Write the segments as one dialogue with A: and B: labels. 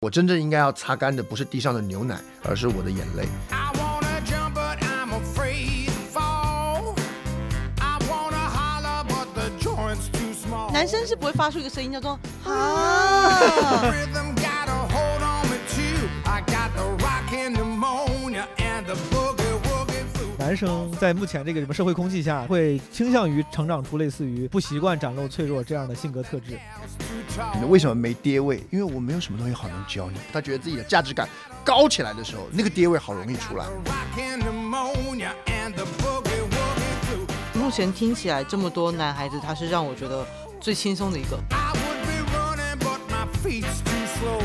A: 我真正应该要擦干的不是地上的牛奶，而是我的眼泪。
B: I wanna jump, but I'm afraid to fall. I wanna holler, but the joint's too small.
C: 男生是不会发出一个声音叫做啊，
B: Rhythm got a hold on me too. I got the rockin' pneumonia and the boogie woogie flu.
D: 男生在目前这个什么社会空气下，会倾向于成长出类似于不习惯展露脆弱这样的性格特质。
B: Else to talk.
A: 你为什么没爹位？因为我没有什么东西好能教你。他觉得自己的价值感高起来的时候，那个爹位好容易出来
B: The。rockin' pneumonia and the boogie woogie flu.
C: 目前听起来这么多男孩子，他是让我觉得最轻松的一个。
B: I would be running, but my feet's too slow.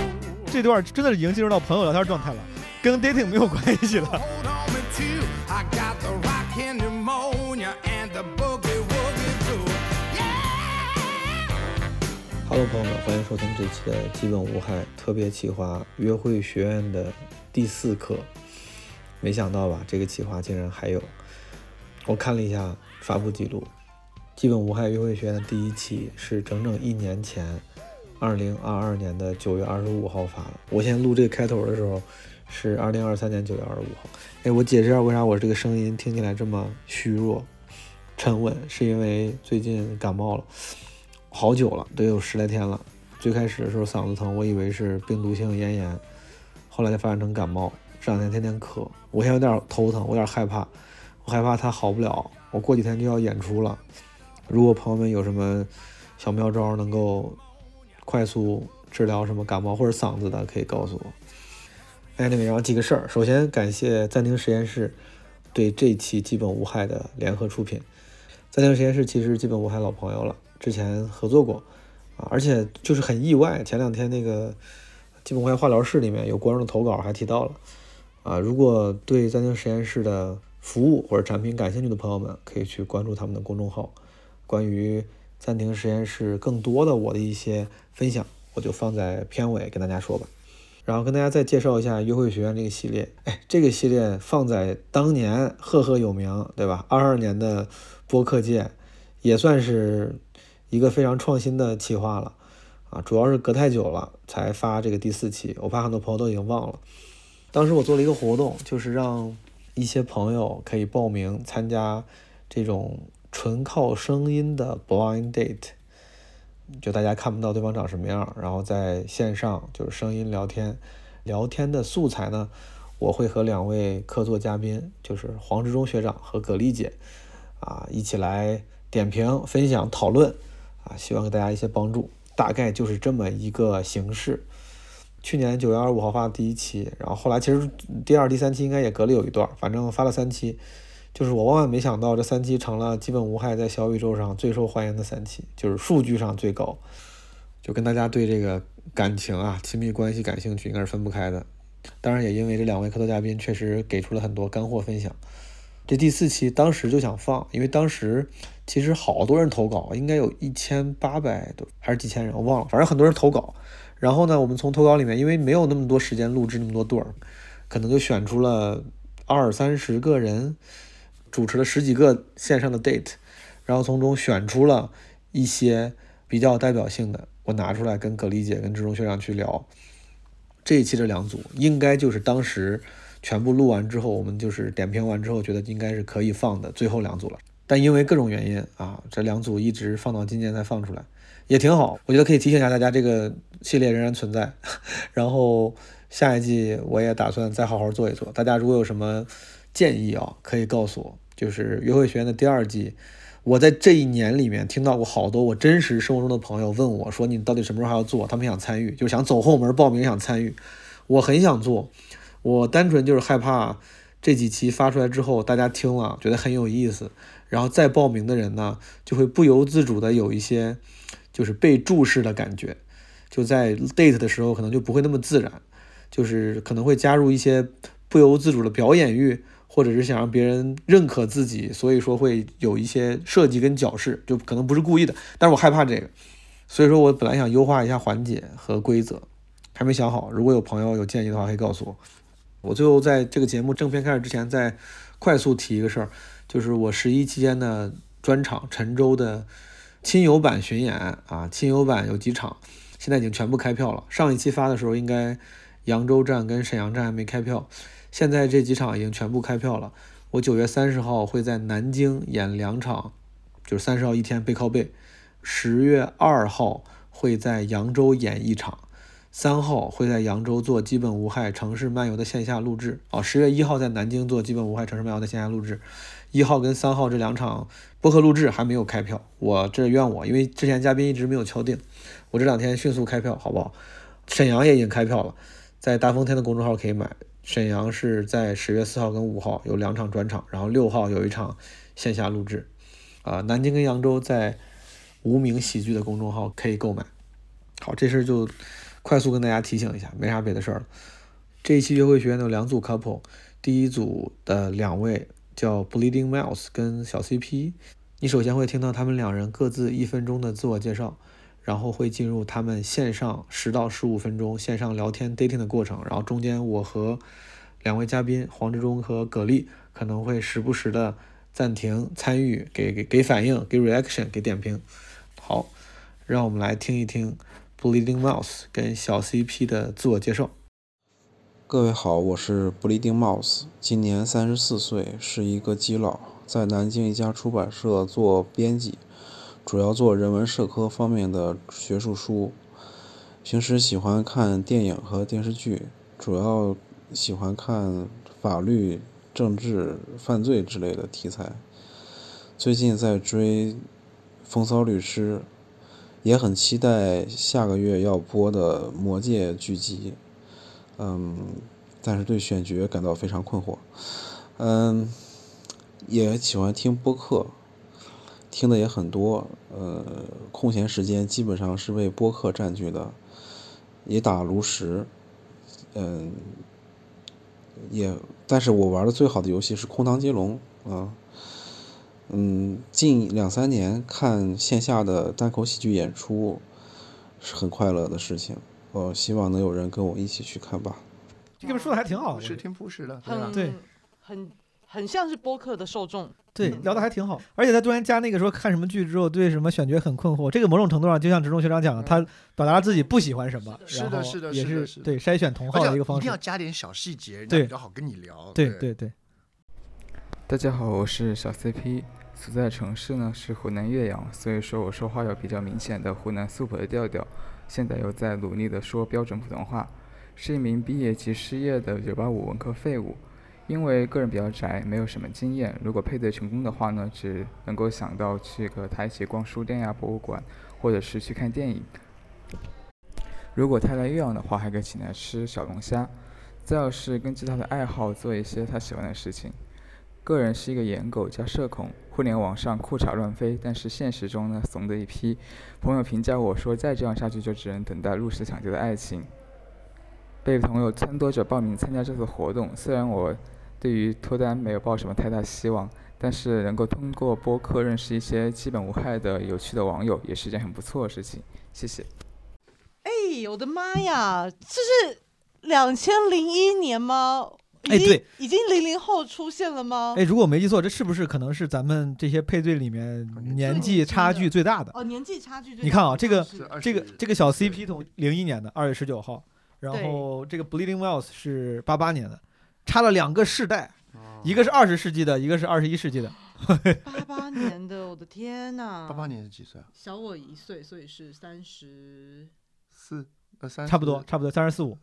D: 这段真的是已经进入到朋友聊天状态了，跟 dating 没有关系了。
B: Hold on me too. I got the rockin' pneumonia and the boogie woogie flu. Yeah.
E: Hello，朋友们，欢迎收听这期的《基本无害》特别企划“约会学院”的第四课。没想到吧，这个企划竟然还有！我看了一下发布记录，《基本无害约会学院》的第一期是整整一年前，二零二二年的九月二十五号发的。我现在录这个开头的时候是二零二三年九月二十五号。哎，我解释一下为啥我这个声音听起来这么虚弱、沉稳，是因为最近感冒了。好久了，得有十来天了。最开始的时候嗓子疼，我以为是病毒性咽炎，后来就发展成感冒。这两天天天咳，我现在有点头疼，我有点害怕，我害怕它好不了。我过几天就要演出了，如果朋友们有什么小妙招能够快速治疗什么感冒或者嗓子的，可以告诉我。哎，那个，然后几个事儿，首先感谢暂停实验室对这期基本无害的联合出品。暂停实验室其实基本无害老朋友了，之前合作过啊，而且就是很意外，前两天那个基本无害化疗室里面有观众的投稿还提到了啊，如果对暂停实验室的服务或者产品感兴趣的朋友们，可以去关注他们的公众号，关于暂停实验室更多的我的一些分享，我就放在片尾跟大家说吧。然后跟大家再介绍一下约会学院这个系列。哎，这个系列放在当年赫赫有名，对吧？二二年的播客界也算是一个非常创新的企划了啊。主要是隔太久了才发这个第四期，我怕很多朋友都已经忘了。当时我做了一个活动，就是让一些朋友可以报名参加这种纯靠声音的 blind date。就大家看不到对方长什么样，然后在线上就是声音聊天，聊天的素材呢，我会和两位客座嘉宾，就是黄志忠学长和葛丽姐，啊，一起来点评、分享、讨论，啊，希望给大家一些帮助。大概就是这么一个形式。去年九月二十五号发的第一期，然后后来其实第二、第三期应该也隔了有一段，反正发了三期。就是我万万没想到，这三期成了基本无害在小宇宙上最受欢迎的三期，就是数据上最高。就跟大家对这个感情啊、亲密关系感兴趣，应该是分不开的。当然，也因为这两位客座嘉宾确实给出了很多干货分享。这第四期当时就想放，因为当时其实好多人投稿，应该有一千八百多还是几千人，我忘了，反正很多人投稿。然后呢，我们从投稿里面，因为没有那么多时间录制那么多对儿，可能就选出了二三十个人，主持了十几个线上的 date，然后从中选出了一些比较有代表性的，我拿出来跟葛丽姐、跟志忠学长去聊。这一期这两组应该就是当时全部录完之后，我们就是点评完之后觉得应该是可以放的最后两组了。但因为各种原因啊，这两组一直放到今年才放出来，也挺好。我觉得可以提醒一下大家，这个系列仍然存在。 然后下一季我也打算再好好做一做。大家如果有什么建议啊，可以告诉我。就是约会学院的第二季，我在这一年里面听到过好多我真实生活中的朋友问我说：“你到底什么时候还要做？”他们想参与，就是想走后门报名，想参与。我很想做，我单纯就是害怕这几期发出来之后，大家听了觉得很有意思，然后再报名的人呢，就会不由自主的有一些就是被注视的感觉，就在 date 的时候可能就不会那么自然，就是可能会加入一些不由自主的表演欲，或者是想让别人认可自己，所以说会有一些设计跟矫饰，就可能不是故意的，但是我害怕这个，所以说我本来想优化一下环节和规则，还没想好。如果有朋友有建议的话，可以告诉我。我最后在这个节目正片开始之前，再快速提一个事儿，就是我十一期间的专场陈州的亲友版巡演啊，亲友版有几场，
F: 现在已经全部开票了。上一期发的时候，应该扬州站跟沈阳站还没开票，现在这几场已经全部开票了。我九月三十号会在南京演两场，就是三十号一天背靠背。十月二号会在扬州演一场，三号会在扬州做《基本无害城市漫游》的线下录制啊。十月一号在南京做《基本无害城市漫游》的线下录制。一号跟三号这两场播客录制还没有开票，我这怨我，因为之前嘉宾一直没有敲定，我这两天迅速开票，好不好？沈阳也已经开票了，在大风天的公众号可以买。沈阳是在十月四号跟五号有两场专场，然后六号有一场线下录制。啊、南京跟扬州在无名喜剧的公众号可以购买。好，这事儿就快速跟大家提醒一下，没啥别的事儿了。这一期约会学院有两组 couple，第一组的两位叫 Bleeding Mouse 跟小 CP。你首先会听到他们两人各自一分钟的自我介绍，然后会进入他们线上十到十五分钟线上聊天 dating 的过程，然后中间我和两位嘉宾黄志忠和葛丽可能会时不时的暂停参与，给给给反应，给 reaction，给点评。好，让我们来听一听 Bleeding Mouse 跟小 CP 的自我介绍。
G: 各位好，我是 Bleeding Mouse，今年三十四岁，是一个基佬，在南京一家出版社做编辑，主要做人文社科方面的学术书。平时喜欢看电影和电视剧，主要喜欢看法律、政治、犯罪之类的题材。最近在追《风骚律师》，也很期待下个月要播的《魔戒》剧集。嗯，但是对选角感到非常困惑。嗯，也喜欢听播客，听的也很多。呃，空闲时间基本上是被播客占据的，也打炉石。嗯，也，但是我玩的最好的游戏是《空堂接龙》啊。嗯，近两三年看线下的单口喜剧演出是很快乐的事情。我希望能有人跟我一起去看吧。
E: 这哥们说的还挺好的，
A: 是挺朴实的。
C: 很
E: 对
C: 很很像是播客的受众，
E: 对，聊的还挺好。而且他中间加那个说看什么剧之后对什么选角很困惑，这个某种程度上就像植中学长讲的，他表达了自己不喜欢什么，
A: 嗯是的
E: 然后
A: 是的
E: 也
A: 是
E: 是
A: 的是的
E: 对筛选同
A: 而
E: 好
A: 且
E: 的一个方
A: 一定要
E: 式。
A: 加点小细节，人家
E: 对
A: 比较好跟你聊。
E: 对对对，
H: 大家好，我是小 CP，所在城市呢是湖南岳阳，所以说我说话有比较明显的湖南苏北的调调，现在又在努力的说标准普通话，是一名毕业即失业的985文科废物。因为个人比较宅，没有什么经验，如果配对成功的话呢，只能够想到去和他一起逛书店呀、博物馆，或者是去看电影。如果他来岳阳的话，还可以请他吃小龙虾。再要是根据他的爱好做一些他喜欢的事情。个人是一个颜狗加社恐，互联网上裤衩乱飞，但是现实中呢，怂的一批。朋友评价我说，再这样下去就只能等待入室抢劫的爱情。被朋友撺掇着报名参加这次活动，虽然我对于脱单没有抱什么太大希望，但是能够通过播客认识一些基本无害的有趣的网友，也是一件很不错的事情。谢谢。
C: 哎，我的妈呀，这是两千零一年吗？
E: 哎
C: 已经
E: 对，
C: 已经零零后出现了吗？
E: 哎，如果我没记错，这是不是可能是咱们这些配对里面年纪差距最大的？
C: 哦，年纪差距最大。
E: 你看啊这个
C: 是
A: 对，
E: 这个这
A: 个
E: 个小 CP 同零一年的二月十九号，然后这个 Bleeding Wells 是八八年的，差了两个世代，
A: 哦
E: 一个是二十世纪的，一个是二十一世纪的。
C: 八八年的，我的天呐！
A: 八八年是几岁啊？
C: 小我一岁，所以是三十
A: 四呃三
E: 差不多，差不多三十四五。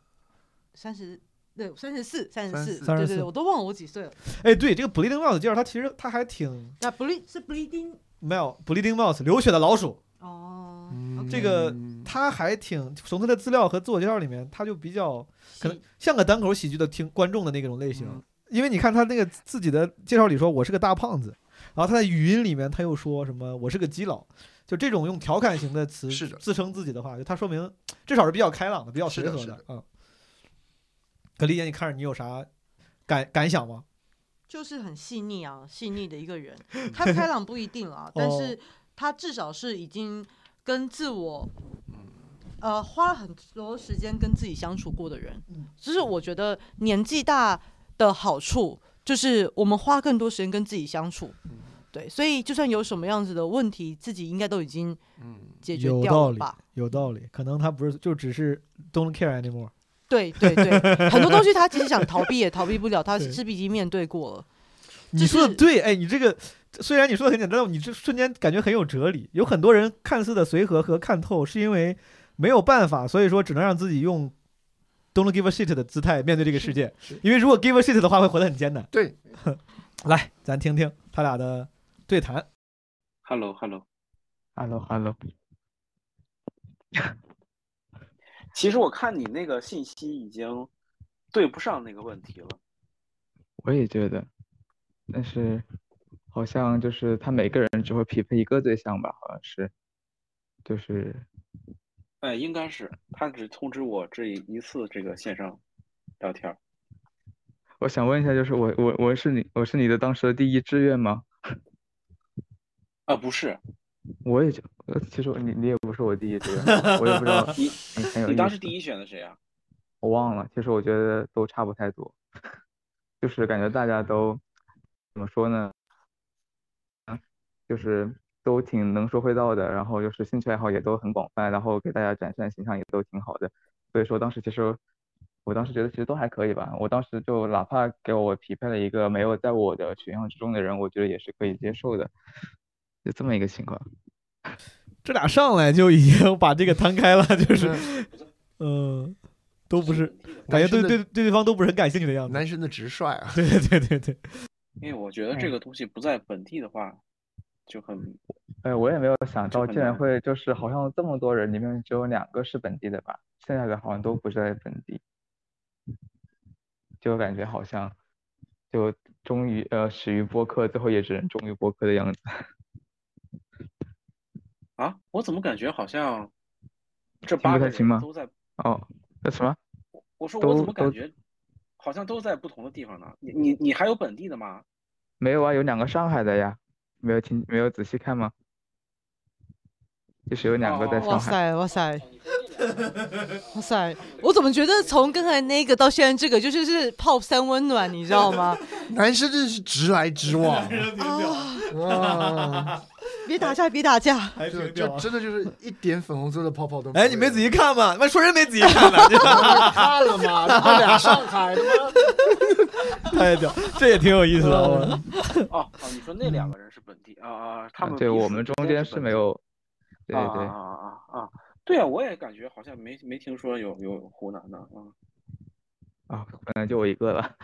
C: 三十。对，三十四，三十
A: 34
C: 四，对对对，
E: 34
C: 我都忘了我几岁了。
E: 哎，对，这个 Bleeding Mouse 介绍他其实他还挺
C: 那 ble 是 bleeding
E: Mel Bleeding Mouse 流血的老鼠，
C: 哦，
E: 这个
A: 嗯
E: 他还挺从他的资料和自我介绍里面，他就比较可能
C: 喜
E: 像个单口喜剧的听观众的那种类
A: 嗯
E: 型。因为你看他那个自己的介绍里说我是个大胖子，然后他在语音里面他又说什么我是个基佬，就这种用调侃型的词
A: 是的
E: 自称自己的话，就他说明至少是比较开朗的，比较
A: 是
E: 随
A: 的
E: 和
A: 是
E: 的啊。可丽姐，你看着你有啥感感想吗？
C: 就是很细腻啊，细腻的一个人。他开朗不一定啊，但是他至少是已经跟自我，呃，花了很多时间跟自己相处过的人。就是我觉得年纪大的好处，就是我们花更多时间跟自己相处。对，所以就算有什么样子的问题，自己应该都已经解决
E: 有
C: 掉
E: 道
C: 了
E: 理
C: 吧？，
E: 有道理。可能他不是，就只是 don't care anymore。
C: 对对 对，很多东西他即使想逃避也逃避不了，他
E: 对
C: 势必已经面对过了。
E: 你
C: 就
E: 说的
C: 是
E: 对，哎，你这个虽然你说的很简单，但你这瞬间感觉很有哲理。有很多人看似的随和和看透，是因为没有办法，所以说只能让自己用 don't give a shit 的姿态面对这个世界
A: 是。
E: 因为如果 give a shit 的话，会活得很艰难。
A: 对，
E: 来，咱听听他俩的对谈。
I: Hello，Hello。
H: Hello，Hello，
I: 其实我看你那个信息已经对不上那个问题了。
H: 我也觉得，但是好像就是他每个人只会匹配一个对象吧，好像是，就是
I: 哎，应该是他只通知我这一次这个线上聊天儿。
H: 我想问一下，就是我我我是你我是你的当时的第一志愿吗？
I: 啊，不是，，
H: 我也就，呃其实你你也不是我第一志愿，我也不知道
I: 你
H: 嗯很有
I: 你
H: 意
I: 当时
H: 思
I: 第一选的谁啊？
H: 我忘了，其实我觉得都差不太多，就是感觉大家都怎么说呢？嗯就是都挺能说会道的，然后就是兴趣爱好也都很广泛，然后给大家展现的形象也都挺好的。所以说当时其实，我当时觉得其实都还可以吧。我当时就哪怕给我匹配了一个没有在我的选项之中的人，我觉得也是可以接受的，就这么一个情况。
E: 这俩上来就已经把这个摊开 了，就是，嗯，都不是，感觉对对对对方都不是很感兴趣的样子。
A: 男生的直率啊，
E: 对对对对对，
I: 因为我觉得这个东西不在本地的话，就很
H: 哎，我也没有想
I: 就
H: 到，
I: 很
H: 竟然
I: 难
H: 会就是好像这么多人里面只有两个是本地的吧，剩下的好像都不是在本地，就感觉好像就终于呃始于播客，最后也只能终于播客的样子。
I: 啊，我怎么感觉好像这
H: 听
I: 八
H: 不
I: 个
H: 太清
I: 人
H: 吗
I: 都在，
H: 哦，那什么？
I: 我说我
H: 都
I: 怎么感
H: 都
I: 觉好像都在不同的地方呢？你你你还有本地的吗？
H: 没有啊，有两个上海的呀，没有听没有仔细看吗？就是有两个在
I: 哦
C: 哇
H: 上海，
C: 塞哇塞哇塞！我怎么觉得从刚才那个到现在这个，就是是泡三温暖，你知道 吗？
A: 男生真是直来直往
C: 啊，
A: 啊，
C: 别打架别打架！
E: 还
A: 就就真的就是一点粉红色的泡泡都
E: 哎，你没
A: 没
E: 仔细看吗？妈说人没仔细看 呢， 这
A: 看了吗？他俩上 海的吗？
E: 哦太屌，这也挺有意思的。
C: 嗯
E: 我
I: 哦哦，你说那两个人是本地啊啊，他
H: 啊
I: 们
H: 对
I: 彼
H: 我
I: 此
H: 们
I: 之
H: 中
I: 间
H: 间
I: 是
H: 是
I: 本
H: 没
I: 地
H: 有，对
I: 啊
H: 对
I: 啊，啊啊啊！对啊，我也感觉好像没没听说有有湖南的啊。
H: 啊，可能就我一个了。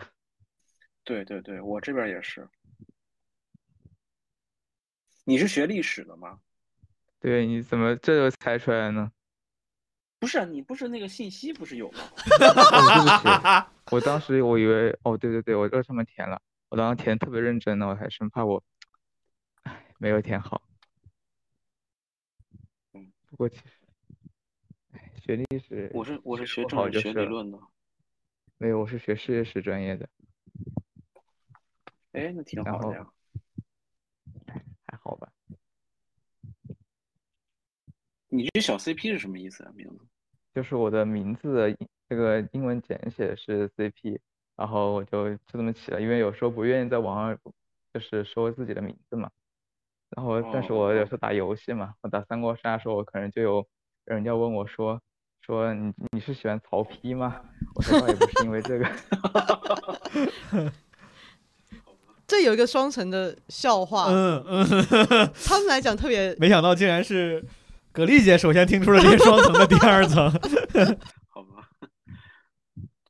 I: 对对对，我这边也是。你是学历史的吗？
H: 对，你怎么这就猜出来了呢？
I: 不是啊，你不是那个信息不是有吗？
H: 哦，对不 起，我当时我以为，哦，对对对，我让他们填了，我当时填得特别认真呢，我还生怕我，唉，没有填好。
I: 嗯，
H: 不过其实，唉，学历史
I: 我是我是学
H: 不
I: 政
H: 好
I: 治
H: 就
I: 学
H: 是
I: 理
H: 了
I: 论的，
H: 没有，我是学事业史专业的，
I: 哎，那挺
H: 然
I: 好的
H: 后
I: 呀。
H: 还好吧？
I: 你这小 CP 是什么意思啊？名字？
H: 就是我的名字的英这个英文简写是 CP，然后我就就这么起了，因为有时候不愿意在网上就是说自己的名字嘛。然后，但是
I: 哦
H: 我有
I: 哦
H: 时候打游戏嘛，我打三国杀的时候，我可能就有人要问我说说你你是喜欢曹丕吗？我说倒也不是因为这个，
C: 这有一个双层的笑话，
E: 嗯嗯，
C: 他们来讲特别
E: 没想到竟然是葛丽姐首先听出了这些双层的第二层。
I: 好吧，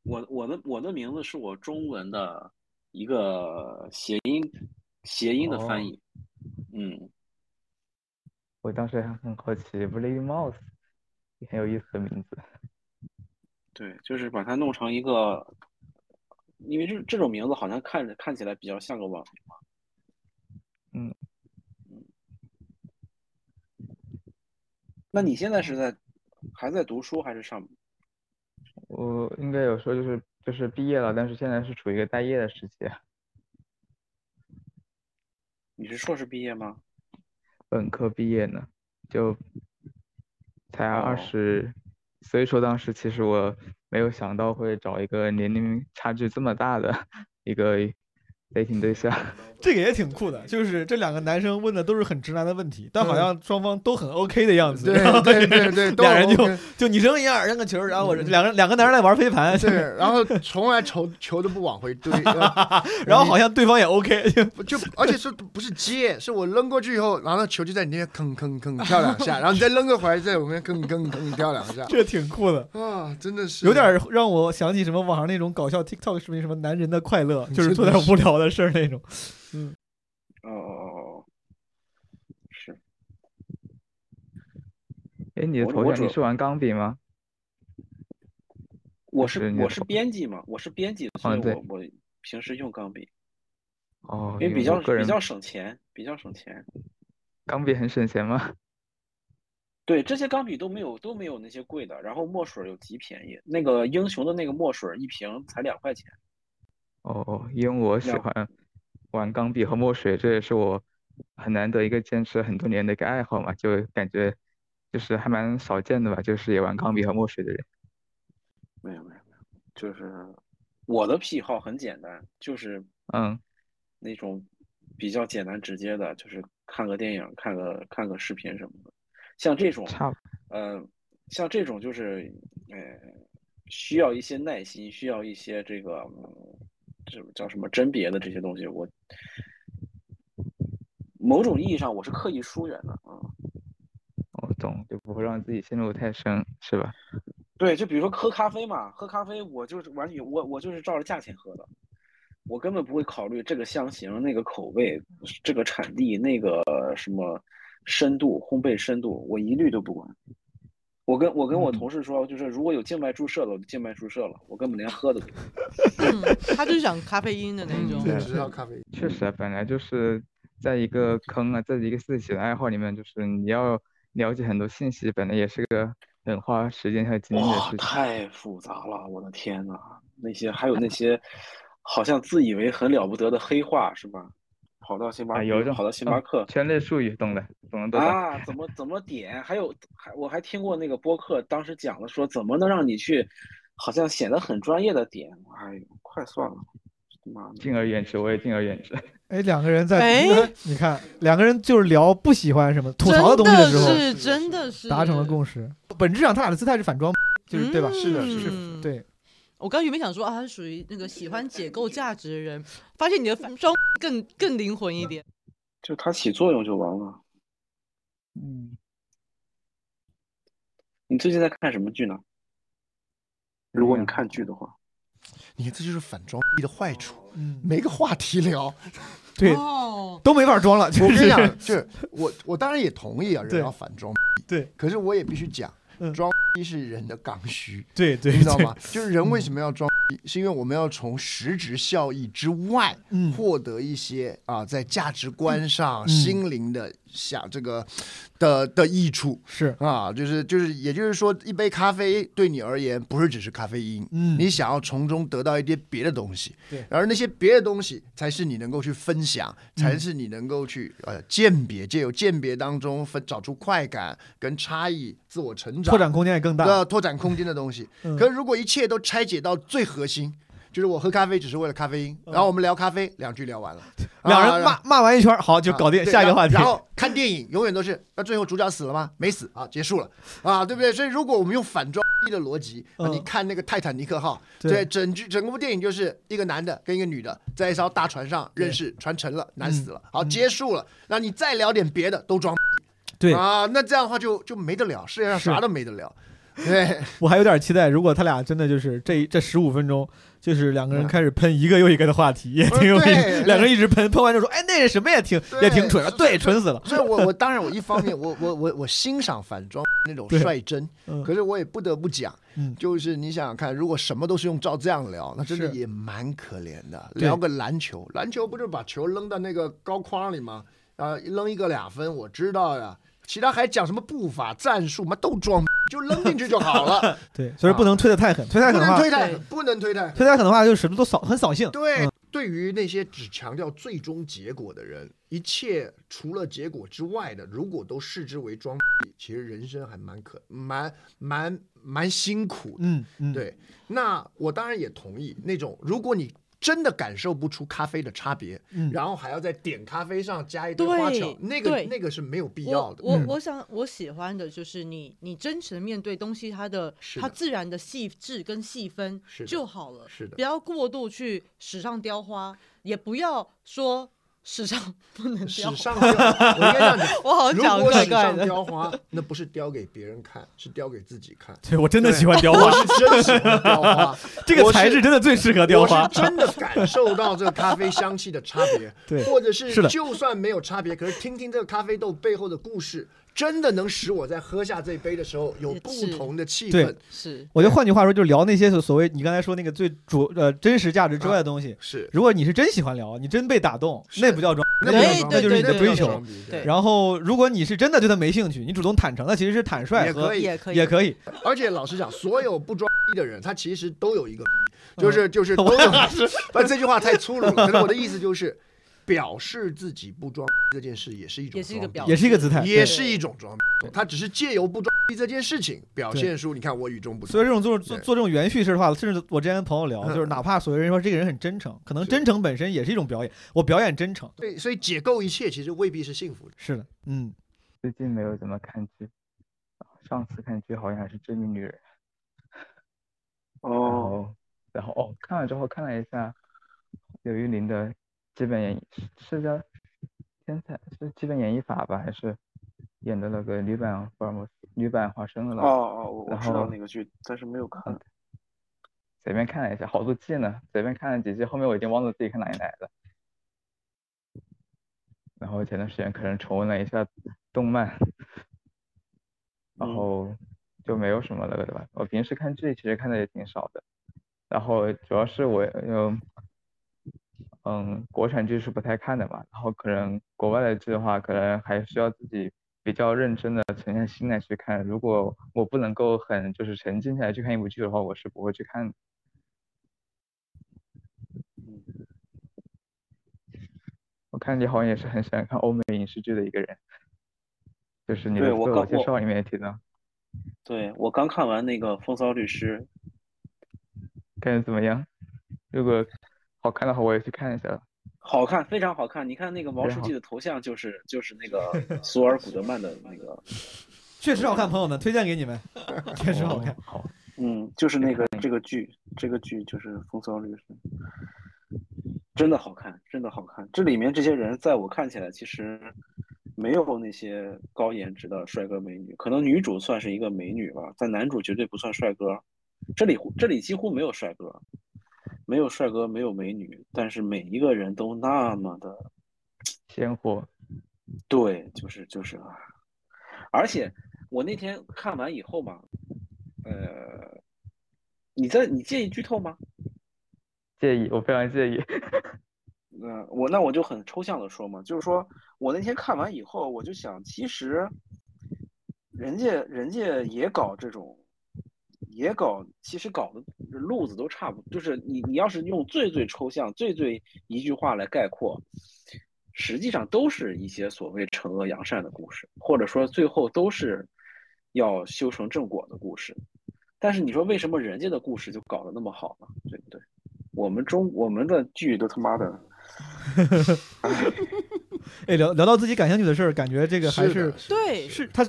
I: 我我的我的名字是我中文的一个谐音谐音的翻
H: 哦
I: 译，嗯，
H: 我当时还很好奇，Lady Mouse 也很有意思的名字。
I: 对，就是把它弄成一个，因为这这种名字好像看着看起来比较像个网名嘛。
H: 嗯
I: 嗯，那你现在是在还在读书还是上？
H: 我应该有时候就是就是毕业了，但是现在是处于一个待业的时期。啊
I: 你是硕士毕业吗？
H: 本科毕业呢，就才二
I: 哦
H: 十，所以说当时其实我没有想到会找一个年龄差距这么大的一个 dating 对象。
E: 这个也挺酷的，就是这两个男生问的都是很直男的问题，但好像双方都很 OK 的样子。
A: 嗯对
E: 然后
A: 对对对，都
E: 俩人就
A: OK
E: 就你扔一样，扔个球，然后我两个两个男人在玩飞 盘，
A: 对，然后从来球球都不往回堆，呃
E: 然后好像对方也 OK，就，
A: 就而且是不是接，是我扔过去以后，然后球就在你那边吭吭吭跳两下，然后你再扔个回来，在我们那边吭吭吭跳两下
E: 这挺酷的。
A: 啊，真的是
E: 有点让我想起什么网上那种搞笑 TikTok 视频，什么男人的快乐，就是做点无聊的事儿 那种。
A: 嗯
I: 哦哦哦哦，是
H: 哎，你的
I: 我
H: 头
I: 我
H: 像，你
I: 主
H: 是玩钢笔吗？
I: 我
H: 就是是你
I: 我
H: 的
I: 是
H: 头
I: 编辑嘛，我是编辑，所
H: 嗯
I: 以
H: 对
I: 我我平时用钢笔，
H: 哦，
I: 因为比
H: 我
I: 较
H: 个
I: 比
H: 人
I: 较省钱，比较省钱。
H: 钢笔很省钱吗？
I: 对，这些钢笔都没有都没有那些贵的，然后墨水有极便宜，那个英雄的那个墨水一瓶才两块钱。
H: 哦哦，因为我喜
I: 那
H: 欢玩钢笔和墨水，这也是我很难得一个坚持很多年的一个爱好嘛，就感觉就是还蛮少见的吧，就是也玩钢笔和墨水的人。
I: 没有没有没有，就是我的癖好很简单，就是
H: 嗯，
I: 那种比较简单直接的，就是看个电影、看个看个视频什么的。像这种，
H: 差不
I: 呃，像这种就是，呃，需要一些耐心，需要一些这个，嗯这叫什么甄别的这些东西，我某种意义上我是刻意疏远的啊。
H: 我懂，就不会让自己陷入太深，是吧？
I: 对，就比如说喝咖啡嘛，喝咖啡我就是完全我我就是照着价钱喝的，我根本不会考虑这个香型、那个口味、这个产地、那个什么深度、烘焙深度，我一律都不管。我跟我跟
H: 嗯
I: 我同事说，就是如果有静脉注射的，我就静脉注射了，我根本连喝都 不。
C: 嗯，他就是想咖啡因的那种。
A: 嗯对，知道咖啡
H: 确实啊，本来就是在一个坑啊，在一个自己的爱好里面，就是你要了解很多信息，本来也是个很花时间和精力的
I: 哇，
H: 事情。
I: 太复杂了，我的天呐，那些还有那些好像自以为很了不得的黑话是吧？跑到星巴
H: 啊，
I: 克，
H: 有一种
I: 跑到星
H: 嗯
I: 巴克。
H: 圈内术语，懂的，懂的都懂。
I: 啊，怎么怎么点？还有还我还听过那个播客，当时讲的说怎么能让你去，好像显得很专业的点。哎呦，快算了，妈的！
H: 敬而远之，我也敬而远之。
E: 哎，两个人在，
C: 哎
E: 你看，两个人就是聊不喜欢什么吐槽东西时候
C: 真，的是真的是
E: 达成了共识。本质上，他俩的姿态是反装，就是对吧？
C: 嗯
A: 是的
C: 嗯
A: 是
E: 对，
C: 我刚原本想说啊，他是属于那个喜欢解构价值的人，发现你的反装更更灵魂一点。
I: 就它起作用就完了。
H: 嗯，
I: 你最近在看什么剧呢？如果你
H: 没有
I: 看剧的话，
A: 你看这就是反装逼的坏处，
E: 嗯，
A: 没个话题聊。
E: 对，
C: 哦，
E: 都没法装了。就
A: 我跟
E: 是
A: 你讲，就是我我当然也同意啊，
E: 对
A: 人要反装逼，
E: 对，
A: 可是我也必须讲
E: 嗯，
A: 装逼是人的刚需，
E: 对对，
A: 你知道
E: 对嗯
A: 吗？？就是人为什么要装逼，是因为我们要从实质效益之外。
E: 嗯，
A: 获得一些啊，在价值观上、
E: 嗯
A: 心灵的想这个的的益处
E: 是，
A: 啊，就是就是，也就是说，一杯咖啡对你而言不是只是咖啡因，
E: 嗯，
A: 你想要从中得到一些别的东西，
E: 对
A: 而那些别的东西才是你能够去分享，
E: 嗯
A: 才是你能够去呃鉴别，借由鉴别当中分找出快感跟差异，自我成长
E: 拓展空间也更大。
A: 的拓展空间的东西。
E: 嗯
A: 可是如果一切都拆解到最核心，就是我喝咖啡只是为了咖啡因，然后我们聊咖啡，两句聊完了，
E: 嗯两
A: 啊
E: 人骂骂完一圈，好就搞定
A: 啊对
E: 下一个话题
A: 然。后然后看电影永远都是，那最后主角死了吗？没死啊，结束了啊，对不对？所以如果我们用反装逼的逻辑，啊
E: 嗯
A: 你看那个《泰坦尼克号》，
E: 对
A: 对，整剧整部电影就是一个男的跟一个女的在一艘大船上认识，船沉了，
E: 嗯
A: 难死了，好结束了。那你再聊点别的，都装
E: 对
A: 啊，那这样的话就就没得聊，世界上
E: 是
A: 啥都没得聊。对，嗯
E: 我还有点期待，如果他俩真的就是这这十五分钟，就是两个人开始喷一个又一个的话题，也 挺有意
A: 嗯对
E: 思。
A: 对
E: 两个人一直喷，喷完之后说，哎，那是什么也挺
A: 对
E: 也挺蠢的，
A: 是
E: 对，蠢死了。
A: 所 以我我当然我一方面我我我我欣赏反装那种
E: 对
A: 率真，
E: 嗯
A: 可是我也不得不讲，
E: 嗯
A: 就是你想想看，如果什么都是用照这样聊，那真的
E: 是
A: 也蛮可怜的。
E: 对
A: 聊个篮球，篮球不就是把球扔到那个高框里吗？啊、扔一个俩分，我知道呀。其他还讲什么步法、战术嘛，都装逼，就扔进去就好了，啊
E: 对，所以 不能推得太狠，推太狠
A: 不
E: 的
A: 能
E: 话，
A: 推太
C: 对
A: 狠，不能推太狠。
E: 推太狠的话就什么都扫很扫兴。
A: 对，
E: 嗯
A: 对于那些只强调最终结果的人，一切除了结果之外的，如果都视之为装逼，其实人生还蛮可蛮蛮蛮辛苦的。
E: 嗯嗯，
A: 对，那我当然也同意那种，如果你真的感受不出咖啡的差别，
E: 嗯
A: 然后还要在点咖啡上加一堆
C: 对
A: 花巧，那个
C: 对
A: 那个是没有必要
C: 我
A: 的。
C: 我
E: 嗯
C: 我想我喜欢的就是你你真诚地面对东西，它的
A: 是
C: 它
A: 的
C: 自然的细致跟细分
A: 是的
C: 就好了，
A: 是的
C: 不要过度去史上雕花，也不要说史上不 能雕
A: 史
C: 花。
A: 上雕，我应该这样讲。
C: 我好
A: 如
C: 像讲
A: 果
C: 怪
A: 史
C: 怪
A: 上
C: 的，
A: 雕花，那不是雕给别人看，是雕给自己看。
E: 对我真的
A: 对
E: 喜欢雕
A: 我
E: 花，
A: 是真喜欢雕花，
E: 这个
A: 我是
E: 材质真的最适合雕
A: 我是
E: 花。
A: 真的感受到这个咖啡香气的差别，
E: 对
A: 或者
E: 是
A: 是
E: 的
A: 就算没有差别，可是听听这个咖啡豆背后的故事，真的能使我在喝下这杯的时候有不同的气
E: 对
A: 氛。
C: 是
E: 我就换句话说，就聊那些所所谓你刚才说那个最主呃真实价值之外的东西。
A: 啊是，
E: 如果你是真喜欢聊，你真被打动，
A: 是
E: 那不叫装。
A: 那
C: 对
A: 没
C: 对
A: 有装
C: 对
A: 逼那
C: 对
A: 没有
E: 对对
A: 装逼
C: 对
E: 然后，如果你是真的对他没兴趣，你主动坦诚的其实是坦率
A: 也
E: 和
A: 可以
C: 也可以，
E: 也可以。
A: 而且老实讲，所有不装逼的人，他其实都有一个
E: 嗯
A: 逼，就是就是都有。不，这句话太粗鲁了。可是我的意 思就是，表示自己不装逼这件事也是一种
C: 也是一个
A: 装逼
C: 表
E: 也是一个姿态
A: 也
E: 对
A: 是一种装逼。他只是借由不装逼这件事情表现出，你看我与众不同。
E: 所以这种做做
A: 对
E: 做这种元叙事的话，甚至我之前跟朋友聊，
A: 嗯
E: 就是哪怕所有人说这个人很真诚，可能
A: 是
E: 真诚本身也是一种表演。我表演真诚，
A: 对，所以解构一切其实未必是幸福的。
E: 是的，嗯，
H: 最近没有怎么看剧，啊上次看剧好像还是《致命女 人》，然
I: 哦，
H: 后然后哦，看了之后看了一下刘玉玲的基本演绎，是叫天才是基本演绎法吧，还是演的那个女版福尔摩斯女版华生的那
I: 哦
H: 个？
I: 哦，我我
H: 嗯然
I: 知道
H: 后嗯
I: 那个剧，但是没有看。
H: 随便看了一下，好多季呢，随便看了几季，后面我已经忘了自己看哪一来了。然后前段时间可能重温了一下动漫，然
I: 嗯
H: 后就没有什么那个的吧。我平时看剧其实看的也挺少的，然后主要是我嗯嗯国产剧是不太看的嘛，然后可能国外的剧的话，可能还需要自己比较认真的沉下心来去看。如果我不能够很就是沉浸下来去看一部剧的话，我是不会去看的。我看你好像也是很喜欢看欧美影视剧的一个人，就是你的
I: 对
H: 自
I: 我
H: 我
I: 刚
H: 介
I: 我
H: 绍里面也提到，
I: 对，我刚看完那个《风骚律师》，
H: 感觉怎么样？如果好看的话，我也去看一下了。
I: 好看，非常好看。你看那个毛
H: 非
I: 书
H: 常
I: 记的头像，就是就是那 个索尔古德曼的那个，
E: 确实好看，朋友们推荐给你们， 确实好看
H: 哦。好，
I: 嗯，就是那个这个剧，这个剧就是《风骚律师》，真的好看，真的好看。这里面这些人，在我看起来其实没有那些高颜值的帅哥美女，可能女主算是一个美女吧，但男主绝对不算帅哥。这里这里几乎没有帅哥，没有帅哥，没有美女，但是每一个人都那么的
H: 鲜活，
I: 对，就是就是啊，而且我那天看完以后嘛，呃，你在你介意剧透吗？
H: 介意，我非常介意。
I: 嗯、我那我就很抽象的说嘛，就是说我那天看完以后，我就想，其实人家人家也搞这种，也搞，其实搞的路子都差不多，就是你你要是用最最抽象、最最一句话来概括，实际上都是一些所谓惩恶扬善的故事，或者说最后都是要修成正果的故事。但是你说为什么人家的故事就搞得那么好呢？对不对？我们中我们的剧都他妈的。
E: 哎，聊聊到自己感兴趣的事儿，感 觉这个还
A: 的
E: 是
C: 对，
E: 是他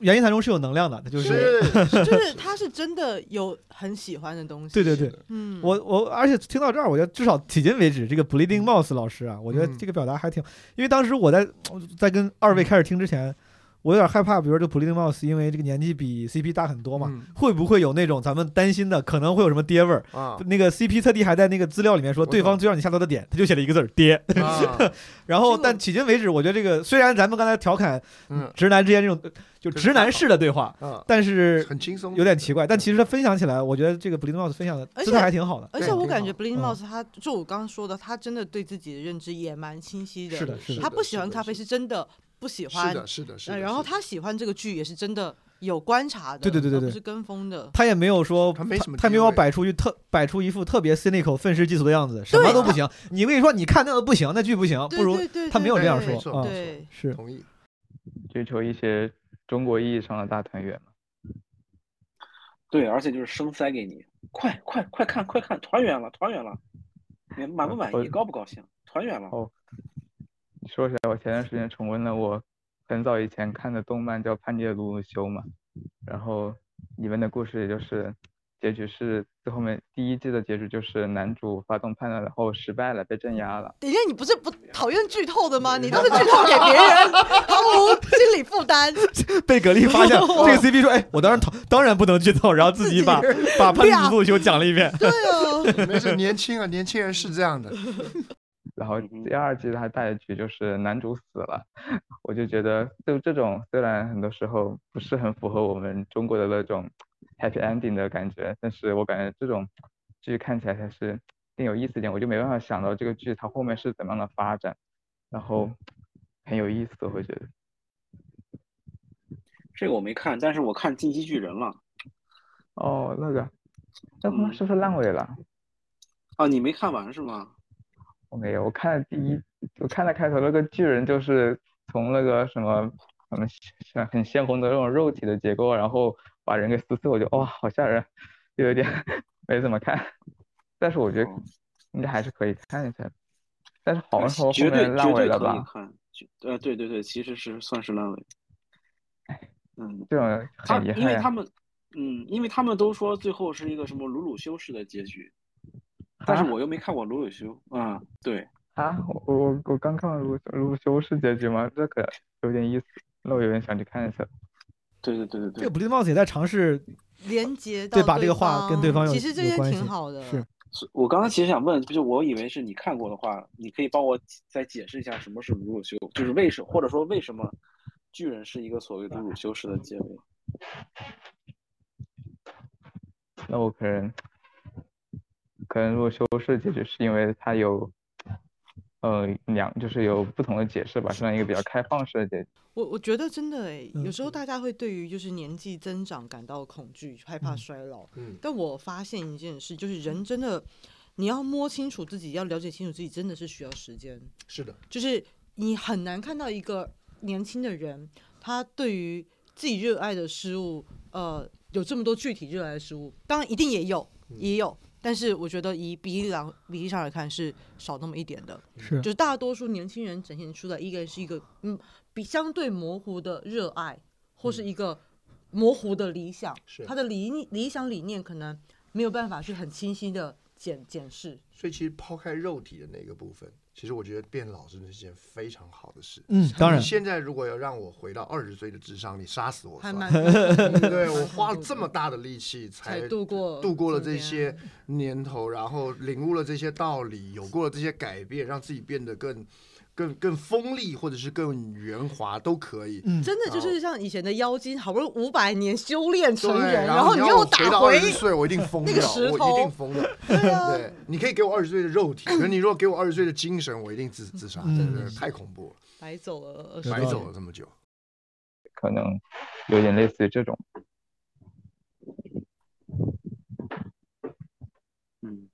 E: 袁一谈中是有能量的，他就是。
A: 是
C: 就是他是真的有很喜欢的东西。
E: 对对对，
C: 嗯，
E: 我我而且听到这儿，我觉得至少迄今为止，这个 Bleeding Mouse 老师啊，我觉得
A: 嗯
E: 这个表达还挺，因为当时我在我在跟二位开始听之前，我有点害怕，比如说这 Bleeding Mouse，因为这个年纪比 CP 大很多嘛，
A: 嗯
E: 会不会有那种咱们担心的可能会有什么爹味儿？
A: 啊
E: 那个 CP 特地还在那个资料里面说，
A: 我懂
E: 对方最让你下头的点，他就写了一个字儿爹。
A: 啊，
E: 然后，
C: 这个
E: 但迄今为止，我觉得这个虽然咱们刚才调侃
A: 嗯
E: 直男之间这种就
A: 这是
E: 直男式的对话，
A: 啊，
E: 但是
A: 很轻松，
E: 有点奇怪。但其
A: 实
E: 实他分享起来，我觉得这个 Bleeding Mouse 分享的
C: 而且
E: 姿态还挺好的。
C: 而且
A: 对
C: 我
A: 挺
C: 感
A: 好
C: 觉 Blind
E: 嗯
C: Mouse 他就我刚刚说的，他真的对自己的认知也蛮清晰
E: 是的，是的
C: 他。不喜欢
A: 是的
C: 咖啡
A: 是
C: 是真的不喜
A: 是
C: 欢，
A: 的，是的，是
C: 呃
A: 的。
C: 然后
A: 是的
C: 他喜欢这个剧也是真的有观察的，
E: 对对对对
C: 而不
E: 对
C: 是跟风的。
E: 他也没有说，
A: 他没什么
E: 他没
A: 地
E: 有
A: 位
E: 摆出一特摆出一副特别 cynical 愤世嫉俗的样子，什么都不行。你跟你说，你看那个不行，那剧不行，
C: 啊对
E: 不如
C: 对对
E: 他没有
C: 对
E: 这样
C: 对
A: 没
E: 说
A: 错
E: 啊。
A: 没错
C: 对，
E: 是
A: 同意，
H: 追求一些中国意义上的大团圆嘛。
I: 对，而且就是生塞给你，快快快看快看，团圆了团圆了，你满不满
H: 我
I: 意，高不高兴，团圆了。
H: 哦说起来，我前段时间重温了我很早以前看的动漫，叫《叛逆的鲁鲁修》嘛，然后里面的故事也就是结局是最后面第一季的结局就是男主发动叛乱，然后失败了，被镇压了。
C: 等一下，你不是不讨厌剧透的吗？你都是剧透给别人，毫无心理负担。
E: 被格 力发现，这个 CP 说：“哎，我当然讨，当然不能剧透。”然后自己把
C: 自己人
E: 把《叛逆之路修》讲了一 遍。
C: 对哦，
A: 没事，年轻啊，年轻人是这样的。
H: 然后
I: 嗯哼
H: 第二季它大结局就是男主死了， 我就觉得就这种虽然很多时候不是很符合我们中国的那种 happy ending 的感觉，但是我感觉这种剧看起来还是更有意思一点，我就没办法想到这个剧它后面是怎么样的发展，然后
I: 嗯
H: 很有意思，我会觉得。
I: 这个我没看，但是我看《进击巨人》了。
H: 哦，那个，那他妈
I: 嗯
H: 是不是烂尾了？
I: 啊，你没看完是吗？
H: 我没有，我看了第
I: 嗯
H: 一，我看了开头那个巨人就是从那个什么，嗯，像很鲜红的那种肉体的结构，然后把人给撕碎，我就哇、好吓人，就有点没怎么看，但是我觉得
I: 哦
H: 应该还是可以看一下的，但是好像说后
I: 绝对
H: 面烂
I: 绝
H: 尾
I: 对
H: 了
I: 可以
H: 吧，
I: 看，绝呃，对对对，其实是算是烂尾。嗯，
H: 这种
I: 他
H: 很遗
I: 因
H: 憾
I: 为
H: 呀
I: 他们，嗯，因为他们都说最后是一个什么鲁鲁修式的结局，但
H: 啊
I: 是我又没看过鲁鲁修啊，对，
H: 啊，我我我刚看完卢卢修是结局吗？这可有点意思，那我有点想去看一下。
I: 对对对对对
E: 这个，Blue Mouse 也在尝试，
C: 连接到
E: 对把这个话跟对方有
C: 其实这
E: 有
C: 些
E: 关系
C: 挺好的。
E: 是
I: 所以我刚刚其实想问，就是我以为是你看过的话，你可以帮我再解释一下什么是鲁鲁修，就是为什或者说为什么巨人是一个所谓鲁鲁修式的结尾？
H: 那我可能，可能如果修饰解决是因为它有，呃，两就是有不同的解释吧，像一个比较开放式的解释。
C: 我我觉得真的哎、
E: 嗯
C: 有时候大家会对于就是年纪增长感到恐惧，害怕
E: 嗯
C: 衰老。
A: 嗯
C: 但我发现一件事，就是人真的，你要摸清楚自己，要了解清楚自己，真的是需要时间。
A: 是的，
C: 就是你很难看到一个年轻的人，他对于自己热爱的事物，呃，有这么多具体热爱的事物，当然一定也有，也有。但是我觉得以比例上比例上来看是少那么一点的，
E: 是
C: 就是大多数年轻人展现出的一个是一个嗯比相对模糊的热爱，或是一个模糊的理想，
A: 嗯是
C: 他的理理想理念可能没有办法去很清晰的检检视，
A: 所以其实抛开肉体的那个部分，其实我觉得变老真的是件非常好的事。
E: 嗯，当然
A: 你，现在如果要让我回到二十岁的智商，你杀死我
C: 还
A: 算
C: 蛮
A: 了。
C: 对
A: 对我花了这么大的力气才
C: 才度过
A: 度过了这
C: 今
A: 些年头，然后领悟了这些道理，有过了这些改变，让自己变得更更更锋利，或者是更圆滑都可以。
E: 嗯，
C: 真的就
A: 然
C: 是
A: 后
C: 像以前的妖精，好不容易五百年修炼
A: 对，
C: 成人，
A: 然
C: 后你
A: 让
C: 又
A: 我
C: 打
A: 回到
C: 回
A: 二十，岁，我一定疯
C: 那
A: 掉，
C: 个石
A: 我
C: 头
A: 一定疯掉。
C: 对啊，
A: 对，你可以给我二十岁的肉体，可是你如果给我二十岁的精神，我一定自自杀，
E: 嗯
A: 对太恐怖了，
C: 白走了二十
E: 有
A: 白
E: 道
A: 走
E: 理
A: 了这么久。
H: 可能有点类似于这种。
I: 嗯，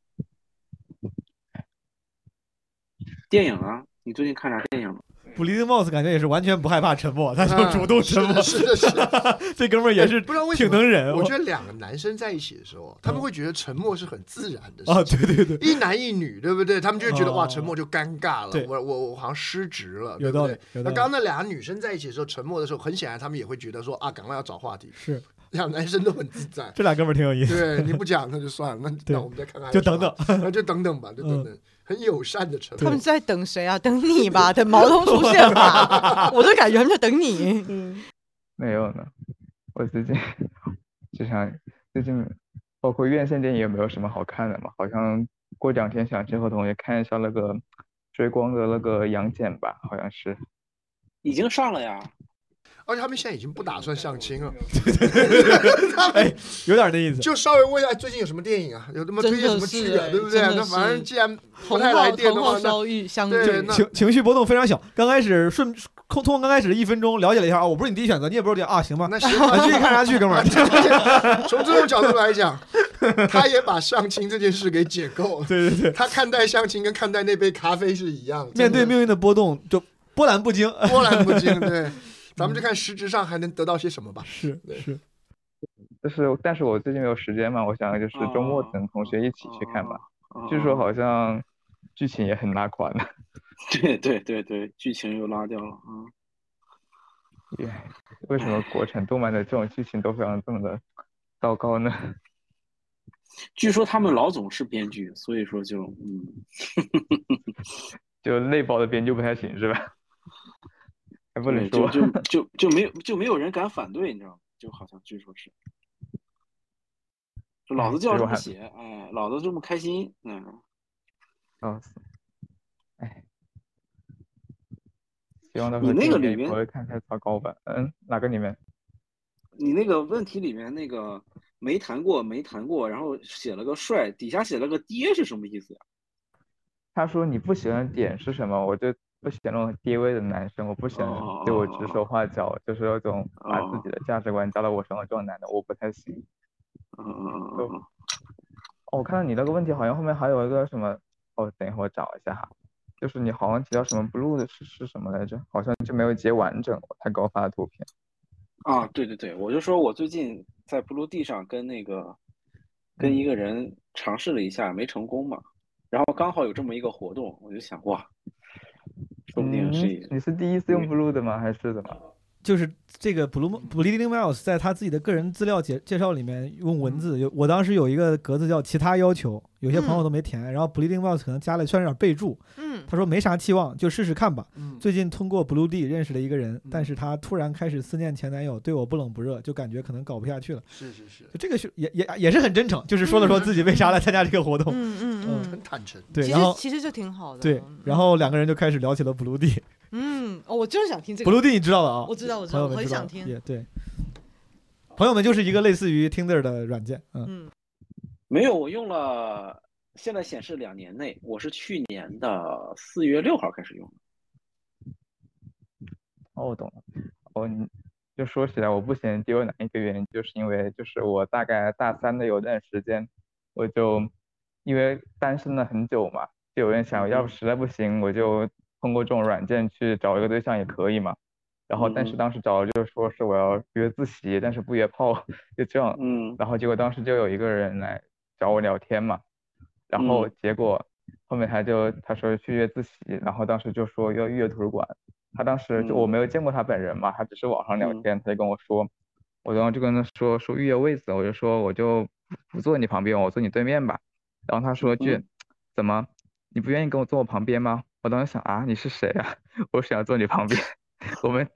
I: 电影啊，你最近看啥电影了？
E: Blue Mouse 感觉也是完全不害怕沉默，他就主动沉默
A: 啊。是的，是的，是的。
E: 这哥们儿也是
A: 哎不知道为什
E: 挺
A: 么
E: 能忍，
A: 我觉得两个男生在一起的时候，他们会觉得沉默是很自然的事情。
E: 啊，对对对，
A: 一男一女，对不对？他们就会觉得、
E: 哦
A: 哇，沉默就尴尬
E: 对
A: 了，我我我好像失职了，
E: 有
A: 对
E: 道
A: 不
E: 理有
A: 对？那
E: 道理
A: 刚刚那俩女生在一起的时候，沉默的时候，很显然他们也会觉得说啊，赶快要找话题。
E: 是，
A: 俩男生都很自在
E: 这俩哥们儿挺有意思。
A: 对，你不讲那就算了，那
E: 对
A: 那我们再看看还
E: 就
A: 有
E: 等
A: 啥
E: 等，嗯
A: 那就等等吧，就等等，很友善的沉
C: 他
A: 默
C: 们。在等谁啊？等你吧，等毛头出现吧。 我就感觉他们在等你。
A: 嗯
H: 没有呢，我最近 就想最近包括院线电影也没有什么好看的嘛，好像过两天想去和同学看一下那个追光的那个杨戬吧，好像是。
I: 已经上了呀，
A: 而且他们现在已经不打算相亲了，
E: 哎，有点那意思。
A: 就稍微问一下最近有什么电影啊，有他妈推荐什么
C: 真
A: 剧
C: 的是
A: 啊
C: 哎，
A: 对不对？
C: 真的
A: 那反正
C: 是
A: 既 然不
C: 同
A: 太
C: 号
A: 来电
C: 同
A: 的
C: 号
A: 话，那
C: 相遇相
A: 对
C: 遇
A: 那，
E: 情情绪波动非常小，刚开始顺空通过刚开始的一分钟了解了一下啊，我不是你第一选择，你也不是第二啊，行吧，
A: 那行
E: 那
A: 吧，
E: 继续看啥剧，哥 们儿。
A: 从这种角度来讲，他也把相亲这件事给解构 了。
E: 对对对，
A: 他看待相亲跟看待那杯咖啡是一样的，
E: 面对命运的波动就波澜不惊。
A: 波澜不惊。对，咱们就看实质上还能得到些什么吧。
E: 是是，
H: 就是，但是我最近没有时间嘛，我想就是周末
I: 哦
H: 等同学一起去看吧。
I: 哦。
H: 据说好像剧情也很拉垮呢。
I: 对对对对，剧情又拉掉了啊。嗯
H: 也为什么国产动漫的这种剧情都非常这么的糟糕呢？
I: 据说他们老总是编剧，所以说就嗯，
H: 就内爆的编就不太行是吧？还不能
I: 对就
H: 说，
I: 就就就没有就没有人敢反对，你知道吗？就好像据说是，就老子就要
H: 嗯结
I: 这
H: 果
I: 么
H: 还
I: 写，哎，老子这么开心，嗯，
H: 笑死！哎，希望到时
I: 你
H: 候
I: 那
H: 今
I: 个里
H: 年
I: 面
H: 不会看太糟糕吧？嗯，哪个里面？
I: 你那个问题里面那个没谈过没谈过，然后写了个帅，底下写了个爹是什么意思呀？
H: 他说你不喜欢的点是什么？我就不喜欢那种低微的男生，我不喜欢
I: 哦
H: 对我
I: 哦
H: 指手画脚，就是那种把自己的价值观加到我身上这种男的，我不太行。
I: 嗯嗯嗯
H: 就
I: 嗯嗯，
H: 哦，我看到你那个问题好像后面还有一个什么，哦，等一会儿我找一下哈，就是你好像提到什么 blue 的是是什么来着？好像就没有截完整，他给我发的图片。
I: 啊，对对对，我就说我最近在 Blue 地上跟那个跟一个人尝试了一下，没成功嘛，然后刚好有这么一个活动，我就想哇，说不定
H: 嗯
I: 是
H: 你你是第一次用 blue 的吗？还是怎么？
E: 就是这个 Blue Bleeding Miles 在他自己的个人资料介介绍里面用文
A: 嗯
E: 字，有我当时有一个格子叫其他要求，有些朋友都没填，然后 Bleeding Miles 可能加了，算是点备注，
C: 嗯，
E: 他说没啥期望，就试试看吧。
A: 嗯，
E: 最近通过 Blue D 认识了一个人，但是他突然开始思念前男友，对我不冷不热，就感觉可能搞不下去了。
A: 是是是，
E: 就这个是也也也是很真诚，就是说了说自己为啥来参加这个活动，
C: 嗯嗯
A: 很
C: 嗯，
A: 坦诚。
E: 对，
C: 其
E: 然
C: 实
E: 后
C: 其实就挺好的。
E: 对，然后两个人就开始聊起了 Blue D。
C: 嗯，哦，我就是想听这个。
E: Blue D 你知道的啊？
C: 我知道我知
E: 朋
C: 道
E: 友
C: 我
E: 们
C: 很
E: 知道
C: 想听
E: 也对，朋友们就是一个类似于 Tinder 的软件，嗯，
C: 嗯，
I: 没有，我用了，现在显示两年内，我是去年的四月六号开始用的。
H: 哦，我懂了。哦，你就说起来，我不喜欢 DO 哪一个原因，就是因为就是我大概大三的有段时间，我就因为单身了很久嘛，就有人
I: 嗯
H: 想，要不实在不行，我就通过这种软件去找一个对象也可以嘛。然后，但是
I: 嗯
H: 当时找的就是说是我要约自习，但是不约炮， 就这样。
I: 嗯
H: 然后结果当时就有一个人来找我聊天嘛，然后
I: 嗯
H: 结果后面他就他说去约自习，然后当时就说要预约图书馆，他当时就我
I: 嗯
H: 没有见过他本人嘛，他只是网上聊
I: 嗯
H: 天，他就跟我说，我然后就跟他说说预约位置，我就说我就不坐你旁边，我坐你对面吧，然后他说一句、
I: 嗯
H: 怎么你不愿意跟我坐我旁边吗？我当时想啊你是谁啊？ 我想要坐你旁边，我们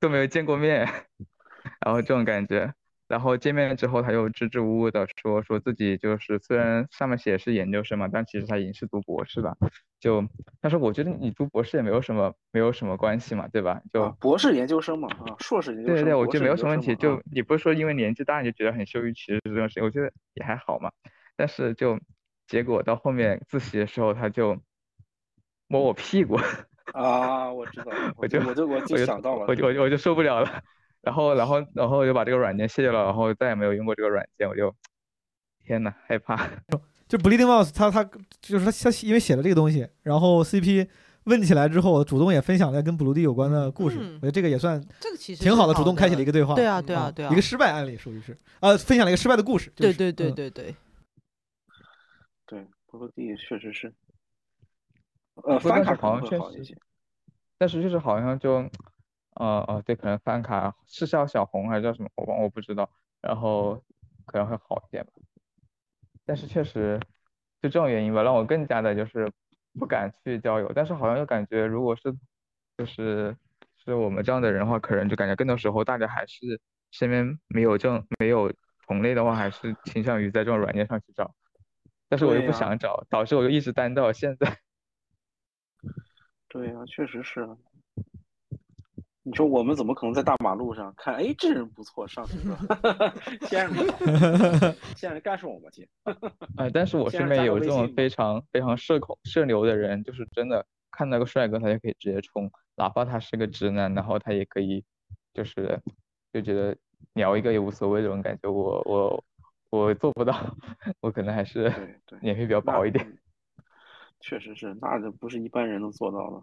H: 都没有见过面， 然后这种感觉。然后见面之后，他又支支吾吾的说说自己就是虽然上面写是研究生嘛，但其实他已经是读博士了。就他说，我觉得你读博士也没有什么没有什么关系嘛，对吧？就
I: 啊，博士研究生嘛，啊，硕士研究
H: 对对
I: 生，
H: 对，我
I: 博
H: 觉
I: 士
H: 得没有
I: 研
H: 什
I: 究
H: 么问
I: 生
H: 题，
I: 嘛
H: 就
I: 啊
H: 你不是说因为年纪大你就觉得很羞于启齿这种事情，我觉得也还好嘛。但是就结果到后面自习的时候，他就摸我屁股。
I: 啊，我知道，我
H: 我就
I: 我就我就
H: 我就
I: 想到了，
H: 我就我就我就受不了了。然后然后然后我就把这个软件卸掉了，然后再也没有用过这个软件，我就天呐，害怕。
E: 就 Bleeding Mouse，他他就是他他因为写了这个东西，然后 CP 问起来之后，主动也分享了跟 Blue D 有关的故事，
C: 嗯
E: 我觉得这个也算
C: 这个其实
E: 挺
C: 是
E: 好
C: 好
E: 的，主动开启了一
C: 个。
E: 个对话，
C: 对啊，对啊，
E: 嗯
C: 对啊
E: 一个。失败案例属于是，呃，分享了一个失败的故事，就
C: 对
E: 是
C: 对对
E: 嗯
C: 对对，
I: 对，博地确实是，呃，
H: 不
I: 翻
H: 过
I: 卡可
H: 好
I: 能
H: 像
I: 会
H: 确
I: 好一
H: 实
I: 些，
H: 但是就是好像就，呃呃，对，可能翻卡是叫小红还是叫什么，我忘我不知道，然后可能会好一点吧。但是确实就这种原因吧，让我更加的就是不敢去交友，但是好像又感觉如果是就是是我们这样的人的话，可能就感觉更多时候大家还是身边没有这种没有同类的话，还是倾向于在这种软件上去找，但是我又
I: 对
H: 不
I: 呀
H: 想找，导致我就一直单到现在。
I: 对啊，确实是啊。你说我们怎么可能在大马路上看？哎，这人不错，上去 了，先生你好，先生干什么吧，亲？
H: 哎，但是我
I: 先
H: 身
I: 让
H: 边
I: 加
H: 有
I: 个
H: 这
I: 微
H: 种
I: 信
H: 非
I: 吧
H: 常非常社恐社牛的人，就是真的看到个帅哥，他就可以直接冲，哪怕他是个直男，然后他也可以，就是就觉得聊一个也无所谓这种感觉。我我我做不到， 我可能还是
I: 对 对，
H: 脸皮比较
I: 那
H: 薄一点。
I: 嗯 确实是，那就不是一般人能做到的。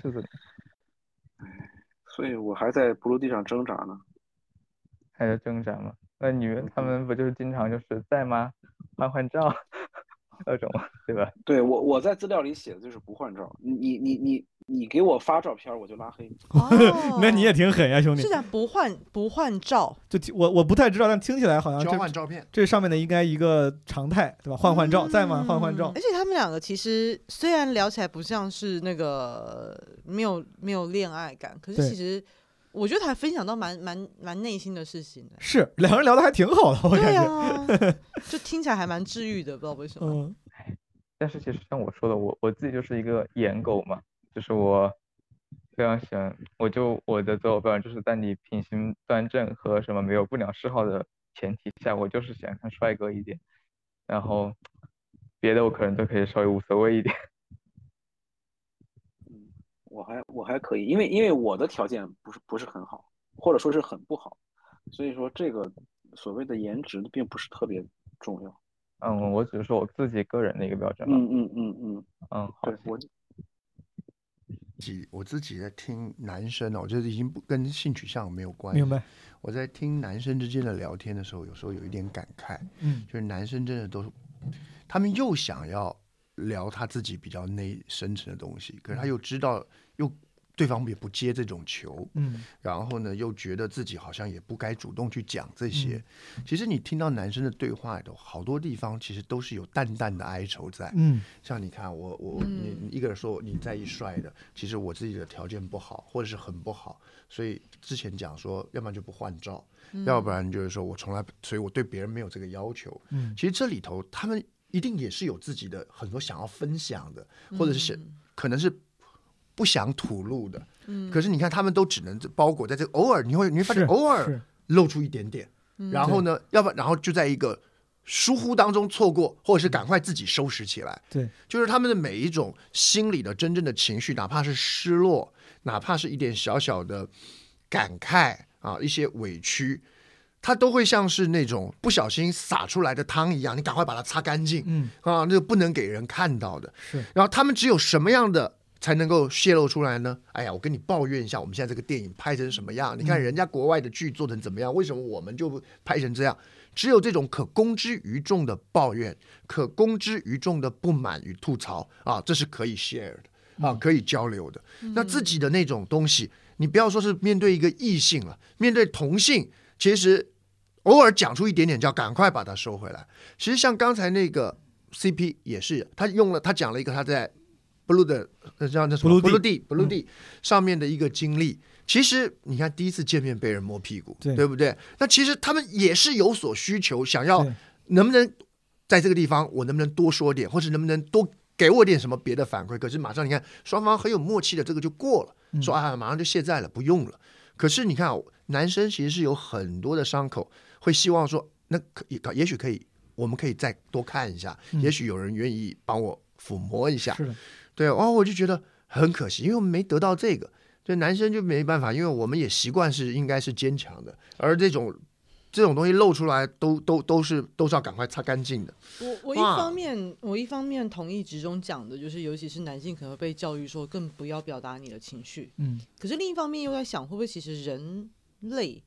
H: 是的，
I: 所以我还在不落地上挣扎呢。
H: 还在挣扎嘛。那你们他
I: 嗯
H: 们不就是经常就是在吗？换换照，
J: 那种嘛，对吧？
I: 对我我在资料里写的就是不换照，你你你你你给我发照片，我就拉黑你。
C: 哦
E: 嗯那你也挺狠呀、兄弟
C: 是。在不换不换照，
E: 就听我我不太知道，但听起来好像
A: 交换
E: 这
A: 照片，
E: 这上面的应该一个常态，对吧？换换照，在吗？换换照
C: 嗯而。且他们两个其实虽然聊起来不像是那个没有没有恋爱感，可
E: 对
C: 是其实我觉得还分享到蛮蛮蛮内心的事情的。
E: 是两个人聊的还挺好的，我感
C: 对
E: 觉。
C: 啊， 就听起来还蛮治愈的，不知道为什么。
E: 嗯，
J: 但是其实像我说的，我我自己就是一个颜狗嘛，就是我非常喜欢，我就我的择偶标准就是在你品行端正和什么没有不良嗜好的前提下，我就是喜欢看帅哥一点，然后别的我可能都可以稍微无所谓一点。
I: 我还我还可以，因为因为我的条件不是不是很好，或者说是很不好，所以说这个所谓的颜值并不是特别重要。
J: 嗯，我只是说我自己个人的一个标准嘛。
I: 嗯嗯嗯嗯，
J: 嗯，好
I: 对，我
A: 自己我自己在听男生哦，就是已经不跟性取向没有关系
E: 明。白。
A: 我在听男生之间的聊天的时候，有时候有一点感慨，
E: 嗯，
A: 就是男生真的都，他们又想要聊他自己比较内深层的东西，可是他又知道又对方也不接这种球，
E: 嗯，
A: 然后呢又觉得自己好像也不该主动去讲这些。
E: 嗯
A: 其实你听到男生的对话里头，好多地方其实都是有淡淡的哀愁在。
E: 嗯，
A: 像你看我我你你一个人说你在意帅的，其实我自己的条件不好，或者是很不好，所以之前讲说，要不然就不换照，要不然就是说我从来，所以我对别人没有这个要求。
E: 嗯
A: 其实这里头他们一定也是有自己的很多想要分享的，或者是想可能是。不想吐露的，可是你看，他们都只能包裹在这，偶尔你会你会发现，
E: 是
A: 偶尔
E: 是
A: 露出一点点，然后呢，要不然然后就在一个疏忽当中错过，或
E: 嗯
A: 者是赶快自己收拾起来。
E: 对，
A: 就是他们的每一种心里的真正的情绪，哪怕是失落，哪怕是一点小小的感慨啊，一些委屈，它都会像是那种不小心洒出来的汤一样，你赶快把它擦干净。
E: 嗯
A: 啊，那个不能给人看到的。
K: 嗯
E: 是，
A: 然后他们只有什么样的才能够泄露出来呢？哎呀，我跟你抱怨一下，我们现在这个电影拍成什么样？你看人家国外的剧做成怎么样，为什么我们就不拍成这样？只有这种可公之于众的抱怨，可公之于众的不满与吐槽啊，这是可以 share 的啊，可以交流的。那自己的那种东西，你不要说是面对一个异性了，面对同性，其实偶尔讲出一点点，就要赶快把它收回来。其实像刚才那个 CP 也是，他用了他讲了一个他在 Blue 的呃叫那什么
E: Blue 嗯地
A: Blue 地 Blue 地上面的一个经历。其实你看第一次见面被人摸屁股，
E: 对
A: 不对？那其实他们也是有所需求，想要
E: 对
A: 能不能在这个地方我能不能多说点，或者能不能多给我点什么别的反馈？可是马上你看双方很有默契的，这个就过了，
E: 嗯
A: 说啊马上就卸载了，不用了。可是你看啊，男生其实是有很多的伤口，会希望说，那可也也许可以，我们可以再多看一下，也许有人愿意帮我抚摸一下。
E: 嗯是的，
A: 对，然、后我就觉得很可惜，因为我们没得到这个。这男生就没办法，因为我们也习惯是应该是坚强的，而这种这种东西露出来都都都是都是要赶快擦干净的。
C: 我我一
A: 哇
C: 方面我一方面同意职中讲的，就是尤其是男性可能会被教育说更不要表达你的情绪，
E: 嗯，
C: 可是另一方面又在想，会不会其实人类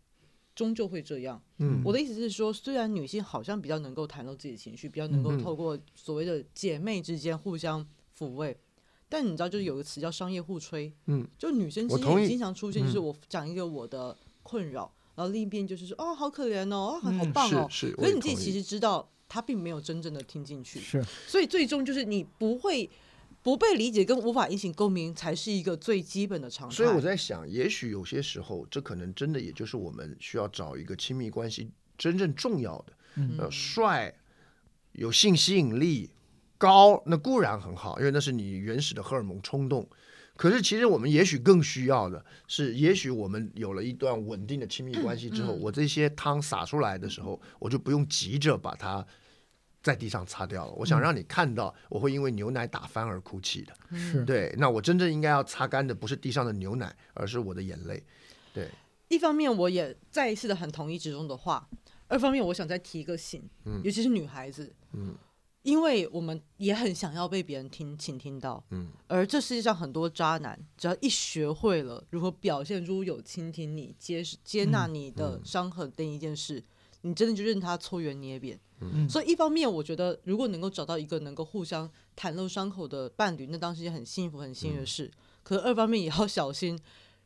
C: 终究会这样？
A: 嗯
C: 我的意思是说，虽然女性好像比较能够袒露自己的情绪，比较能够
A: 嗯
C: 透过所谓的姐妹之间互相抚慰，但你知道，就是有个词叫商业互吹，
A: 嗯，
C: 就女生之
A: 我同
C: 间
A: 意
C: 也经常出现，就是
A: 嗯
C: 我讲一个我的困扰，然后另一边就是说，哦，好可怜哦，啊好好
E: 嗯
C: 棒哦，
A: 是是，
C: 可
A: 我
C: 是
A: 也
C: 你自己
A: 同
C: 其
A: 意
C: 实知道，他并没有真正的听进去，
E: 是
C: 所以最终就是你不会不被理解跟无法引起共鸣，才是一个最基本的常态。
A: 所以我在想，也许有些时候，这可能真的也就是我们需要找一个亲密关系真正重要的，
E: 嗯
A: 呃，帅，有性吸引力，高，那固然很好，因为那是你原始的荷尔蒙冲动。可是，其实我们也许更需要的是，也许我们有了一段稳定的亲密关系之
C: 嗯
A: 后，我这些汤洒出来的时候，我就不用急着把它在地上擦掉了。我想让你看到，我会因为牛奶打翻而哭泣的。
E: 嗯是，
A: 嗯对，那我真正应该要擦干的不是地上的牛奶，而是我的眼泪。
C: 一方面我也再一次的很同意职中的话，二方面我想再提一个醒，尤其是女孩子，
A: 嗯
C: 因为我们也很想要被别人听，请听到，
A: 嗯
C: 而这世界上很多渣男，只要一学会
E: 嗯
C: 了如何表现出有倾听你、接接纳你的伤痕的一件事，你真的就任他搓圆捏扁。
E: 嗯
C: 所以一方面，我觉得如果能够找到一个能够互相袒露伤口的伴侣，那当时也很幸福、很幸运的事。可是二方面也要小心，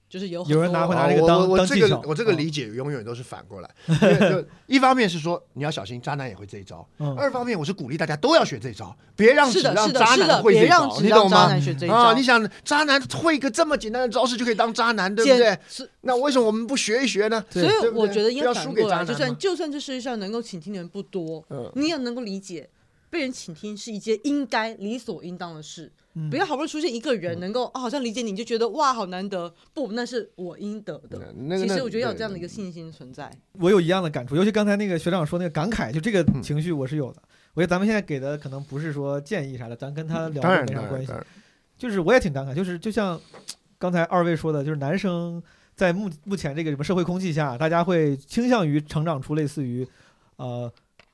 C: 就是有很
E: 嗯有人
C: 多
E: 拿回
A: 啊
E: 来拿这个
A: 我
E: 当
A: 我我
E: 当
A: 这
E: 技
A: 个
E: 巧
A: 我这个
E: 嗯
A: 理解永远都是反过来，因为就一方面是说你要小心渣男也会这一招，
E: 嗯
A: 二方面我是鼓励大家都要学这一招，别让
C: 是
A: 只
C: 的，
A: 让
C: 是的，
A: 渣
C: 是
A: 男
C: 的，
A: 会
C: 别
A: 这一
C: 让
A: 招，
C: 只
A: 你
C: 让
A: 懂
C: 渣
A: 吗
C: 男？学这一招
A: 啊，你，想渣男会一个这么简单的招式就可以当渣男，对不
C: 简
A: 对？
C: 是
A: 那为什么我们不学一学呢？
C: 所以
A: 对不
C: 我
A: 对
C: 觉得应
A: 不
C: 该
A: 要
C: 反
A: 输给
C: 过
A: 渣
C: 来，
A: 男
C: 就
A: 嘛
C: 算就算这世界上能够倾听的人不多，
A: 嗯
C: 你也能够理解，被人倾听是一件应该理所应当的事。
E: 嗯
C: 不要好不容易出现一个人能够、啊，好像理解你，你就觉得哇，好难得。不，那是我应得的。
A: 那个
C: 其
A: 那
C: 实我觉得要有
A: 对
C: 这样的一个信心存在。
E: 我有一样的感触，尤其刚才那个学长说那个感慨，就这个
A: 嗯
E: 情绪我是有的。我觉得咱们现在给的可能不是说建议啥的，咱跟他聊
A: 嗯当然
E: 没啥
A: 当
E: 关
A: 然
E: 系
A: 当。然，
E: 就是我也挺感慨，就是就像刚才二位说的，就是男生在目目前这个什么社会空气下，大家会倾向于成长出类似于呃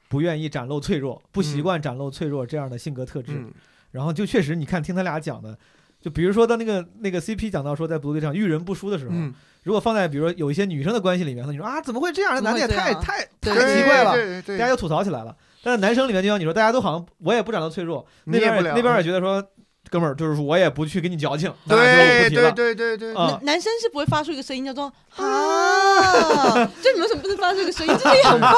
E: 不愿意展露脆弱、不习惯展露脆弱这样的性格特质。
A: 嗯
E: 然后就确实，你看听他俩讲的，就比如说他那个那个 CP 讲到说在部队上遇人不淑的时候，
A: 嗯，
E: 如果放在比如说有一些女生的关系里面，你说啊怎么会这样？这
C: 怎么
E: 男的
C: 会这
E: 也太
C: 样
E: 太
C: 对
E: 太奇怪了，
A: 对对
E: 大家
A: 对，
E: 又吐槽起来了。但是男生里面就像你说，大家都好像我也不展露脆弱，那
A: 你也
E: 边
A: 不
E: 也
A: 了
E: 那边也觉得说。哥们儿，就是说我也不去跟你矫情，咱俩就
A: 对
E: 不提了
A: 对对对对，
E: 啊
C: 男！男生是不会发出一个声音叫做啊，就你们为什么不能发出一个声音？这声音很棒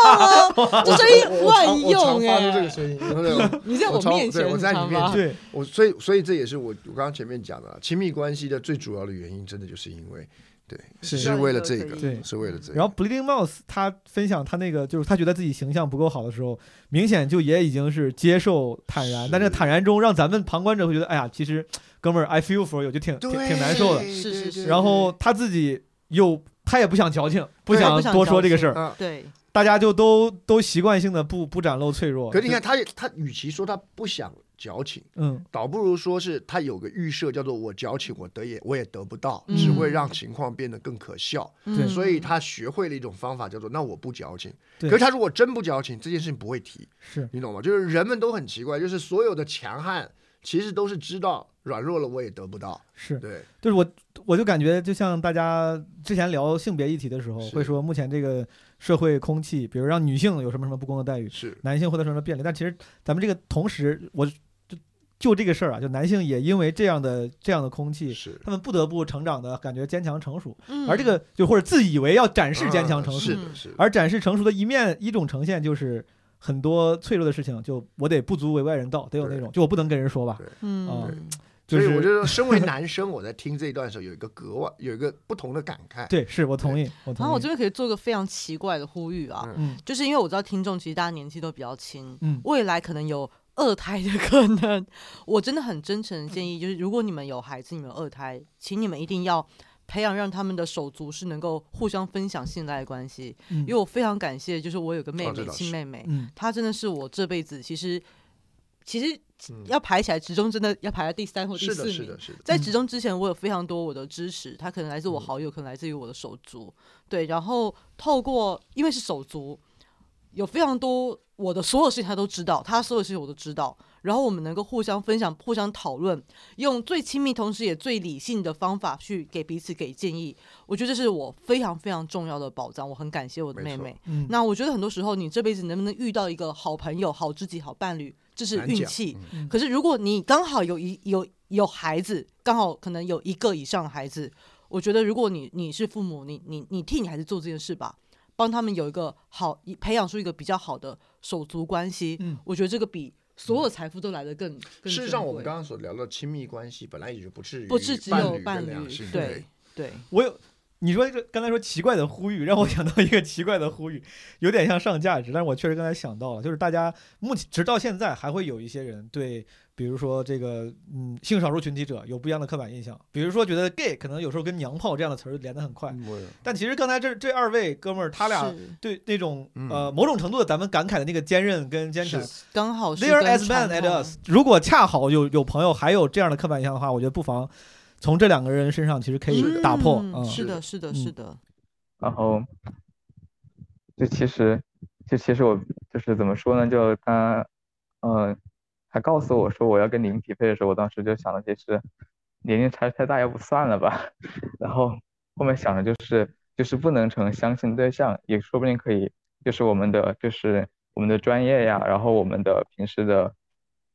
C: 哦，这声音
A: 我常
C: 万用
A: 我常发出这
C: 哎
A: 个、声音，然后呢
C: 你在
A: 我常
C: 面
A: 对
C: 前，
A: 我
C: 你
A: 在
C: 知
A: 你
C: 道
A: 面
C: 吗
A: 前？
E: 对，
A: 我所以所以这也是我我刚刚前面讲的啦，啊亲密关系的最主要的原因，真的就是因为对，
E: 是
A: 是为了这
C: 可
A: 个，
C: 以
E: 对
A: 是为了这个。
E: 然后 Bleeding Mouse 他分享他那个，就是他觉得自己形象不够好的时候，明显就也已经是接受坦然，
A: 是
E: 但这个坦然中让咱们旁观者会觉得，哎呀，其实哥们儿 I feel for you 就挺挺
A: 对
E: 挺难受的。
A: 对
C: 是是是
A: 对
E: 然后他自己又他也不想矫情，不
A: 对
E: 想
C: 不想
E: 多说这个事
A: 对
E: 儿，
A: 啊，
C: 对，
E: 大家就都都习惯性的不不展露脆弱。
A: 可是你看，他也他与其说他不想矫情，
E: 就，嗯，
A: 倒不如说是他有个预设，叫做我矫情，我得也我也得不到，
C: 嗯
A: 只会让情况变得更可笑。
E: 对
A: 所以他学会了一种方法，叫做那我不矫情。
E: 对
A: 可是他如果真不矫情，这件事情不会提，
E: 是
A: 你懂吗？就是人们都很奇怪，就是所有的强悍其实都是知道软弱了我也得不到，
E: 是，
A: 对，
E: 就是我我就感觉，就像大家之前聊性别议题的时候，
A: 是
E: 会说目前这个社会空气，比如让女性有什么什么不公的待遇，
A: 是
E: 男性获得什么便利，但其实咱们这个同时，我就就这个事儿啊，就男性也因为这样的这样的空气。
A: 是。
E: 他们不得不成长的感觉坚强成熟，
C: 嗯
E: 而这个就或者自以为要展示坚强
A: 嗯
E: 成熟，
A: 是的，是的，
E: 而展示成熟的一面，一种呈现就是很多脆弱的事情，就我得不足为外人道，得有那种，就我不能跟人说吧
A: 对。
E: 啊
C: 嗯，
E: 就
A: 所以我
E: 是
A: 觉得，身为男生，我在听这一段的时候，有一个格外有一个不同的感慨。
E: 对，是我同意，我
C: 然后
E: 同
C: 我
E: 意
C: 这。边可以做个非常奇怪的呼吁啊，
E: 嗯
C: 就是因为我知道听众其实大家年纪都比较轻，
E: 嗯
C: 未来可能有二胎的可能。我真的很真诚的建议，就是如果你们有孩子，你们有二胎，请你们一定要培养让他们的手足是能够互相分享信赖的关系。
E: 嗯
C: 因为我非常感谢，就是我有个妹
A: 哦这
C: 妹，
A: 倒是
C: 亲妹妹，
E: 嗯
C: 她真的是我这辈子其实其实
A: 嗯
C: 要排起来，职中真的要排在第三或第
A: 是
C: 四
A: 的，是
C: 名
A: 的，。是嗯的。
C: 在职中之前，我有非常多我的支持，他可能来自我好友，可能来自于我的手足，对。然后透过因为是手足，有非常多我的所有事情他都知道，他所有事情我都知道。然后我们能够互相分享、互相讨论，用最亲密同时也最理性的方法去给彼此给建议。我觉得这是我非常非常重要的保障，我很感谢我的
A: 没
C: 妹
A: 错
C: 妹。
E: 嗯，
C: 那我觉得很多时候，你这辈子能不能遇到一个好朋友、好知己、好伴侣，这是
A: 难
C: 运
A: 讲
C: 气。
E: 嗯
C: 可是如果你刚好有一有有孩子，刚好可能有一个以上的孩子，我觉得如果你你是父母，你你你替你孩子做这件事吧，帮他们有一个好培养出一个比较好的手足关系，
E: 嗯
C: 我觉得这个比所有财富都来得更更
A: 事实
C: 珍
A: 上，我们
C: 贵
A: 刚刚所聊的亲密关系，本来也就不至于
C: 不是只
A: 伴
C: 有
A: 侣
C: 伴
A: 跟
C: 侣
A: 两性，
C: 对对，
E: 我有你说这刚才说奇怪的呼吁，让我想到一个奇怪的呼吁，有点像上价值，但是我确实刚才想到了，就是大家目前直到现在还会有一些人对，比如说这个嗯性少数群体者有不一样的刻板印象，比如说觉得 gay 可能有时候跟娘炮这样的词儿连得很快，
A: 嗯我
E: 但其实刚才这这二位哥们儿他俩
C: 是
E: 对那种
A: 嗯
E: 呃某种程度的咱们感慨的那个坚韧跟坚强
A: 是
C: 刚好是
E: ，there
C: 跟
E: as man
C: 传
E: at
C: 统
E: us。如果恰好有有朋友还有这样的刻板印象的话，我觉得不妨从这两个人身上其实可以
C: 嗯
E: 打破。
C: 是
E: 嗯，
C: 的，是的，
E: 嗯
C: 是的，
J: 然后，就其实，就其实我就是怎么说呢？就他，嗯、
H: 呃
J: 他告诉我说我要跟您匹配的时候，我当时就想的就是，年龄差太大，要不算了 吧。然后后面想的就是，就是不能成相亲对象，也说不定可以
H: 就是我们的就是我们的专业呀，然后我们的平时的，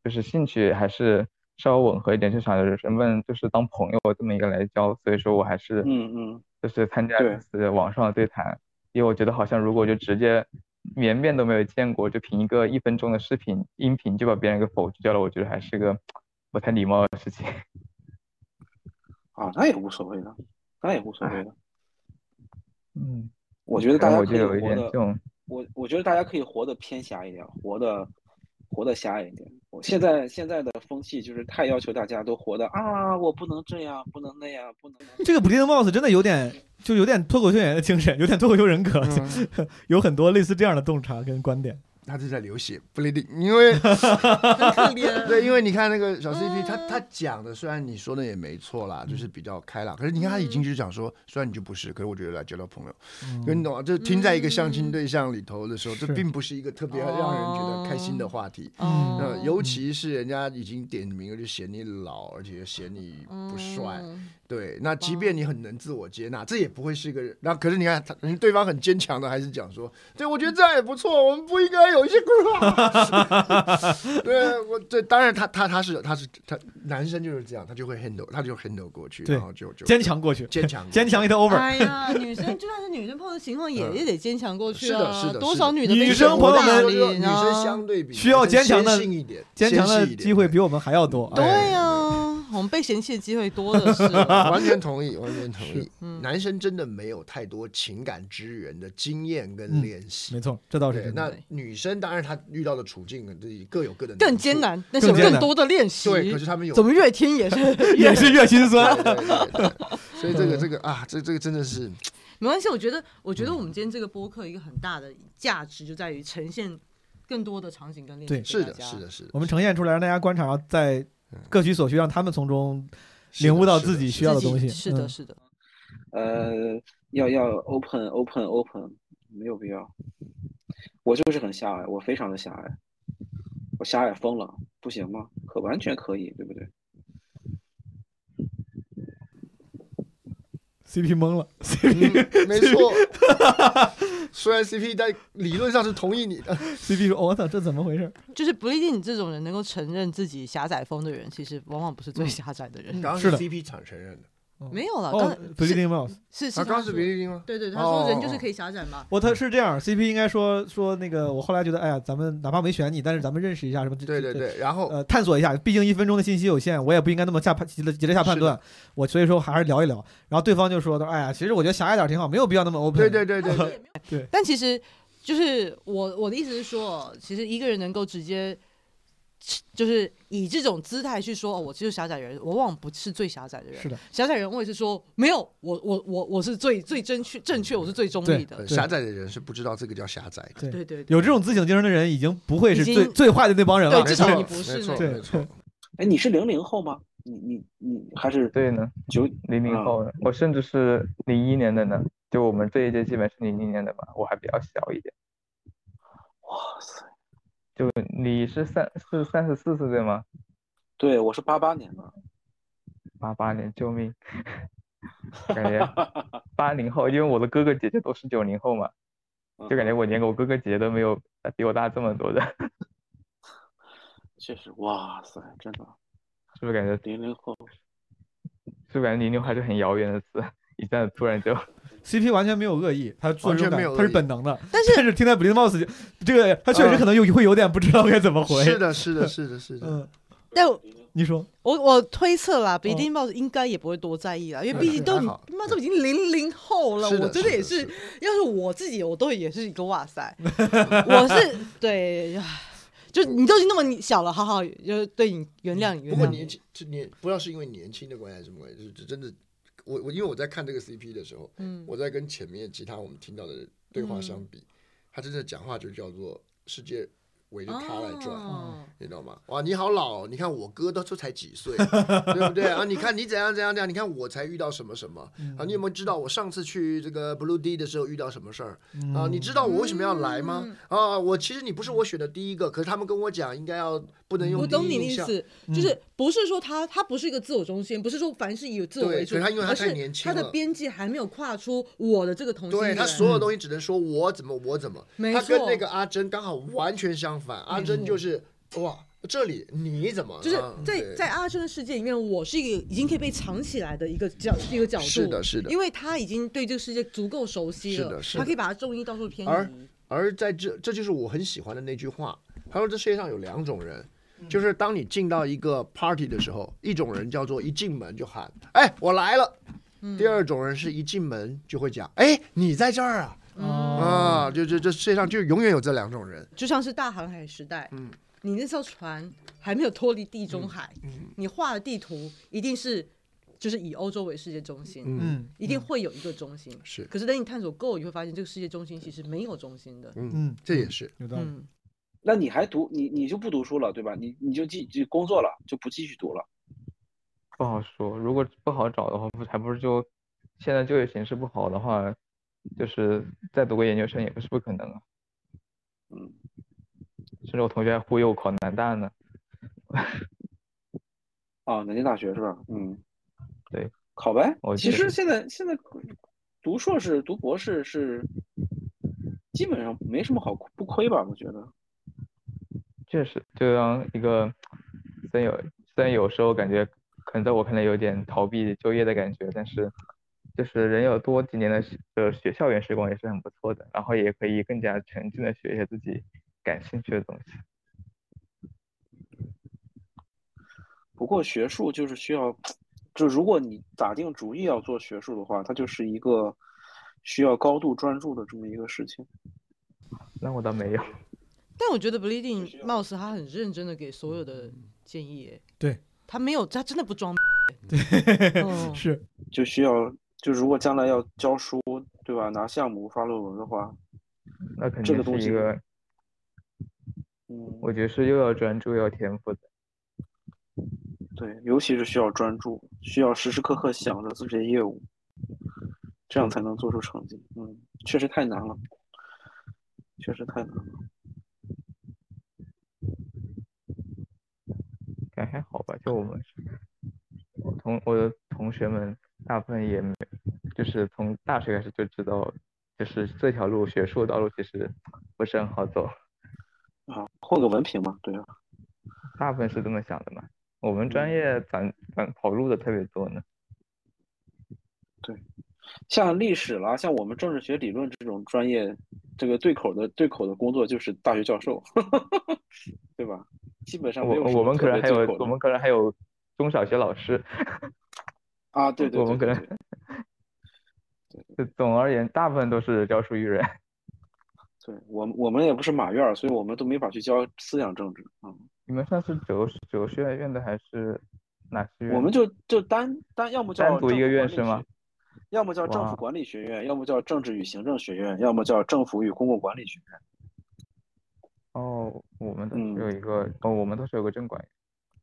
H: 就是兴趣还是稍微吻合一点，就想着人们就是当朋友这么一个来交，所以说我还是
I: 嗯嗯，
H: 就是参加
I: 对
H: 这次网上的对谈，因为我觉得好像如果就直接连面都没有见过，就凭一个一分钟的视频音频就把别人给否决掉了，我觉得还是个不太礼貌的事情。
I: 啊，那也无所谓的，那也无所谓的。
H: 嗯，
I: 我觉得大
H: 然后我
I: 家
H: 就
I: 可以
H: 有一
I: 活
H: 点
I: 得
H: 这种，
I: 我我觉得大家可以活得偏狭一点，活得活得狭隘一点。我现在现在的风气就是太要求大家都活得啊，我不能这样，不能那样，不能那样
E: 这个 Bleeding Mouse 真的有点，就有点脱口秀演员的精神，有点脱口秀人格，
C: 嗯
E: 有很多类似这样的洞察跟观点。
A: 他是在流血不 l e 因为
C: 很可怜。 嗯
A: 对，因为你看那个小 CP，他他讲的虽然你说的也没错啦，就是比较开朗，可是你看他已经就是讲说，虽然你就不是，可是我觉得
C: 嗯
A: 来交到朋友，就你懂吗？就听在一个相亲对象里头的时候，这
E: 是
A: 并不是一个特别让人觉得开心的话题。
C: 嗯哦
A: 那尤其是人家已经点名了，就嫌你老，而且嫌你不帅。
C: 嗯
A: 对，那即便你很能自我接纳，这也不会是一个人。那可是你看，他人对方很坚强的，还是讲说，对我觉得这样也不错，我们不应该有一些困扰。 对我，对，当然他他他是他是他男生就是这样，他就会 handle，他就 handle 过去，
E: 对
A: 然后就就
E: 坚强过去，
A: 坚强
E: 坚强 it over。
C: 哎呀，女 生就算是女生碰到情况，也
A: 嗯
C: 也得坚强过去
A: 是的
C: 啊！
A: 是的
C: 多
A: 是
C: 少
A: 的
C: 女的
E: 女
C: 被
E: 生
C: 冷
E: 朋友
C: 落你
E: 们
A: 女
C: 呢
A: 生相对比
E: 需要坚强的
A: 先信一点，
E: 坚强
A: 先
E: 的
A: 信一点
E: 机会比我们还要多。
C: 对
E: 哎
C: 呀、 我们被嫌弃的机会多的是。
A: 完全同意，完全同意。
C: 嗯
A: 男生真的没有太多情感支援的经验跟练
E: 嗯
A: 习。
E: 没错，这倒是
A: 对，
E: 真
A: 那
E: 的。
A: 女生当然她遇到的处境可能各有各的
C: 更
A: 难处
C: 艰。难，但是有
E: 更艰
C: 更
E: 难
C: 多的练习。
A: 对，可是他们有
C: 怎么越听 也是
E: 也是越心酸。嗯
A: 对对对对所以这个这个啊，这这个真的是
C: 没关系。我觉得，我觉得我们今天这个播客一个很大的价值就在于呈现更多的场景跟
E: 对
C: 练习
A: 是
C: 给大
A: 的，
C: 家。
A: 是的，是的嗯
E: 我，们呈现出来，让大家观察，在各取所需，让他们从中
A: 是的
E: 领悟到
A: 是的
E: 自己
A: 是
E: 需要的
C: 自己
E: 东西。
C: 是的，
E: 嗯
C: 是的。
I: 呃，要要 open open open，没有必要。我就是很狭隘，我非常的狭隘，我狭隘疯了，不行吗？可完全可以，对不对？
E: CP 懵了，
A: 嗯 没错。 虽然 CP 在理论上是同意你的，
E: CP 说：“哦我操，这怎么回事
C: 就是不一定你这种人能够承认自己狭窄风的人，其实往往不是最狭窄的人。
A: 嗯刚刚
E: 是的
A: CP 厂承认的，
C: 没有？”了，刚、
E: 哦，Bleeding Mouse，
C: 是是
A: 啊，刚
C: 他
A: 刚是
C: 说
A: 比利丁吗？
C: 对对，他说人就是
A: 哦
C: 可以狭窄嘛。
E: 我他是这样，CP 应该说说那个，我后来觉得，哎呀，咱们哪怕没选你，但是咱们认识一下什么这，
A: 对对
E: 这，
A: 对，然后
E: 呃，探索一下，毕竟一分钟的信息有限，我也不应该那么下判急着急着下判断，我所以说还是聊一聊。然后对方就说，他说哎呀，其实我觉得狭隘点儿挺好，没有必要那么 open。
A: 对对对
C: 但
A: 对
C: 是
A: 对，
C: 也没有
E: 对
C: 但其实就是我我的意思是说，其实一个人能够直接就是以这种姿态去说，哦，我就是狭窄人，我往往不是最狭窄的人。
E: 是的，
C: 狭窄人我也是说，没有，我我我我是最最正确正确，我是最中立的
A: 呃。
E: 对
A: 狭窄的人是不知道这个叫狭窄的。
E: 对
C: 对对对，
E: 有这种自省精神的人，已经不会是
C: 已经
E: 最最坏的那帮人了
C: 对。
A: 没
C: 至少
A: 错
C: 你不是
A: 没
C: 那
A: 错
E: 个
A: 没错，
I: 哎，你是零零后吗？你你你还是
H: 对呢，
I: 九
H: 零零
I: 啊
H: 后呢，我甚至是零一年的呢，就我们这一届基本是零零年的吧，我还比较小一点。
I: 哇塞，
H: 就你是三是三十四岁对吗？
I: 对，我是八八年的，
H: 八八年，救 命！感觉八零后，因为我的哥哥姐姐都是九零后嘛，
I: 嗯
H: 就感觉我连我哥哥姐姐都没有呃比我大这么多的，
I: 确实，哇塞，真的
H: 是不是感觉
I: 零零后，
H: 是不是感觉零零后还是很遥远的词？一下子突然就
E: CP 完 全没有恶意，他做这种
A: 完全哦没有
E: 感
A: 恶意嗯
E: 他是本能的。
C: 但
E: 是但是听在 Bleeding Mouse 这个，他确实可能有会有点不知道该怎么回。
A: 是，的，是的，是的，是的。
E: 嗯，
C: 但我
E: 你说
C: 我推测啦，比丁帽应该也不会多在意啦，因为毕竟都
A: 哦还
C: 你
A: 好
C: 妈都已经零零后了，
A: 是的
C: 我真的也
A: 是的
C: 是
A: 是的，
C: 要是我自己，我都也是一个哇 塞，我是对，唉就你都已经那么小了，好好就对你原谅你
A: 不
C: 原
A: 过
C: 谅你
A: 年，轻，这年不知道是因为年轻的关系还是什么关系，就是真的，我我因为我在看这个 CP 的时候，
C: 嗯，
A: 我在跟前面其他我们听到的对话相比，他真的讲话就叫做世界围着他来转。
L: 哦
A: 你知道吗？哇，你好老哦！你看我哥都都才几岁，对不对啊？你看你怎样怎样怎样，你看我才遇到什么什么
C: 嗯
A: 啊？你有没有知道我上次去这个 Blue D 的时候遇到什么事儿啊？你知道我为什么要来吗？
C: 嗯
A: 啊，我其实你不是我选的第一个，可是他们跟我讲应该要不能用嗯
C: 我
A: 第
C: 懂
A: 一
C: 你的
A: 印
C: 意
A: 象。
C: 思，就是不是说他他不是一个自我中心，不是说凡事以自我
A: 对
C: 为主，
A: 可是他因为他
C: 而
A: 太
C: 是
A: 年轻
C: 他的
A: 了
C: 边界还没有跨出我的这个同性
A: 对
C: 恋。嗯
A: 他所有东西只能说我怎么我怎么，
C: 没
A: 他跟
C: 错嗯
A: 那个阿珍刚好完全相反。阿珍就是哇，这里你怎么了
C: 就是
A: 啊
C: 在
A: 对
C: 在阿珍的世界里面，我是一个已经可以被藏起来的一个角一个角度，
A: 是的是的
C: 因为他已经对这个世界足够熟悉
A: 是
C: 了，
A: 的是
C: 他
A: 的
C: 可以把它重心到处偏
A: 而
C: 移。
A: 而在这，这就是我很喜欢的那句话。他说：“这世界上有两种人，
C: 嗯
A: 就是当你进到一个 party 的时候，一种人叫做一进门就喊‘哎，我来了’，
C: 嗯
A: 第二种人是一进门就会讲‘哎，你在这儿啊’
C: 哦
A: 啊，就这这世界上就永远有这两种人。
C: 就像是大航海时代，嗯，你那艘船还没有脱离地
A: 嗯
C: 中海，你画的地图一定是就是以欧洲为世界中心，
E: 嗯
C: 一定会有一个中心。
A: 是
C: 可是等你探索够，你会发现这个世界中心其实没有中心的。
E: 嗯，
A: 这也是
E: 有道理。
C: 嗯，
I: 那你还读你你就不读书了，对吧？你你就继就工作了，就不继续读了。
H: 不好说，如果不好找的话，不还不是就现在就业形势不好的话，就是再读个研究生也不是不可能啊。
I: 嗯，
H: 甚至我同学还忽悠我考南大呢。
I: 啊，南京大学是吧？嗯，
H: 对，
I: 考呗。
H: 我
I: 其
H: 记
I: 实
H: 得
I: 现在现在读硕士、读博士是基本上没什么好不亏吧？我觉得。
H: 确实，就当一个虽然有虽然有时候感觉可能在我看来有点逃避就业的感觉，但是就是人有多几年的时呃学校园时光也是很不错的，然后也可以更加沉浸的学一些自己感兴趣的东西。
I: 不过学术就是需要，就如果你打定主意要做学术的话，它就是一个需要高度专注的这么一个事情。
H: 那我倒没有，
C: 但我觉得 Bleeding Mouse 他很认真的给所有的建议耶，
E: 对
C: 他没有，他真的不装逼。
L: 嗯
C: 哦
E: 是，
I: 就需要，就如果将来要教书，对吧？拿项目发论文的话，
H: 那肯
I: 这
H: 定
I: 个
H: 是
I: 东
H: 一
I: 西
H: 个，
I: 嗯，
H: 我觉得是又要专注又要天赋的。
I: 对，尤其是需要专注，需要时时刻刻想着自己的业务，这样才能做出成绩。嗯，确实太难了，确实太难了。
H: 感觉还好吧，就我们 我同我的同学们大部分也没，就是从大学开始就知道，就是这条路学术道路其实不是很好走，
I: 啊，混个文凭嘛，对啊，
H: 大部分是这么想的嘛。我们专
I: 嗯
H: 业咱咱跑路的特别多呢，
I: 像历史啦，像我们政治学理论这种专业，这个对口的对口的工作就是大学教授， 对吧？基本上没
H: 我
I: 有什
H: 我
I: 么
H: 们可
I: 特
H: 能还
I: 别对
H: 有
I: 口
H: 我
I: 的
H: 们可能还有中小学老师，
I: 啊，对对
H: 我们可
I: 对对
H: 能就
I: 对
H: 总而言，大部分都是教书育人。
I: 对，我们我们也不是马院儿，所以我们都没法去教思想政治啊。嗯
H: 你们算是哲哲学院的还是哪些
I: 我
H: 院
I: 们
H: 的
I: 就就单单要么叫
H: 单独
I: 政
H: 一个
I: 府
H: 院
I: 管理
H: 是吗
I: 学？要么叫政府
H: 哇
I: 管理学院，要么叫政治与行政学院，要么叫政府与公共管理学院。
H: 哦，我们都是
I: 嗯
H: 有一个哦，我们都是有个政管，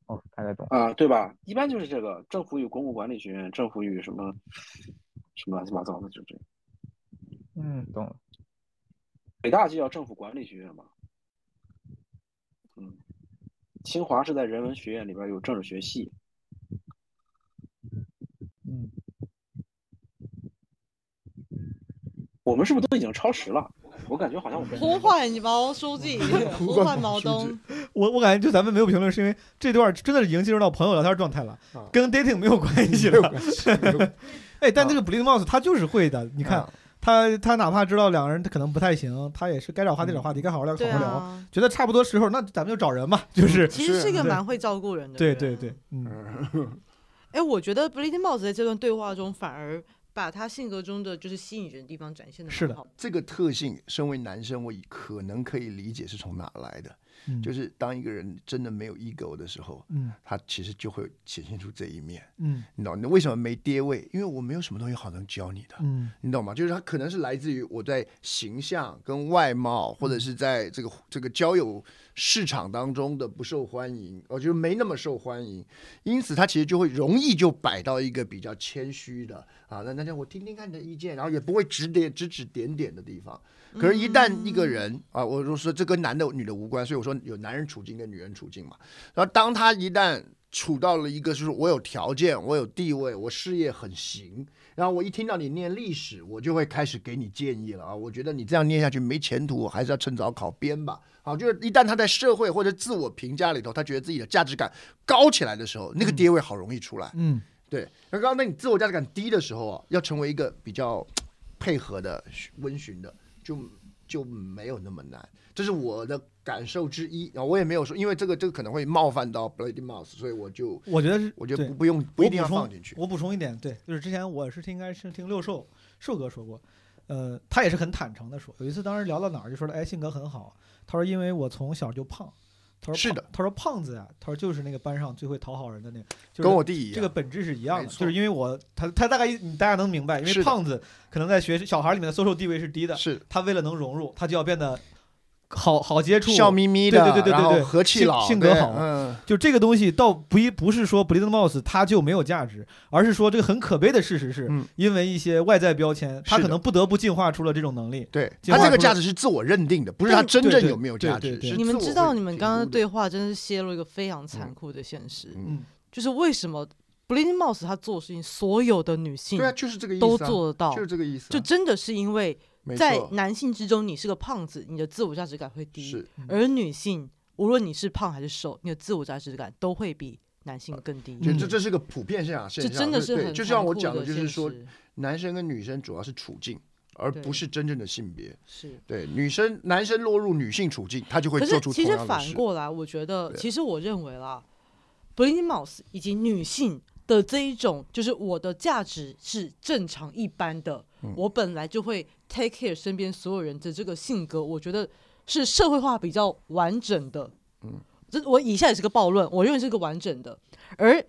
H: 哦，大概懂。
I: 啊，对吧？一般就是这个政府与公共管理学院，政府与什么什么乱七八糟的，就这个。
H: 嗯，懂了。
I: 北大就叫政府管理学院嘛。嗯，清华是在人文学院里边有政治学系。
H: 嗯，
I: 我们是不是都已经超时了？我感觉好像我们
L: 呼唤毛书记，呼唤毛东，
E: 我我感觉就咱们没有评论，是因为这段真的是已经进入到朋友聊天状态了
A: 啊，
E: 跟 dating 没有关系
A: 没有
E: 了。
A: 关系，没有关 系啊
E: 哎，但这个 Bleed Mouse 他就是会的，你看
H: 啊
E: 他他哪怕知道两个人他可能不太行，他也是该找话题
A: 嗯
E: 找话题，该好好聊
L: 对
E: 好好聊。
L: 啊，
E: 觉得差不多时候，那咱们就找人吧，
A: 嗯
E: 就是啊
L: 其实是一个
E: 对
L: 蛮会照顾人的
E: 对
L: 人。啊
E: 对对，嗯，
L: 哎，我觉得 Bleeding Mouse 在这段对话中，反而把他性格中的就是吸引人的地方展现的
E: 是的
L: 好。
A: 这个特性，身为男生，我可能可以理解是从哪来的。
E: 嗯
A: 就是当一个人真的没有 ego 的时候，
E: 嗯
A: 他其实就会显现出这一面。
E: 嗯
A: 你懂？你为什么没跌位？因为我没有什么东西好能教你的。
E: 嗯
A: 你懂吗？就是它可能是来自于我在形象跟外貌，或者是在这个这个交友市场当中的不受欢迎，我觉得没那么受欢迎，因此他其实就会容易就摆到一个比较谦虚的啊，那那那我听听看你的意见，然后也不会指点指指点点的地方。可是，一旦一个人啊，我就说这跟男的女的无关，所以我说有男人处境跟女人处境嘛。然后，当他一旦处到了一个就是我有条件，我有地位，我事业很行，然后我一听到你念历史，我就会开始给你建议了啊！我觉得你这样念下去没前途，还是要趁早考编吧。啊，就是一旦他在社会或者自我评价里头，他觉得自己的价值感高起来的时候，那个跌位好容易出来。
E: 嗯
A: 对，那刚刚那你自我价值感低的时候啊，要成为一个比较配合的、温驯的，就就没有那么难。这是我的感受之一啊，我也没有说，因为这个这个可能会冒犯到 Blady Mouse，所以我就
E: 我觉得是
A: 我觉得
E: 对
A: 不不用不
E: 我
A: 一定要
E: 补充
A: 放进去。
E: 我补充一点，对，就是之前我是听应该是听六兽兽哥说过，呃，他也是很坦诚的说，有一次当时聊到哪儿就说了，哎，性格很好，他说因为我从小就胖。他说
A: 是
E: 胖
A: 的，
E: 他说胖子呀、他说就是那个班上最会讨好人的那个，就是
A: 跟我弟一样
E: 这个本质是一样的，
A: 没错
E: 就是因为我他他大概你大家能明白，因
A: 是
E: 为
A: 的
E: 胖子可能在学小孩里面的 social 地位是低的，
A: 是
E: 他为了能融入，他就要变得好好接触，
A: 笑眯眯的，
E: 对对对
A: 然
E: 对对
A: 后
E: 对，
A: 和气
E: 性
A: 佬，
E: 性格
A: 对
E: 好，
A: 嗯，
E: 就这个东西倒不一不是说 b l i d Mouse 它就没有价值，而是说这个很可悲的事实是
A: 嗯，
E: 因为一些外在标签，它
A: 是的
E: 可能不得不进化出了这种能力。
A: 对，
E: 进
A: 他
E: 化
A: 这个
E: 出
A: 价
E: 了
A: 值是自我认定的，不是他真正有没有价
E: 对对
A: 值
E: 对对对。
A: 是
C: 你们
A: 自我
C: 知道，
A: 会
C: 你们
A: 评
C: 刚刚的
A: 估的
C: 对话真的是泄露一个非常残酷的现实，
A: 嗯
E: 嗯
C: 就是为什么 Blind Mouse 他做的事情，所有的女性
A: 对啊，就是这个意思、啊，
C: 都做得到
A: 就是，这个意思啊、
C: 就真的是因为
A: 没
C: 在
A: 错
C: 男性之中，你是个胖子，你的自我价值感会低
A: 是，
C: 而女性无论你是胖还是瘦，你的自我价值感都会比男性更低。
A: 呃
E: 嗯
A: 就这这是个普遍现象，现
C: 这
A: 象
C: 真的
A: 就是对，
C: 很
A: 就像我
C: 残酷
A: 讲的，就是
C: 现
A: 说
C: 实
A: 男生跟女生主要是处境，而
C: 对
A: 不是真正的性别。
C: 是。
A: 对，女生男生落入女性处境，他就会
C: 可
A: 做
C: 是
A: 出
C: 其
A: 同
C: 实
A: 样的
C: 反
A: 事。
C: 过来，我觉得，
A: 对
C: 其实我认为啦 b l i n d Mouse 以及女性的这一种，就是我的价值是正常一般的，
A: 嗯
C: 我本来就会 take care 身边所有人的这个性格，我觉得是社会化比较完整的。
A: 嗯
C: 这我以下也是个暴论，我认为是个完整的，而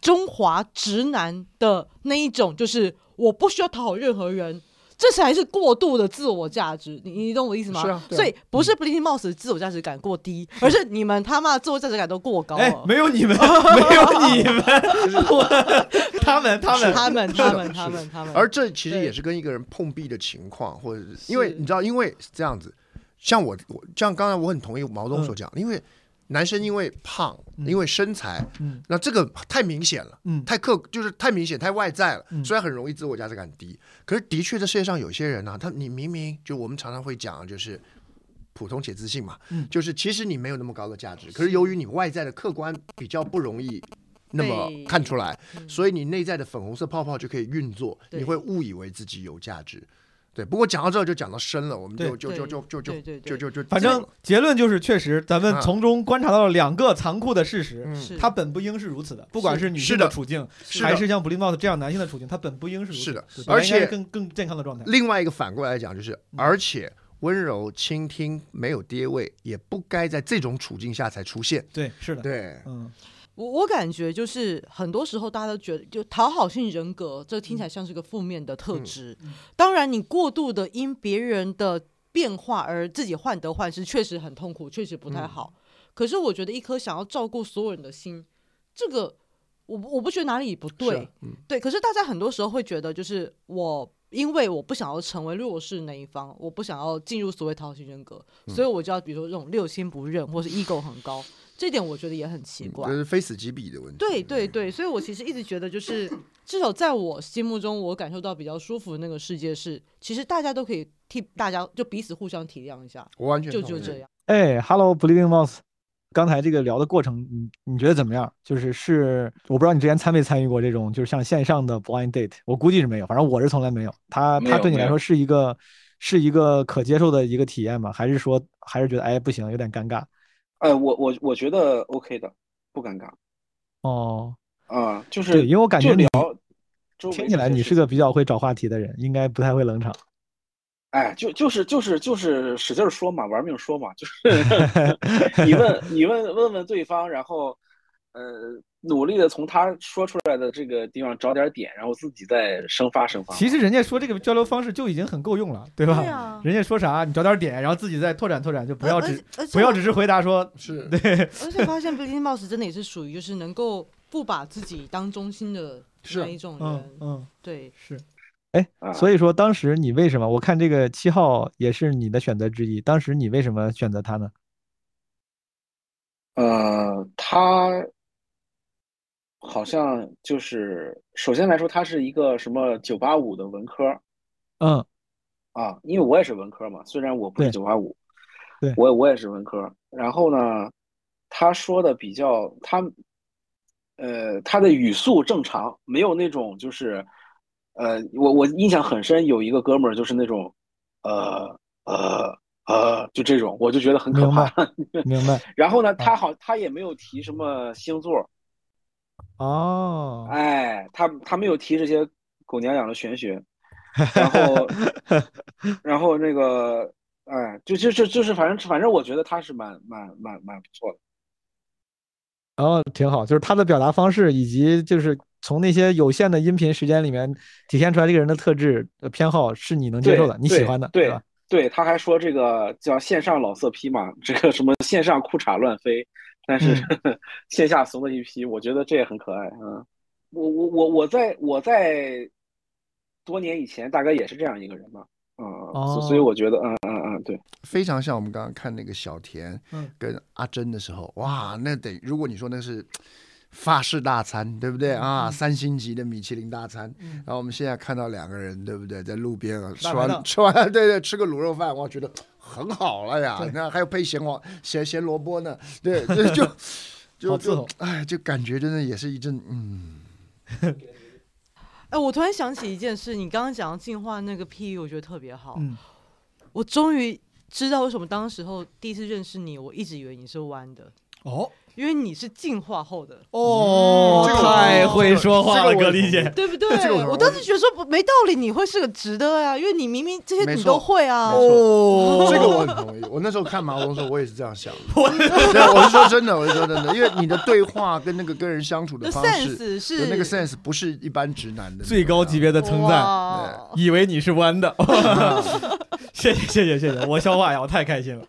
C: 中华直男的那一种，就是我不需要讨好任何人，这才是过度的自我价值。你你懂我意思吗？
A: 是啊对啊嗯
C: 所以不是 b l i n d Mouse 的自我价值感过低，而是你们他妈的自我价值感都过高
E: 哎
C: 了，。
E: 没有你 们，没有你们，我他们他 们
C: 他们他们他们他们，
A: 而这其实
C: 对
A: 也是跟一个人碰壁的情况，或者是
C: 是
A: 因为你知道，因为是这样子，像我我像刚才我很同意毛东所讲，因为男生因为胖，
E: 嗯
A: 因为身材，
E: 嗯
A: 那这个太明显了。
E: 嗯
A: 太刻就是太明显、太外在了，
E: 嗯
A: 虽然很容易自我价值感低，可是的确这世界上有些人呢、啊他你明明就我们常常会讲就是。普通且自信嘛，
E: 嗯
A: 就是其实你没有那么高的价值，可是由于你外在的客观比较不容易那么
C: 被
A: 看出来，所以你内在的粉红色泡泡就可以运作，
C: 嗯对
A: 你会误以为自己有价值。对，不过讲到这就讲到深了，我们就就
C: 对
A: 就就就就
C: 对对
A: 就
C: 对
A: 就就
E: 反正结论就是，确实咱们
A: 啊
E: 从中观察到了两个残酷的事实。
A: 嗯
C: 是
E: 它本不应是如此的，不管
A: 是
E: 是女
A: 是
E: 性
A: 的
E: 的处境，
A: 是的
E: 还是像 b l i n d Mouse 这样男性的处境，它本不应是如此。
A: 是的
E: 对
A: 而
E: 本来应
A: 且
E: 该是更更健康的状态。
A: 另外一个反过来讲，就是
C: 嗯
A: 而且温柔、倾听、没有跌位，也不该在这种处境下才出现。
E: 对，是的，
A: 对，
E: 嗯，
C: 我我感觉就是很多时候大家都觉得，就讨好性人格，这听起来像是个负面的
A: 嗯
C: 特质。当然，你过度的因别人的变化而自己患得患失，确实很痛苦，确实不
A: 嗯
C: 太好。可是我觉得一颗想要照顾所有人的心，这个我不我不觉得哪里不
A: 是
C: 对
A: 啊，嗯
C: 对。可是大家很多时候会觉得，就是我因为我不想要成为弱势那一方，我不想要进入所谓讨好型人格，
A: 嗯
C: 所以我就要比如说这种六亲不认或是 ego 很高，这点我觉得也很奇怪
A: 这。是非死即彼的问题。
C: 对对对，所以我其实一直觉得，就是至少在我心目中，我感受到比较舒服的那个世界是，其实大家都可以替大家就彼此互相体谅一下，
A: 我完全
C: 就
A: 同
C: 就
A: 意
C: 这。样。
E: 哎，Hello Bleeding Mouse，刚才这个聊的过程，你你觉得怎么样？就是是，我不知道你之前参没参与过这种，就是像线上的 blind date，我估计是没有，反正我是从来没有。它
I: 没
E: 它
I: 有
E: 对你
I: 没
E: 来说
I: 有
E: 是一个是一个可接受的一个体验吗？还是说还是觉得哎不行，有点尴尬？
I: 呃，我我我觉得 OK 的，不尴尬
E: 哦，
I: 啊、就是
E: 对，因为我感
I: 就
E: 觉你
I: 聊周围
E: 听
I: 这
E: 起来
I: 些
E: 你
I: 事
E: 是个
I: 情
E: 比较会找话题的人，应该不太会冷场。
I: 哎，就就是就是就是使劲儿说嘛，玩命说嘛，就是 你 问你问问问对方，然后呃努力的从他说出来的这个地方找点点，然后自己再生发生发。
E: 其实人家说这个交流方式就已经很够用了，对吧？
C: 对啊
E: 人家说啥你找点点，然后自己再拓展拓展，就不要
C: 而
E: 只
C: 而且
E: 不要只是回答说
A: 是
E: 对，
C: 而且发现 Billy Mouse 真的也是属于就是能够不把自己当中心的
A: 是
C: 那一种
E: 嗯
C: 人，
E: 嗯
C: 对，
E: 是。
I: 啊，
E: 哎所以说当时你为什么？我看这个七号也是你的选择之一，当时你为什么选择他呢？
I: 呃，他好像就是首先来说，他是一个什么九八五的文科
E: 嗯
I: 啊，因为我也是文科嘛，虽然我不是
E: 对
I: 九八五，
E: 对
I: 我我也是文科。然后呢，他说的比较他，呃，他的语速正常，没有那种就是，呃，我我印象很深，有一个哥们儿就是那种，呃呃呃，就这种，我就觉得很可
E: 明白啊
I: 怕。
E: 明白。
I: 然后呢，他好，他也没有提什么星座，
E: 哦，
I: 哎，他他没有提这些狗娘养的玄学，然 后，然后那个，哎，就就就就是，反正反正，我觉得他是蛮蛮蛮蛮不错的。
E: 然后哦挺好，就是他的表达方式，以及就是从那些有限的音频时间里面体现出来这个人的特质、呃偏好，是你能接受的，你喜
I: 对
E: 欢的，
I: 对
E: 吧？
I: 对，他还说这个叫线上老色批嘛，这个什么线上裤衩乱飞，但是
E: 嗯
I: 线下怂了一批，我觉得这也很可爱嗯。我我我我在我在多年以前大概也是这样一个人吧，嗯，所所以
E: 哦
I: 我觉得，嗯嗯嗯，对。
A: 非常像我们刚刚看那个小田
E: 嗯
A: 跟阿珍的时候，哇，那得如果你说那是法式大餐，对不对
E: 嗯
A: 啊？三星级的米其林大餐，然后我们现在看到两个人，对不对，在路边啊，吃
E: 大排
A: 完
E: 档
A: 吃完，对对，吃个卤肉饭，我觉得很好了呀
E: 对。
A: 那还有配咸黄咸咸萝卜呢，对，就 就就
E: 好伺
A: 就
E: 候
A: 哎，就感觉真的也是一阵嗯，
C: 哎，我突然想起一件事，你刚刚讲到进化那个譬喻，我觉得特别好。
E: 嗯，
C: 我终于知道为什么当时候第一次认识你，我一直以为你是弯的，
E: 哦
C: 因为你是进化后的，
E: 哦
A: 这个我
E: 太会说话了，
A: 这个我
E: 葛丽姐。
C: 对不对
A: 这个我？
C: 我当时觉得说不没道理，你会是个直的啊呀、因为你明明这些
A: 没
C: 你
A: 错
C: 都会啊
A: 没。错
E: 哦
A: 这个我很同意。 我那时候看马龙的时候，我也是这样想的。对， 我是说真的，我是说真的，因为你的对话跟那个跟人相处的
C: 的
A: 方式
C: sense
A: 的
C: 是
A: 那个 sense 不是一般直男的
E: 最高级别的称赞，
C: 哇
E: 以为你是 弯的， 谢谢谢谢谢谢，我消化呀，我太开心了。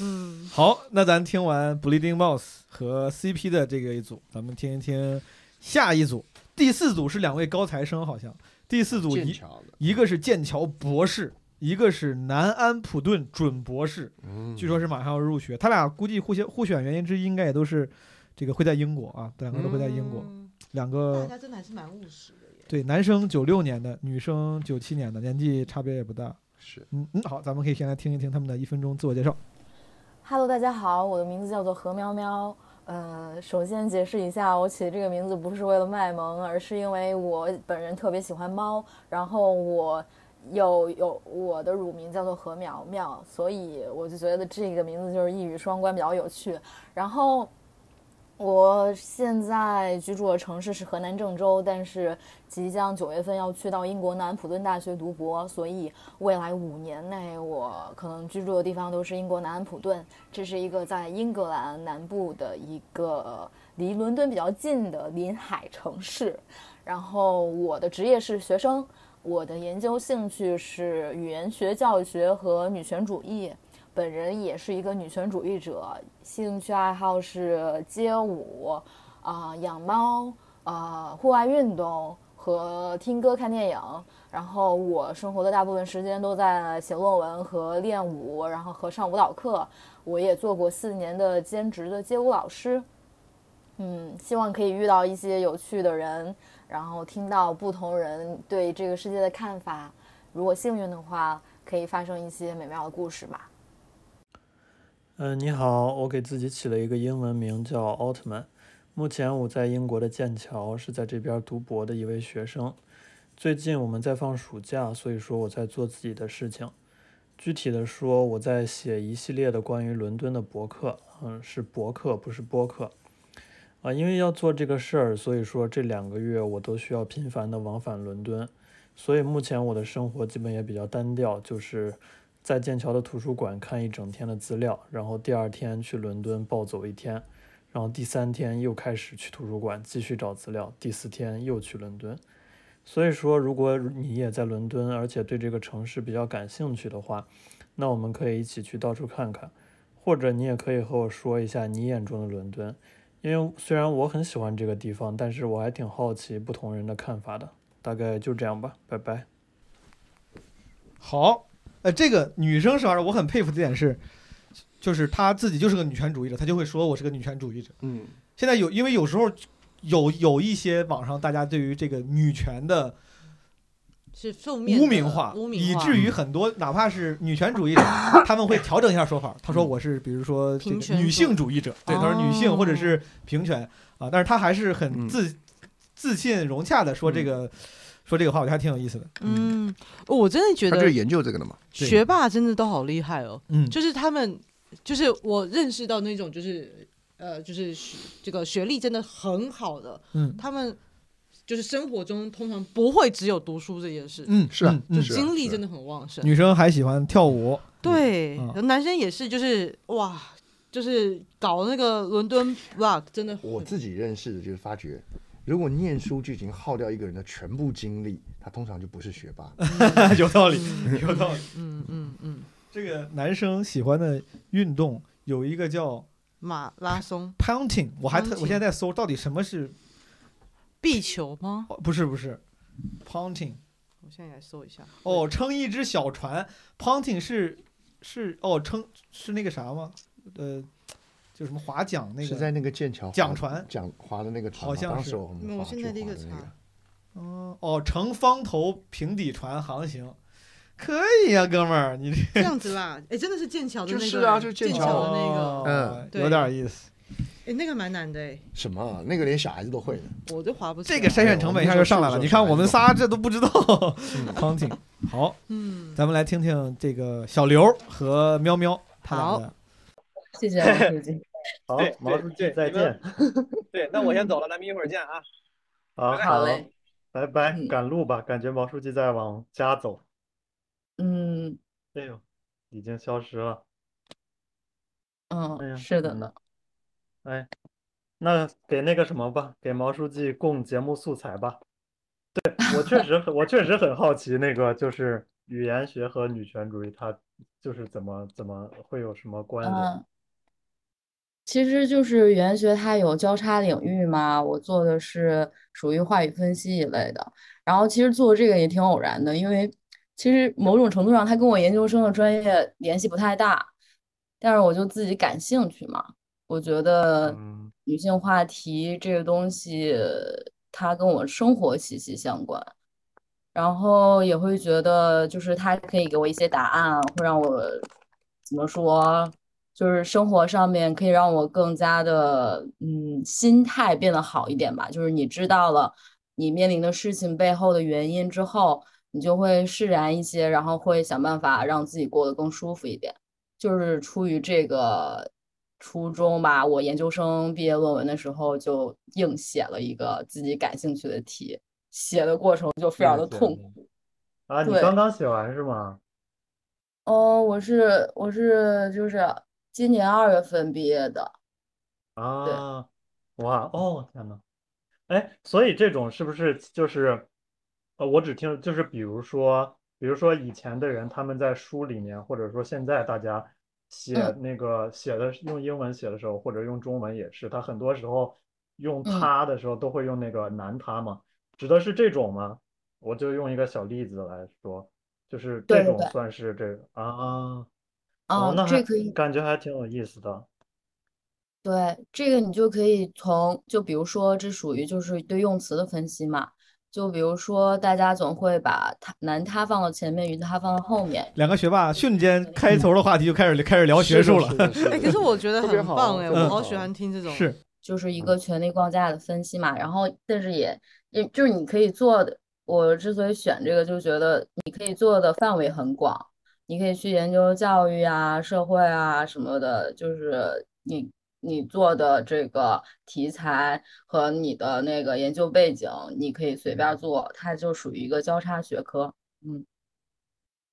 C: 嗯，
E: 好，那咱听完 Bleeding Mouse 和 CP 的这个一组，咱们听一听下一组。第四组是两位高材生，好像第四组
A: 剑
E: 一
A: 桥的，
E: 一个是剑桥博士，一个是南安普顿准博士，
A: 嗯
E: 据说是马上要入学。他俩估计互相互选原因之一，应该也都是这个会在英国啊，两个都会在英国。
C: 嗯
E: 两
C: 大
E: 个
C: 家真的还是蛮务实的耶。
E: 对，男生九六年的，女生九七年的，年纪差别也不大。
A: 是
E: 嗯嗯，好，咱们可以先来听一听他们的一分钟自我介绍。
M: Hello，大家好，我的名字叫做何喵喵。呃，首先解释一下，我起这个名字不是为了卖萌，而是因为我本人特别喜欢猫，然后我有有我的乳名叫做何淼淼，所以我就觉得这个名字就是一语双关，比较有趣。然后我现在居住的城市是河南郑州，但是即将九月份要去到英国南安普顿大学读博，所以未来五年内我可能居住的地方都是英国南安普顿，这是一个在英格兰南部的一个离伦敦比较近的临海城市。然后我的职业是学生，我的研究兴趣是语言学、教育学和女权主义。本人也是一个女权主义者，兴趣爱好是街舞、啊、养猫、啊、户外运动和听歌、看电影。然后我生活的大部分时间都在写论文和练舞，然后和上舞蹈课。我也做过四年的兼职的街舞老师。嗯，希望可以遇到一些有趣的人，然后听到不同人对这个世界的看法。如果幸运的话，可以发生一些美妙的故事吧。
N: 嗯，你好，我给自己起了一个英文名叫奥特曼。目前我在英国的剑桥，是在这边读博的一位学生。最近我们在放暑假，所以说我在做自己的事情。具体的说，我在写一系列的关于伦敦的博客，嗯，是博客，不是播客。啊，因为要做这个事儿，所以说这两个月我都需要频繁的往返伦敦，所以目前我的生活基本也比较单调，就是在剑桥的图书馆看一整天的资料，然后第二天去伦敦暴走一天，然后第三天又开始去图书馆继续找资料，第四天又去伦敦。所以说，如果你也在伦敦，而且对这个城市比较感兴趣的话，那我们可以一起去到处看看，或者你也可以和我说一下你眼中的伦敦，因为虽然我很喜欢这个地方，但是我还挺好奇不同人的看法的。大概就这样吧，拜拜。
E: 好，呃，这个女生是吧？我很佩服的点是，就是她自己就是个女权主义者，她就会说我是个女权主义者。
I: 嗯，
E: 现在有，因为有时候有有一些网上大家对于这个女权的
O: 是负面的
E: 污名化，
O: 污名
E: 以
O: 化
E: 至于很多哪怕是女权主义 者，他们会调整一下说法。他说我是比如说这
O: 平
E: 个
O: 权主义哦
E: 女性主义者，对，他说女性或者是平权啊，但是他还是很自自信融洽的说这个说这个话，我觉得还挺有意思的。
O: 嗯，我真的觉
E: 他
O: 得
E: 就是研究这个的嘛对
O: 学霸真的都好厉害哦，
E: 嗯
O: 就是他们，就是我认识到那种就是呃，就是学这个学历真的很好的，
E: 嗯
O: 他们。就是生活中通常不会只有读书这件事，
E: 嗯是啊嗯
O: 就是
E: 啊
O: 精
E: 是
O: 力
E: 啊
O: 真的很旺盛。
E: 女生还喜欢跳舞，
O: 对，
E: 嗯
O: 然后男生也是，就是哇，就是搞那个伦敦 vlog，真的
A: 我自己认识的就是发觉，如果念书就已经耗掉一个人的全部精力，他通常就不是学霸。
E: 嗯 有道理，有道理。
O: 嗯嗯嗯，
E: 这个男生喜欢的运动有一个叫
O: 马拉松、
E: pounding，我还特
O: Pounding
E: 我现在在搜到底什么是
O: 壁球吗？
E: 哦不是不是 pounding
O: 我现在来搜一下。
E: 哦，撑一只小船，pounding 是是哦撑是那个啥吗？呃，就什么划桨那个
A: 是在那个剑桥划
E: 桨船
A: 桨划的那个船吗，
E: 好像
A: 当
E: 是
A: 时我们
O: 我
A: 划
O: 现在
A: 去
O: 立
A: 划
O: 刻
A: 的那个。
O: 查，
E: 嗯哦乘方头平底船航行，可以呀、哥们儿，你这
O: 这样子啦，哎，真的是剑桥的那个，
A: 就是啊就是
O: 剑
A: 剑
O: 桥
A: 桥
O: 的那个，
E: 哦
A: 嗯
O: 对
E: 有点意思。
O: 哎，那个蛮难的哎，
A: 什么啊？那个连小孩子都会的。哎
O: 我都划不起来。
E: 这个筛选成本一下就上来了。你看我们仨这都不知道。Counting，好，
O: 嗯，
E: 咱们来听听这个小刘和喵喵他俩的。
M: 谢啊谢毛书记。
N: 好
E: 对
N: 毛书记
E: 对
N: 再见。
E: 对，那我先走了，咱们一会儿见啊。
N: 好，
M: 好嘞，
N: 拜拜，赶路吧，感觉毛书记在往家走。
M: 嗯
N: 哎呦，已经消失了。哎
M: 嗯，
N: 呀，
M: 是的
N: 嗯
M: 呢。
N: 哎，那给那个什么吧，给毛书记供节目素材吧。对，我确实很，我 确实很好奇，那个就是语言学和女权主义，它就是怎么怎么会有什么关联？
M: 嗯，其实就是语言学它有交叉领域嘛，我做的是属于话语分析一类的。然后其实做这个也挺偶然的，因为其实某种程度上它跟我研究生的专业联系不太大，但是我就自己感兴趣嘛。我觉得女性话题这个东西，它跟我生活息息相关。然后也会觉得，就是他可以给我一些答案，啊会让我怎么说，就是生活上面可以让我更加的，嗯，心态变得好一点吧。就是你知道了你面临的事情背后的原因之后，你就会释然一些，然后会想办法让自己过得更舒服一点。就是出于这个初衷吧，我研究生毕业论文的时候就硬写了一个自己感兴趣的题，写的过程就非常的痛苦。
N: 啊，你
M: 对
N: 刚刚写完是吗？
M: 哦，我是我是就是今年二月份毕业的，
N: 啊，哇，哦，天呐，哎，所以这种是不是就是，呃，我只听就是比如说，比如说以前的人他们在书里面，或者说现在大家写
M: 嗯
N: 那个写的用英文写的时候，或者用中文也是，他很多时候用
M: 嗯
N: 他的时候都会用那个男他嘛，指的是这种吗？我就用一个小例子来说，就是这
M: 对对
N: 种
M: 对
N: 算是这个啊，
M: 啊
N: 哦，那
M: 这
N: 还
M: 可以
N: 感觉还挺有意思的，
M: 对，这个你就可以从，就比如说，这属于就是对用词的分析嘛。就比如说，大家总会把他男他放到前面，女他放到后面。
E: 两个学霸瞬间开头的话题就开始开始聊学术了。
O: 哎，可是我觉得
M: 特别
O: 很
M: 好
O: 棒哎，
M: 特
E: 别
O: 我好
E: 好
O: 喜欢听这种。
E: 是，
M: 就是一个权力框架的分析嘛。然后，但是也也就是你可以做的，我之所以选这个，就觉得你可以做的范围很广，你可以去研究教育啊、社会啊什么的，就是你你做的这个题材和你的那个研究背景，你可以随便做，它就属于一个交叉学科，嗯，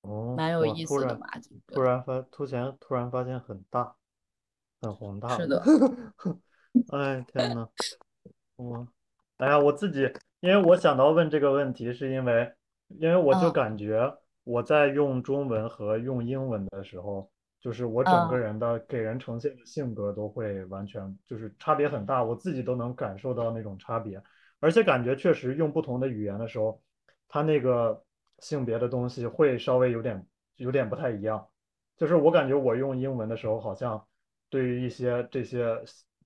N: 哦，
M: 蛮有
N: 哇
M: 意
N: 突
M: 思的
N: 然
M: 嘛，就
N: 突然发，突然突然发现很大，很宏大
M: 是
N: 了
M: 的，
N: 哎，天呐，我，哎呀，我自己，因为我想到问这个问题，是因为，因为我就
M: 嗯
N: 感觉我在用中文和用英文的时候，就是我整个
M: 嗯
N: 人的给人呈现的性格都会完全就是差别很大，我自己都能感受到那种差别，而且感觉确实用不同的语言的时候，它那个性别的东西会稍微有点有点不太一样。就是我感觉我用英文的时候，好像对于一些这些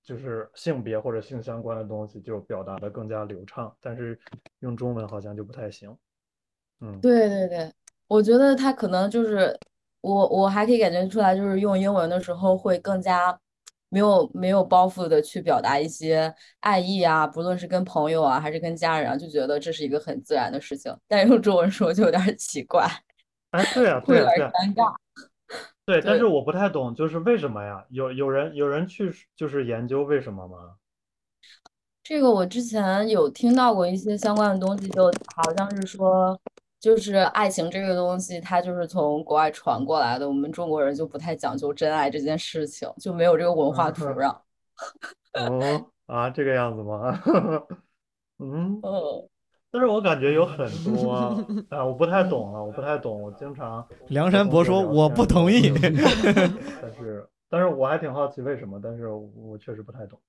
N: 就是性别或者性相关的东西，就表达的更加流畅，但是用中文好像就不太行。嗯，
M: 对对对，我觉得他可能就是我，我还可以感觉出来，就是用英文的时候会更加没有没有包袱的去表达一些爱意啊，不论是跟朋友啊，还是跟家人啊，就觉得这是一个很自然的事情。但是用中文说就有点儿奇怪，
N: 哎，对呀，
M: 会
N: 对
M: 有
N: 呀，
M: 点儿
N: 对呀。
M: 尴尬。
N: 对，但是
M: 对，
N: 我不太懂，就是为什么呀？有有人有人去就是研究为什么吗？
M: 这个我之前有听到过一些相关的东西，就好像是说，就是爱情这个东西，它就是从国外传过来的，我们中国人就不太讲究真爱这件事情，就没有这个文
N: 嗯
M: 化土壤。
N: 哦啊，这个样子吗？ 嗯，
E: 哦
M: 嗯，
N: 但是我感觉有很 多啊，我不太懂了，我不太懂，我经常
E: 梁
N: 和
E: 山
N: 同
E: 伯
N: 学
E: 说
N: 聊
E: 我
N: 天
E: 不
N: 的时候
E: 同
N: 会
E: 意，
N: 有这种，但是但是我还挺好奇为什么，但是我确实不太懂，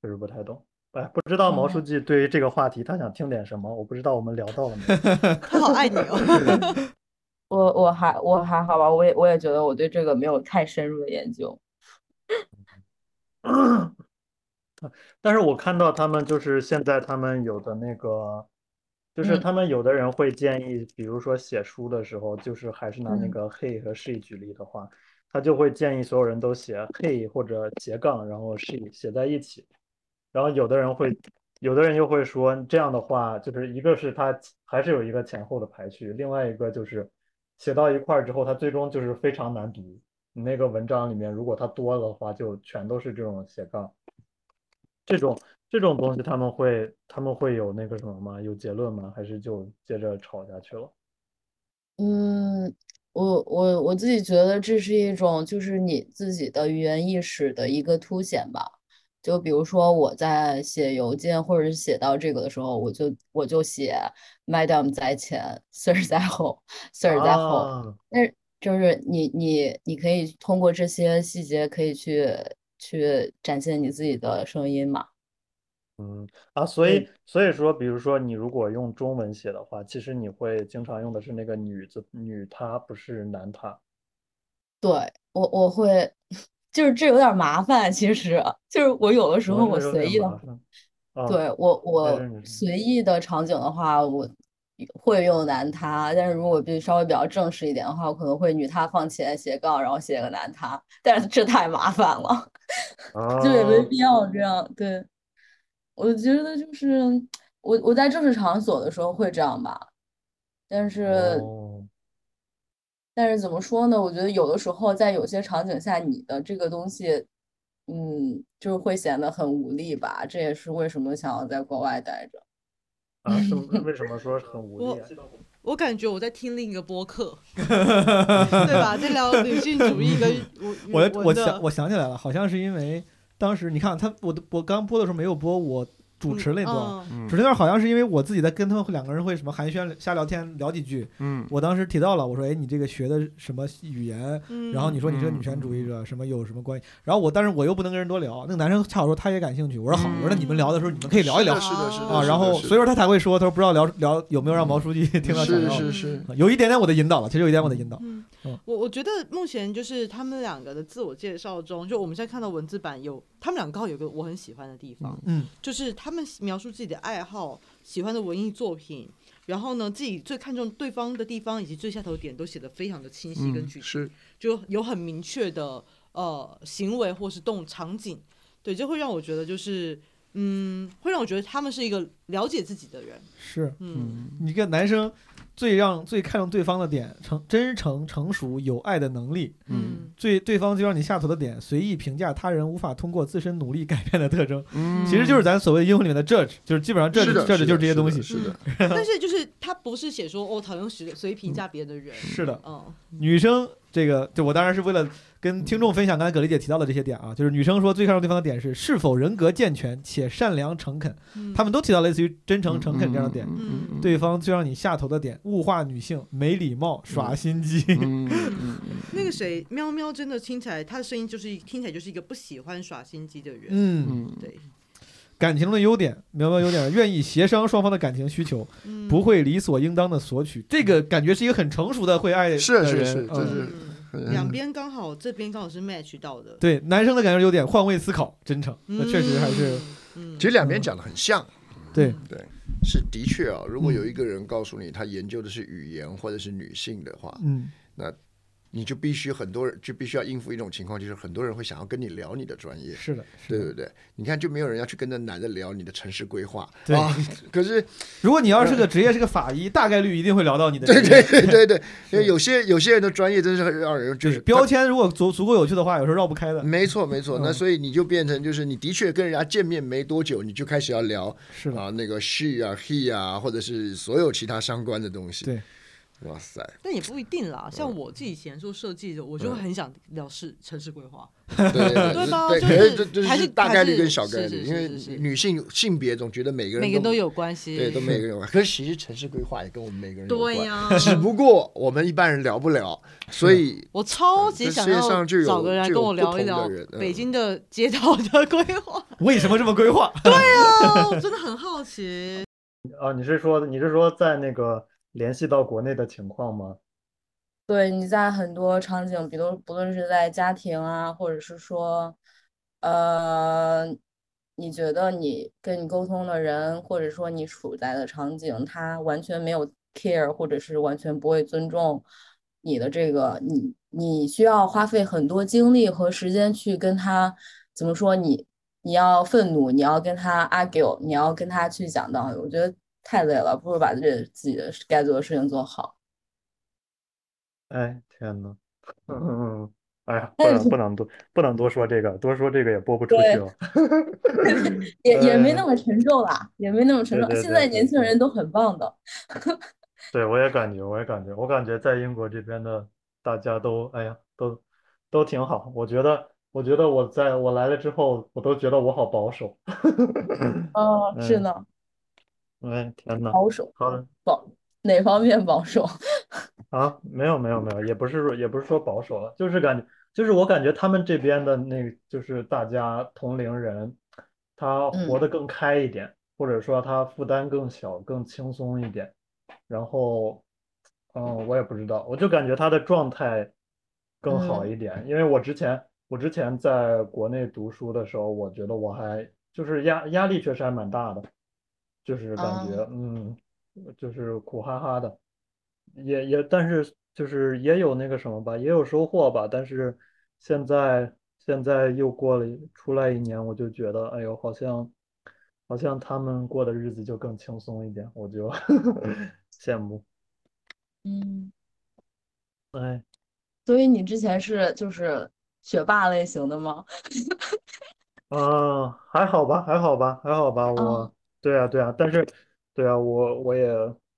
N: 确实不太懂。哎，不知道毛书
M: 嗯，
N: 记对于这个话题他想听点什么？我不知道我们聊到了没有。
C: 他好爱你哦。
M: 我我还我还好吧，我也我也觉得我对这个没有太深入的研究。
N: 但是我看到他们就是现在他们有的那个，就是
M: 嗯
N: 他们有的人会建议，比如说写书的时候，就是还是拿那
M: 嗯
N: 个 he 和 she 举例的话，他就会建议所有人都写 he 或者斜杠，然后 she 写在一起。然后有的人会，有的人又会说这样的话，就是一个是他还是有一个前后的排序，另外一个就是写到一块儿之后，它最终就是非常难读。你那个文章里面，如果它多了的话，就全都是这种斜杠。这种这种东西他们会他们会有那个什么吗？有结论吗？还是就接着吵下去了？
M: 嗯，我我我自己觉得这是一种就是你自己的语言意识的一个凸显吧。就比如说我在写邮件或者是写到这个的时候，我就我就写 Madam 在前，Sir 在后，Sir 在后。
C: 哦
N: 啊，
M: 但是就是你你你可以通过这些细节可以去去展现你自己的声音嘛。
N: 嗯啊，所
M: 嗯，
N: 以所以说，比如说你如果用中文写的话，其实你会经常用的是那个女字女她，不是男他。
M: 对，我我会， 就是这有点儿麻烦，其实啊就是我有的时
N: 我
M: 候
N: 这
M: 我
N: 有
M: 随
N: 点
M: 意的，
N: 麻烦啊，
M: 对，我
N: 还
M: 我
N: 是你说
M: 随意的场景的话，我会用男他，但是如果必须稍微比较正式一点的话，我可能会女他放前斜杠，然后写个男他，但是这太麻烦了，就也没
K: 哦
N: 啊，
M: 必要这样，对。我觉得就是我我在正式场所的时候会这样吧，但是
N: 哦，
M: 但是怎么说呢？我觉得有的时候在有些场景下，你的这个东西，嗯，就是会显得很无力吧。这也是为什么想要在国外待着。
N: 啊，是 为什么说很无力
C: 我
N: 啊？
C: 我感觉我在听另一个播 客，对吧？在聊女性主义跟文语
E: 嗯我我
C: 文
E: 想
C: 的，
E: 我想起来了，好像是因为当时你看他，我的我刚播的时候没有播我主
C: 嗯
E: 持那段，
C: 嗯
E: 主持
A: 嗯
E: 那段好像是因为我自己在跟他们两个人会什么寒暄瞎聊天聊几句，
A: 嗯
E: 我当时提到了，我说哎你这个学的什么语言，然后
C: 嗯
E: 你说你是个女
A: 嗯
E: 权主义
A: 嗯
E: 者，什么有什么关系，然后我但是我又不能跟人多聊，那个男生恰好说他也感兴趣，我说好，我说那你
C: 嗯，
E: 们聊的时候你们可以聊一
A: 是
E: 聊
A: 的，是的，是的，
E: 啊，
A: 是
E: 然
A: 的，
E: 后
A: 是
E: 所以说
A: 的，
E: 他才会说他说不知道聊聊有没有让毛
A: 嗯，
E: 书记听到想
A: 是
E: 要的，
A: 是
C: 嗯
A: 是，
E: 啊有一点点我的引导了，其实有一点我的引导，
C: 嗯，
E: 嗯
C: 我我觉得目前就是他们两个的自我介绍中，就我们现在看到文字版有他们两个刚好有个我很喜欢的地方，
E: 嗯
C: 就是他们描述自己的爱好、喜欢的文艺作品，然后呢自己最看重对方的地方以及最下头点都写得非常的清晰跟
A: 嗯
C: 具体，
A: 是，
C: 就有很明确的呃行为或是动场景，对，这会让我觉得就是 嗯，会让我觉得他们是一个了解自己的人，
E: 是。
C: 嗯
A: 嗯
E: 你个男生，最让最看重对方的点，诚真诚、成熟、有爱的能力，
K: 嗯，
E: 最对方最让你下头的点，随意评价他人无法通过自身努力改变的特征，其实就是咱所谓英文里面的 judge，就是基本上 judge
A: 是的
E: judge 就是
A: 的
E: 这些东
A: 是
E: 西，
A: 的是的
C: 但是就是他不是写说哦，讨厌随随意评价别的人，
E: 嗯 是的，
C: 嗯，
E: 女生这个，就我当然是为了跟听众分享刚才葛丽姐提到的这些点啊， 就是女生说最看重对方的点是是否人格健全且善良诚恳，
C: 嗯
E: 他们都提到类似于真诚诚恳这样的点。
C: 嗯嗯
E: 对方最让你下头的点，物化女性、没礼貌、耍心机。
C: 那个谁，喵喵真的听起来，他的声音就是一听起来就是一个不喜欢耍心机的人。
E: 嗯
C: 对，
E: 感情中的优点，苗苗优点，愿意协商双方的感情需求，
C: 嗯
E: 不会理所应当的索取。这个感觉是一个很成熟的会爱的人，
A: 是是是，这是
E: 嗯
A: 很
C: 两边刚好，这边刚好是 match 到的。
E: 对男生的感觉是优点，换位思考，真诚，那确实还是
C: 嗯
A: 其实两边讲的很像。
E: 对
A: 对，是的确啊。如果有一个人告诉你他研究的是语言或者是女性的话，
E: 嗯，
A: 那你就必须很多人就必须要应付一种情况，就是很多人会想要跟你聊你的专业。
E: 是的，
A: 对对对。你看，就没有人要去跟那男的聊你的城市规划
E: 对
A: 啊。 可是
E: 如果你要是个职业是个法医，大概率一定会聊到你的
A: 对
E: 职业
A: 对对 对对，因为有些有些人的专业真是很让人就是
E: 标签，如果足足够有趣的话，有时候绕不开的。嗯
A: 没错没错，那所以你就变成就是你的确跟人家见面没多久，你就开始要聊
E: 是
A: 啊那个 she 啊 he 啊，或者是所有其他相关的东西。
E: 对，
A: 哇塞，
C: 但也不一定啦，像我自己以前做设计的，我就很想聊是城市规划，
A: 对 对
C: 对吧？
A: 对，
C: 就
A: 可是这这
C: 还是
A: 大概率
C: 还是
A: 跟小
C: 是
A: 概率，
C: 是
A: 因为
C: 是是
A: 女性性别总觉得每个人
C: 每个都有关系
A: 对，都每个人有关。可是其实城市规划也跟我们每个人有关
C: 对呀
A: 只不过我们一般人聊不了，所以
C: 我超级
A: 这
C: 想
A: 世界
C: 要
A: 上就有
C: 找个人来
A: 就
C: 跟
A: 有
C: 我
A: 不
C: 聊一
A: 同的
C: 聊
A: 人嗯
C: 北京的街道的 规划。
E: 为什么这么规划？ 对
M: 哦
C: 啊，我真的很好奇。
N: 啊，你是说你是说在那个联系到国内的情况吗？
M: 对，你在很多场景，比如不论是在家庭啊，或者是说，呃，你觉得你跟你沟通的人，或者说你处在的场景，他完全没有 care，或者是完全不会尊重你的这个，你你需要花费很多精力和时间去跟他，怎么说你你要愤怒，你要跟他 argue，你要跟他去讲道理，我觉得太累了，不如把这自己的该做的事情做好。
N: 哎，天呐，嗯， 哎呀，不能不能多不能多说这个，多说这个也播不出去哦
M: 对
N: 了。
M: 也也没
N: 嗯
M: 那么沉重啦，也没那么沉
N: 对
M: 重。
N: 对
M: 现
N: 对
M: 在
N: 对
M: 年轻人都很棒的，
N: 对，我也感觉，我也感觉，我感觉在英国这边的大家都，哎呀，都都挺好。我觉得，我觉得我在我来了之后，我都觉得我好保守。
M: 哦，是
N: 嗯
M: 呢，
N: 哎，天呐，
M: 保守，
N: 好的
M: 保哪方面保守？
N: 啊，没有没有没有，也不是说也不是说保守了，就是感觉，就是我感觉他们这边的那个，就是大家同龄人，他活得更开一点，或者说他负担更小、更轻松一点。然后，嗯，我也不知道，我就感觉他的状态更好一点，因为我之前我之前在国内读书的时候，我觉得我还就是压压力确实还蛮大的，就是感觉
M: 啊
N: 嗯，就是苦哈哈的，也也但是就是也有那个什么吧，也有收获吧，但是现在现在又过了一出来一年，我就觉得哎呦，好像好像他们过的日子就更轻松一点，我就 羡慕，
M: 嗯，
N: 哎。
M: 所以你之前是就是学霸类型的吗？
N: 啊，还好吧，还好吧，还好吧。我，对啊，对啊，但是，对啊，我我也，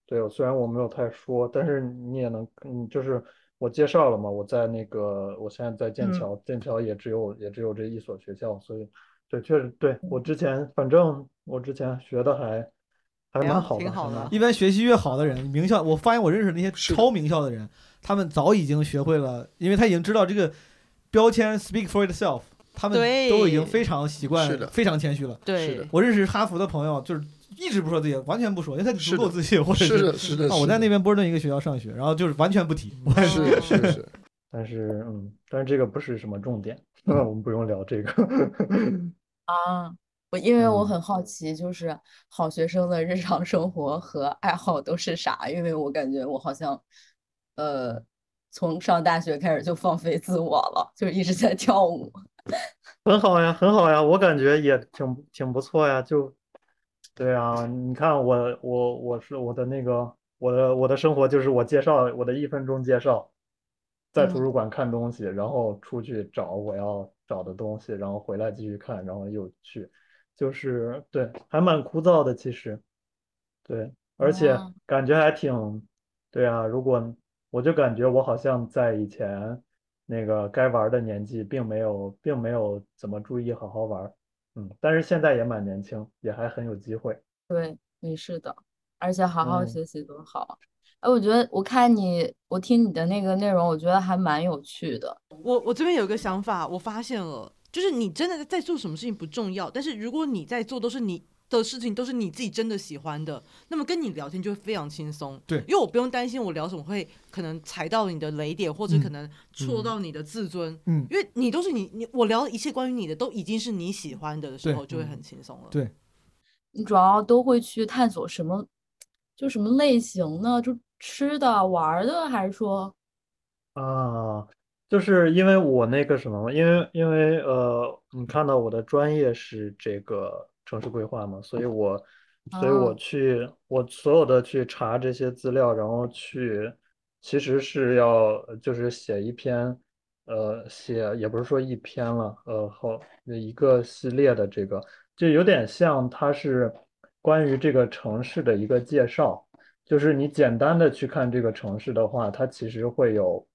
N: 对，虽然我没有太说，但是你也能，嗯，就是我介绍了嘛，我在那个，我现在在剑
M: 嗯
N: 桥，剑桥也只有也只有这一所学校，所以，对，确实，对，我之前，反正我之前学的还
E: 哎
N: 还
A: 哎
N: 蛮好吧，还蛮
E: 一般学习越好的人，名校，我发现我认识那些超名校的人，他们早已经学会了，因为他已经知道这个标签 speak for itself，他们
C: 对
E: 都已经非常习惯
A: 是的，
E: 非常谦虚了。
C: 对是的
E: 我认识哈佛的朋友，就是一直不说自己，完全不说，因为他足够自信，或者
A: 是的是的
E: 啊，我
A: 是
E: 在
A: 的
E: 那边波士顿一个学校上学，然后就是完全不提。
A: 是的是的是的
N: 但是，嗯，但是这个不是什么重点， 我们不用聊这个。
M: 啊，我因为我
N: 嗯
M: 很好奇，就是好学生的日常生活和爱好都是啥？因为我感觉我好像，呃，从上大学开始就放飞自我了，就一直在跳舞。
N: 很好呀，很好呀，我感觉也挺不挺不错呀。就，对啊，你看我我我是我的那个我的我的生活就是我介绍我的一分钟介绍，在图书馆看东西，然后出去找我要找的东西，然后回来继续看，然后又去，就是对，还蛮枯燥的其实，对，而且
M: 哦
N: 感觉还挺，对啊，如果我就感觉我好像在以前那个该玩的年纪，并没有并没有怎么注意好好玩，嗯，但是现在也蛮年轻，也还很有机会。
M: 对，也是的，而且好好
N: 嗯
M: 学习多好啊。哎，我觉得我看你，我听你的那个内容，我觉得还蛮有趣的。
C: 我我这边有一个想法，我发现了，就是你真的在做什么事情不重要，但是如果你在做都是你的事情，都是你自己真的喜欢的，那么跟你聊天就会非常轻松。
E: 对
C: 因为我不用担心我聊什么会可能踩到你的雷点，或者
E: 嗯
C: 可能戳到你的自尊。
E: 嗯
C: 因为你都是你你我聊的一切关于你的都已经是你喜欢的的时
E: 对嗯
C: 候，就会很轻松了。
E: 对，
M: 你主要都会去探索什么，就什么类型呢？就吃的、玩儿的，还是说，
N: 啊，就是因为我那个什么嘛，因为因为呃，你看到我的专业是这个城市规划嘛，所以我所以我
M: 啊
N: 去我所有的去查这些资料，然后去其实是要呃就是写一篇呃写也不是说一篇了，呃后一个系列的这个就有点像它是关于这个城市的一个介绍。就是你简单的去看这个城市的话，它其实会有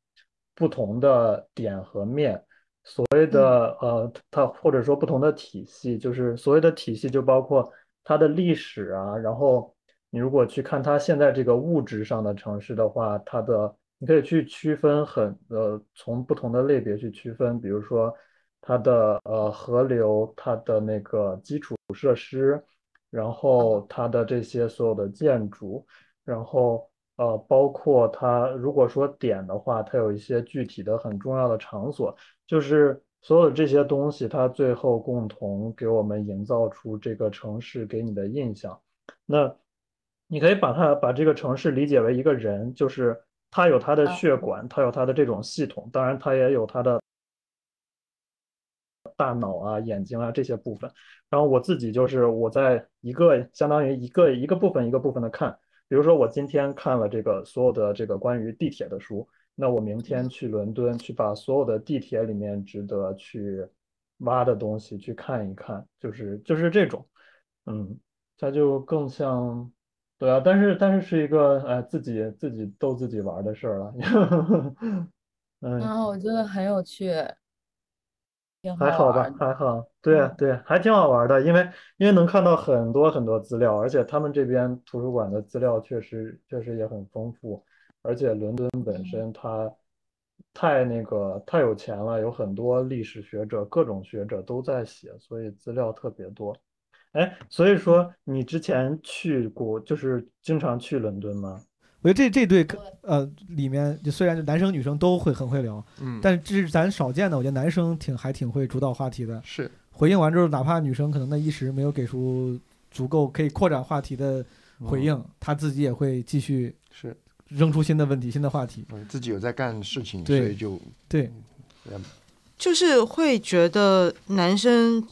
N: 不同的点和面，所谓的呃，它或者说不同的体系，就是所谓的体系就包括它的历史啊，然后你如果去看它现在这个物质上的城市的话，它的你可以去区分很呃，从不同的类别去区分，比如说它的呃河流，它的那个基础设施。然后它的这些所有的建筑，然后呃，包括它如果说点的话，它有一些具体的很重要的场所，就是所有这些东西，它最后共同给我们营造出这个城市给你的印象。那你可以把它把这个城市理解为一个人，就是他有他的血管，他有他的这种系统，当然他也有他的大脑啊、眼睛啊这些部分。然后我自己就是我在一个相当于一个一个部分一个部分的看，比如说我今天看了这个所有的这个关于地铁的书，那我明天去伦敦去把所有的地铁里面值得去挖的东西去看一看，就是就是这种，嗯，它就更像。对啊，但是但是是一个呃自己自己逗自己玩儿的事儿了， 嗯，
M: 啊，我觉得很有趣，挺
N: 还
M: 好玩
N: 好吧
M: 儿，的。
N: 还好，对
E: 嗯
N: 啊，对啊，还挺好玩儿的，因为因为能看到很多很多资料，而且他们这边图书馆的资料确实确实也很丰富，而且伦敦
E: 嗯
N: 本身它太那个太有钱了，有很多历史学者、各种学者都在写，所以资料特别多。哎，所以说你之前去过，就是经常去伦敦 吗？
E: 我觉得这这对呃里面就虽然就男生女生都会很会聊，
A: 嗯
E: 但是这是咱少见的，我觉得男生挺还挺会主导话题的。
A: 是
E: 回应完之后，哪怕女生可能那一时没有给出足够可以扩展话题的回应，他自己也会继续
A: 嗯是嗯
E: 扔出新的问题、新的话题。
A: 自己有在干事情，所
E: 对
A: 以就
E: 对
C: 就是会觉得男生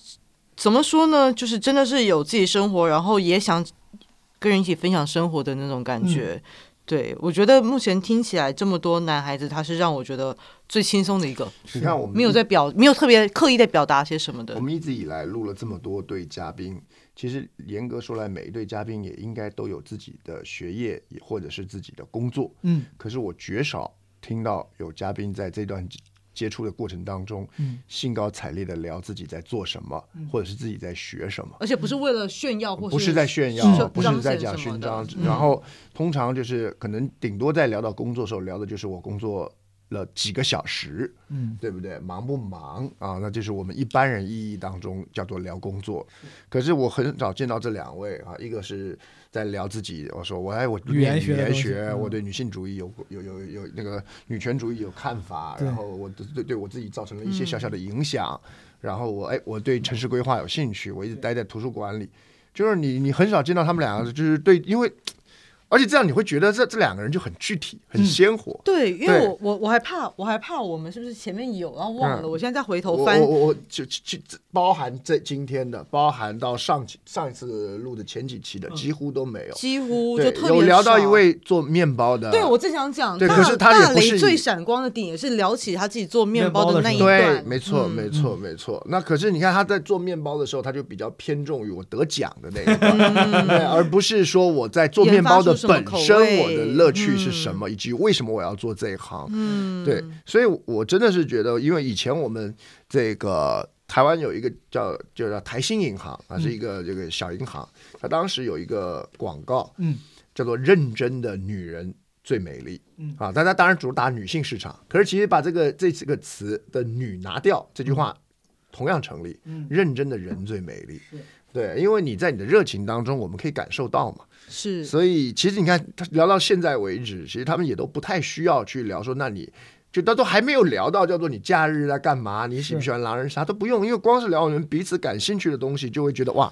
C: 怎么说呢？就是真的是有自己生活，然后也想跟人一起分享生活的那种感
A: 嗯
C: 觉。对我觉得目前听起来这么多男孩子，他是让我觉得最轻松的一个。嗯
A: 你看我们
C: 没有在表，没有特别刻意在表达些什么的
A: 我。们一直以来录了这么多对嘉宾，其实严格说来，每一对嘉宾也应该都有自己的学业，也或者是自己的工作。
E: 嗯，
A: 可是我绝少听到有嘉宾在这段接接触的过程当中，
E: 嗯
A: 兴高采烈的聊自己在做什么，或者是自己在学什么。
C: 而且不是为了炫耀，或
A: 不是在炫
C: 是
A: 耀，啊不是在
C: 彰显
A: 讲
C: 什么
A: 勋
C: 的
A: 章，
C: 嗯
A: 然后通常就是可能顶多在聊到工作的时候聊的就是我工作了几个小时，
E: 嗯
A: 对不对？忙不忙啊？那就是我们一般人意义当中叫做聊工作。可是我很少见到这两位啊，一个是在聊自己，我说我哎我
E: 语言
A: 念
E: 学
A: 语
E: 的
A: 言
E: 东西
A: 学，
E: 嗯
A: 我对女性主义有有有有那个女权主义有看法，
E: 对
A: 然后我对对对我自己造成了一些小小的
C: 嗯
A: 影响，然后我哎我对城市规划有兴趣，我一直待在图书馆里，就是你你很少见到他们俩就是对，因为而且这样你会觉得这这两个人就很具体、很鲜活。
C: 嗯对，因为我我我还怕，我还怕我们是不是前面有，然后忘了，
A: 嗯
C: 我现在再回头翻
A: 我，我我我就就就包含这今天的，包含到上几上一次录的前几期的，几乎都没有。
C: 嗯几乎就
A: 对，
C: 特别
A: 有聊到一
C: 少
A: 位做面包的，
C: 对，我正想讲，
A: 对
C: 大
A: 可是他也
C: 大
A: 不是
C: 雷
A: 以
C: 最闪光的点也是聊起他自己做面包那一
A: 对，
C: 段，
A: 没错，
C: 嗯
A: 没错，没错。那可是你看他在做面包的时候，他就比较偏重于我得奖的那一
C: 嗯
A: 段，对，而不是说我在做面包的
B: 研
A: 本
B: 发出什
A: 身
B: 么口味
A: 我的乐趣是什
C: 嗯
A: 么，以及为什么我要做这一行。
B: 嗯
A: 对，所以我真的是觉得，因为以前我们这个。台湾有一个叫就叫台新银行，它是一个这个小银行，它当时有一个广告，
E: 嗯，
A: 叫做“认真的女人最美丽”。
E: 嗯
A: 啊，但它当然主打女性市场，可是其实把这个这几个词的“女”拿掉，这句
C: 嗯
A: 话同样成立。
E: 嗯
A: 认真的人最美丽。对，因为你在你的热情当中，我们可以感受到嘛。
C: 是，
A: 所以其实你看，他聊到现在为止，其实他们也都不太需要去聊说，那你就他都还没有聊到叫做你假日在干嘛，你喜不喜欢狼人杀都不用，因为光是聊我们彼此感兴趣的东西，就会觉得哇，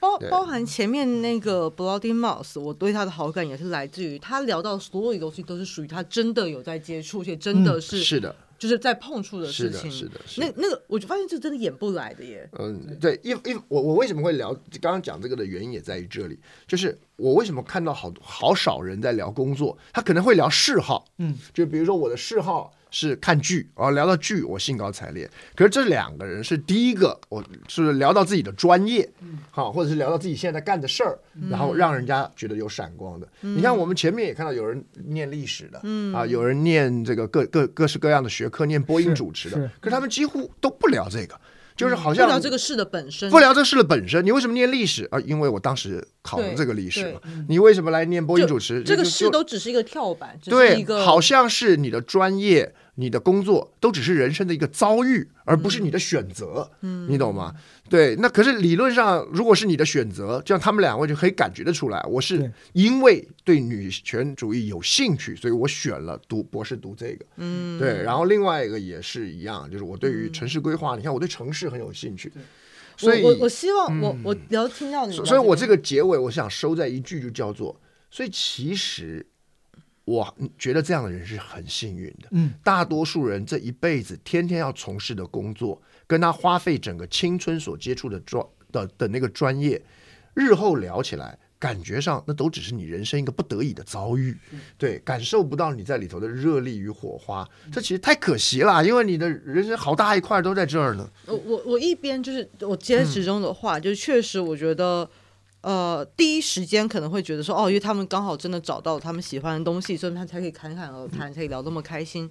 C: 包
A: 对
C: 包含前面那个 Bloody Mouse，我对他的好感也是来自于他聊到所有东西都是属于他真的有在接触，而且真的是、
A: 嗯是的，
C: 就是在碰触的事
A: 是的
C: 情，
A: 是的是
C: 那那个我就发现这真的演不来的耶，
A: 嗯，对，一一我我为什么会聊刚刚讲这个的原因也在于这里，就是我为什么看到好好少人在聊工作，他可能会聊嗜好，
E: 嗯，
A: 就比如说我的嗜好是看剧，然后聊到剧我兴高采烈，可是这两个人是第一个，我是聊到自己的专业，
B: 嗯
A: 好、或者是聊到自己现在干的事儿，然后让人家觉得有闪光的。你看我们前面也看到有人念历史的，
B: 嗯
A: 啊，有人念这个各各各式各样的学科，念播音
B: 是
A: 主持的，
B: 是
A: 可是他们几乎都不聊这个。就是好
C: 嗯不
A: 像
C: 聊这个事的本身，
A: 不聊这事的本身，你为什么念历史啊？因为我当时考了
C: 对
A: 这个历史嘛
C: 对。嗯
A: 你为什么来念播音主持？
C: 这个
A: 就
C: 事都只是一个跳板，只是
A: 对
C: 一，个
A: 好像是你的专业、你的工作都只是人生的一个遭遇，而不是你的选择。
C: 嗯
A: 你懂吗？对，那可是理论上，如果是你的选择，这样他们两位就可以感觉得出来，我是因为对女权主义有兴趣，所以我选了读博士读这个。
C: 嗯
A: 对，然后另外一个也是一样，就是我对于城市规划，你看我对城市很有兴趣。所以嗯
C: 我我我希望我、我聊听到你
A: 所
C: 聊
A: 所以，我
C: 边
A: 这个结尾我想收在一句，就叫做：所以其实我觉得这样的人是很幸运的。
E: 嗯，
A: 大多数人这一辈子天天要从事的工作，跟他花费整个青春所接触的专的的那个专业，日后聊起来。感觉上，那都只是你人生一个不得已的遭遇，对，感受不到你在里头的热力与火花，
C: 嗯
A: 这其实太可惜了，因为你的人生好大一块都在这儿呢。
C: 我我我一边就是我接其中的话，就是确实我觉得，呃，第一时间可能会觉得说，哦，因为他们刚好真的找到他们喜欢的东西，所以他们才可以侃侃而谈，才可以聊那么开心。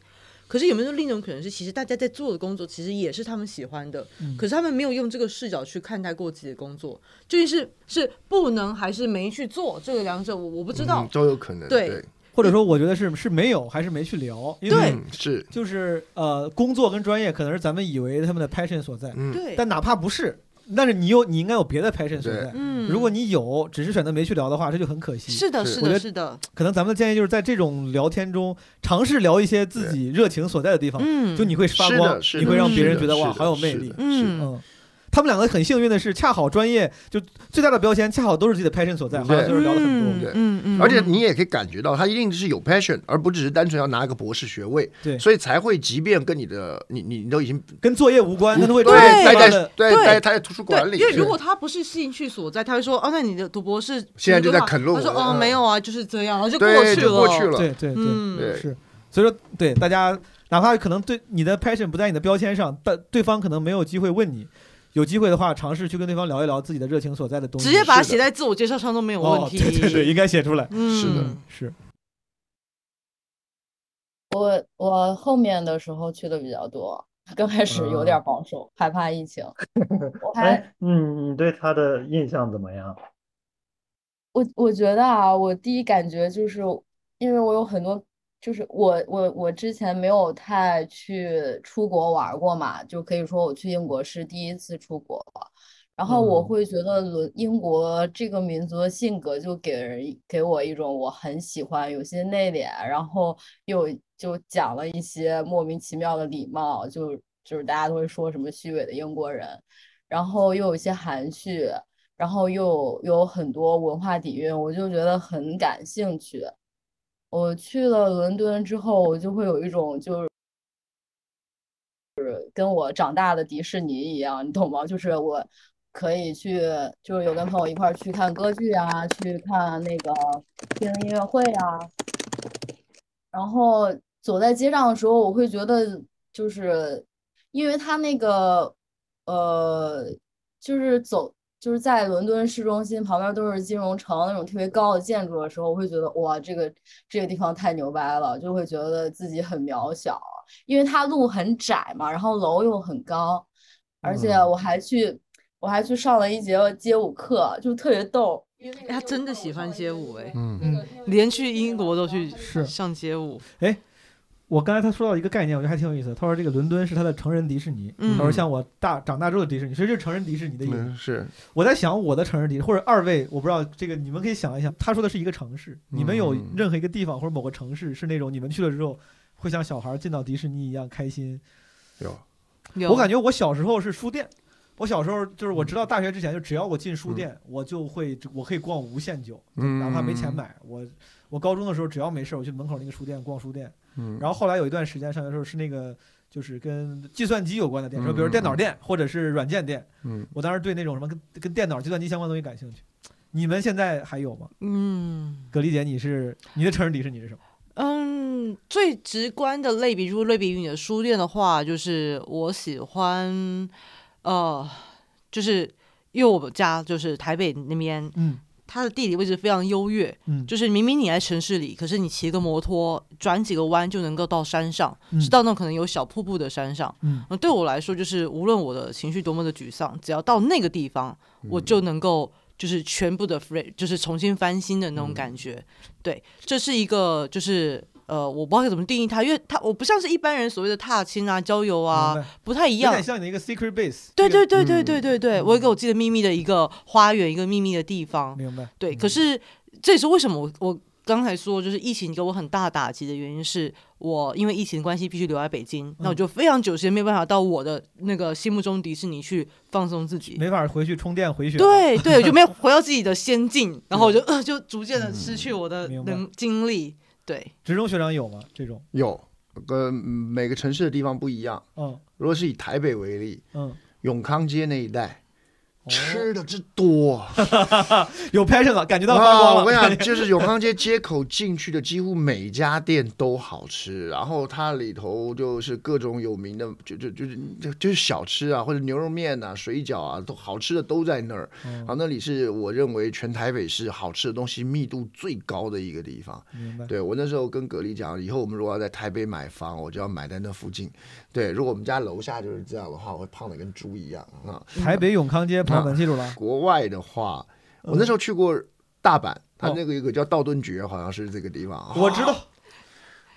C: 可是有没有另一种可能是，其实大家在做的工作其实也是他们喜欢的，
O: 嗯
C: 可是他们没有用这个视角去看待过自己的工作，究竟是是不能还是没去做，这个两者我我不知道。
A: 嗯都有可能
C: 对对
E: 或者说我觉得是是没有还是没去聊，因为
A: 嗯是
E: 就是呃工作跟专业可能是咱们以为他们的 passion 所在，
A: 嗯
C: 对
E: 但哪怕不是。但是你有，你应该有别的 passion 所
A: 对
E: 在。
C: 嗯
E: 如果你有，只是选择没去聊的话，这就很可惜。
C: 是的，是
E: 嗯我
C: 的，
E: 觉得
C: 是的，
E: 可能咱们的建议就是在这种聊天中，尝试聊一些自己热情所在的地方，
C: 嗯
E: 就你会发
A: 是
E: 光
A: 的是，的
E: 你会让别人
A: 是
E: 觉
A: 的
E: 得哇，
A: 是的
E: 好有魅力
C: 是
A: 是的。
C: 的嗯
E: 嗯，他们两个很幸运的是，恰好专业就最大的标签，恰好都是自己的 passion 所在，好像就是聊了很多。
A: 对，
C: 嗯嗯
A: 而且你也可以感觉到他一定是有 passion，而不只是单纯要拿一个博士学位，
E: 对
A: 所以才会即便跟你的你你你都已经
E: 跟作业无关，那都会
A: 对
E: 专门
A: 待在
E: 的
A: 对待待在图书馆里，
C: 因为如
A: 是
C: 果他不是兴趣所在，他会说：“哦，那你的读博士
A: 现在就在啃
C: 路。
A: 论
C: 他
A: 文
C: 说：“哦，
A: 嗯
C: 没有啊，就是这样，然后就过
A: 对
C: 去
A: 就
C: 了。”
A: 过去了
E: 对对对，
C: 嗯
A: 对
E: 是。所以说，对大家，哪怕可能对你的 passion 不在你的标签上，但对方可能没有机会问你。有机会的话，尝试去跟对方聊一聊自己的热情所在的东西。
C: 直接把它写在自我介绍上都没有问题。
E: 哦、对对对，应该写出来。
C: 嗯是的，
E: 是。
M: 我我后面的时候去的比较多，刚开始有
N: 嗯
M: 点保守，害怕疫情。我还
N: 哎，你你对他的印象怎么样？
M: 我我觉得啊，我第一感觉就是，因为我有很多，就是我我我之前没有太去出国玩儿过嘛，就可以说我去英国是第一次出国，然后我
O: 嗯
M: 会觉得伦英国这个民族的性格就给人给我一种我很喜欢，有些内敛，然后又就讲了一些莫名其妙的礼貌，就就是大家都会说什么虚伪的英国人，然后又有一些含蓄。然后又有很多文化底蕴，我就觉得很感兴趣。我去了伦敦之后，我就会有一种就是就是跟我长大的迪士尼一样，你懂吗？就是我可以去，就是有跟朋友一块儿去看歌剧啊，去看那个听音乐会啊，然后走在街上的时候，我会觉得就是因为它那个呃，就是走就是在伦敦市中心旁边都是金融城那种特别高的建筑的时候，我会觉得哇，这个这个地方太牛掰了，就会觉得自己很渺小，因为它路很窄嘛，然后楼又很高，而且我还去我还去上了一节街舞课，就特别逗。
C: 他真的喜欢街舞哎，
E: 嗯，
C: 连去英国都去
E: 是
C: 上街舞，
E: 哎，我刚才他说到一个概念，我觉得还挺有意思的。他说这个伦敦是他的成人迪士尼，
A: 嗯
E: 他说像我大长大之后的迪士尼，其实就是成人迪士尼的意思。
A: 嗯是
E: 我在想我的成人迪士尼，或者二位，我不知道这个你们可以想一想，他说的是一个城市，你们有
A: 嗯
E: 任何一个地方或者某个城市是那种你们去了之后会像小孩进到迪士尼一样开心？
A: 有，
C: 有
E: 我感觉我小时候是书店。我小时候就是
N: 嗯
E: 我知道大学之前，就只要我进书店，我就会我可以逛无限久，
A: 嗯
E: 哪怕没钱买。我我高中的时候只要没事儿，我去门口那个书店逛书店。
A: 嗯
E: 然后后来有一段时间上学的时候是那个就是跟计算机有关的店，说比如
A: 嗯
E: 电脑
A: 嗯
E: 店或者是软件店。
A: 嗯
E: 我当时对那种什么跟跟电脑、计算机相关的东西感兴趣。你们现在还有吗？
C: 嗯
E: 葛丽姐，你是你的成人迪士尼是什么？
C: 嗯，最直观的类比，如果类比于你的书店的话，就是我喜欢，呃，就是因为我们家就是台北那边，
E: 嗯，
C: 它的地理位置非常优越，
E: 嗯
C: 就是明明你在城市里，可是你骑个摩托转几个弯就能够到山上，
E: 嗯
C: 是到那种可能有小瀑布的山上。
E: 嗯
C: 呃对我来说，就是无论我的情绪多么的沮丧，只要到那个地方，
E: 嗯
C: 我就能够就是全部的 free，就是重新翻新的那种感觉。
E: 嗯
C: 对，这是一个就是。呃，我不知道该怎么定义它，因为它我不像是一般人所谓的踏青啊、郊游啊
E: 明白，
C: 不太一样，
E: 有点像你的一个嗯 secret base。
C: 对对对对对对对，我有一个我自己的秘密的一个花园，一个秘密的地方。
E: 明白。嗯
C: 对，可是这也是为什么我我刚才说就是疫情给我很大的打击的原因，是我因为疫情关系必须留在北京，
E: 嗯
C: 那我就非常久时间没有办法到我的那个心目中迪士尼去放松自己。
E: 没法回去充电回血。
C: 对对，我就没 有回到自己的仙境，然后我就、呃、就逐渐的失去我的
E: 嗯明白
C: 能精力。对，
E: 职中学长有吗？这种？
A: 有，呃，每个城市的地方不一样。
E: 嗯，
A: 如果是以台北为例，
E: 嗯，
A: 永康街那一带。吃的之多，
E: 有 passion 了，感觉到发光
A: 哇！
E: 了
A: 我跟你
E: 感觉
A: 讲，就是永康街街口进去的，几乎每家店都好吃。 然后它里头就是各种有名的，就就就是就就是小吃啊，或者牛肉面呐、水饺啊，都好吃的都在那儿。
E: 嗯
A: 然后那里是我认为全台北市好吃的东西密度最高的一个地方。
E: 明白
A: 对我那时候跟葛丽讲，以后我们如果要在台北买房，我就要买在那附近。对，如果我们家楼下就是这样的话，我会胖的跟猪一样啊。
E: 台北永康街，朋友们
A: 嗯
E: 记住了。啊嗯
A: 国外的话，我那时候去过大阪，它那个有一个叫道顿崛，好像是这个地方。
E: 哦我知道，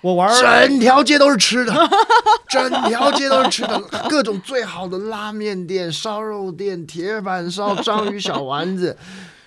E: 我玩
A: 儿整条街都是吃的， 整条街都是吃的，各种最好的拉面店、烧肉店、铁板烧、章鱼小丸 子。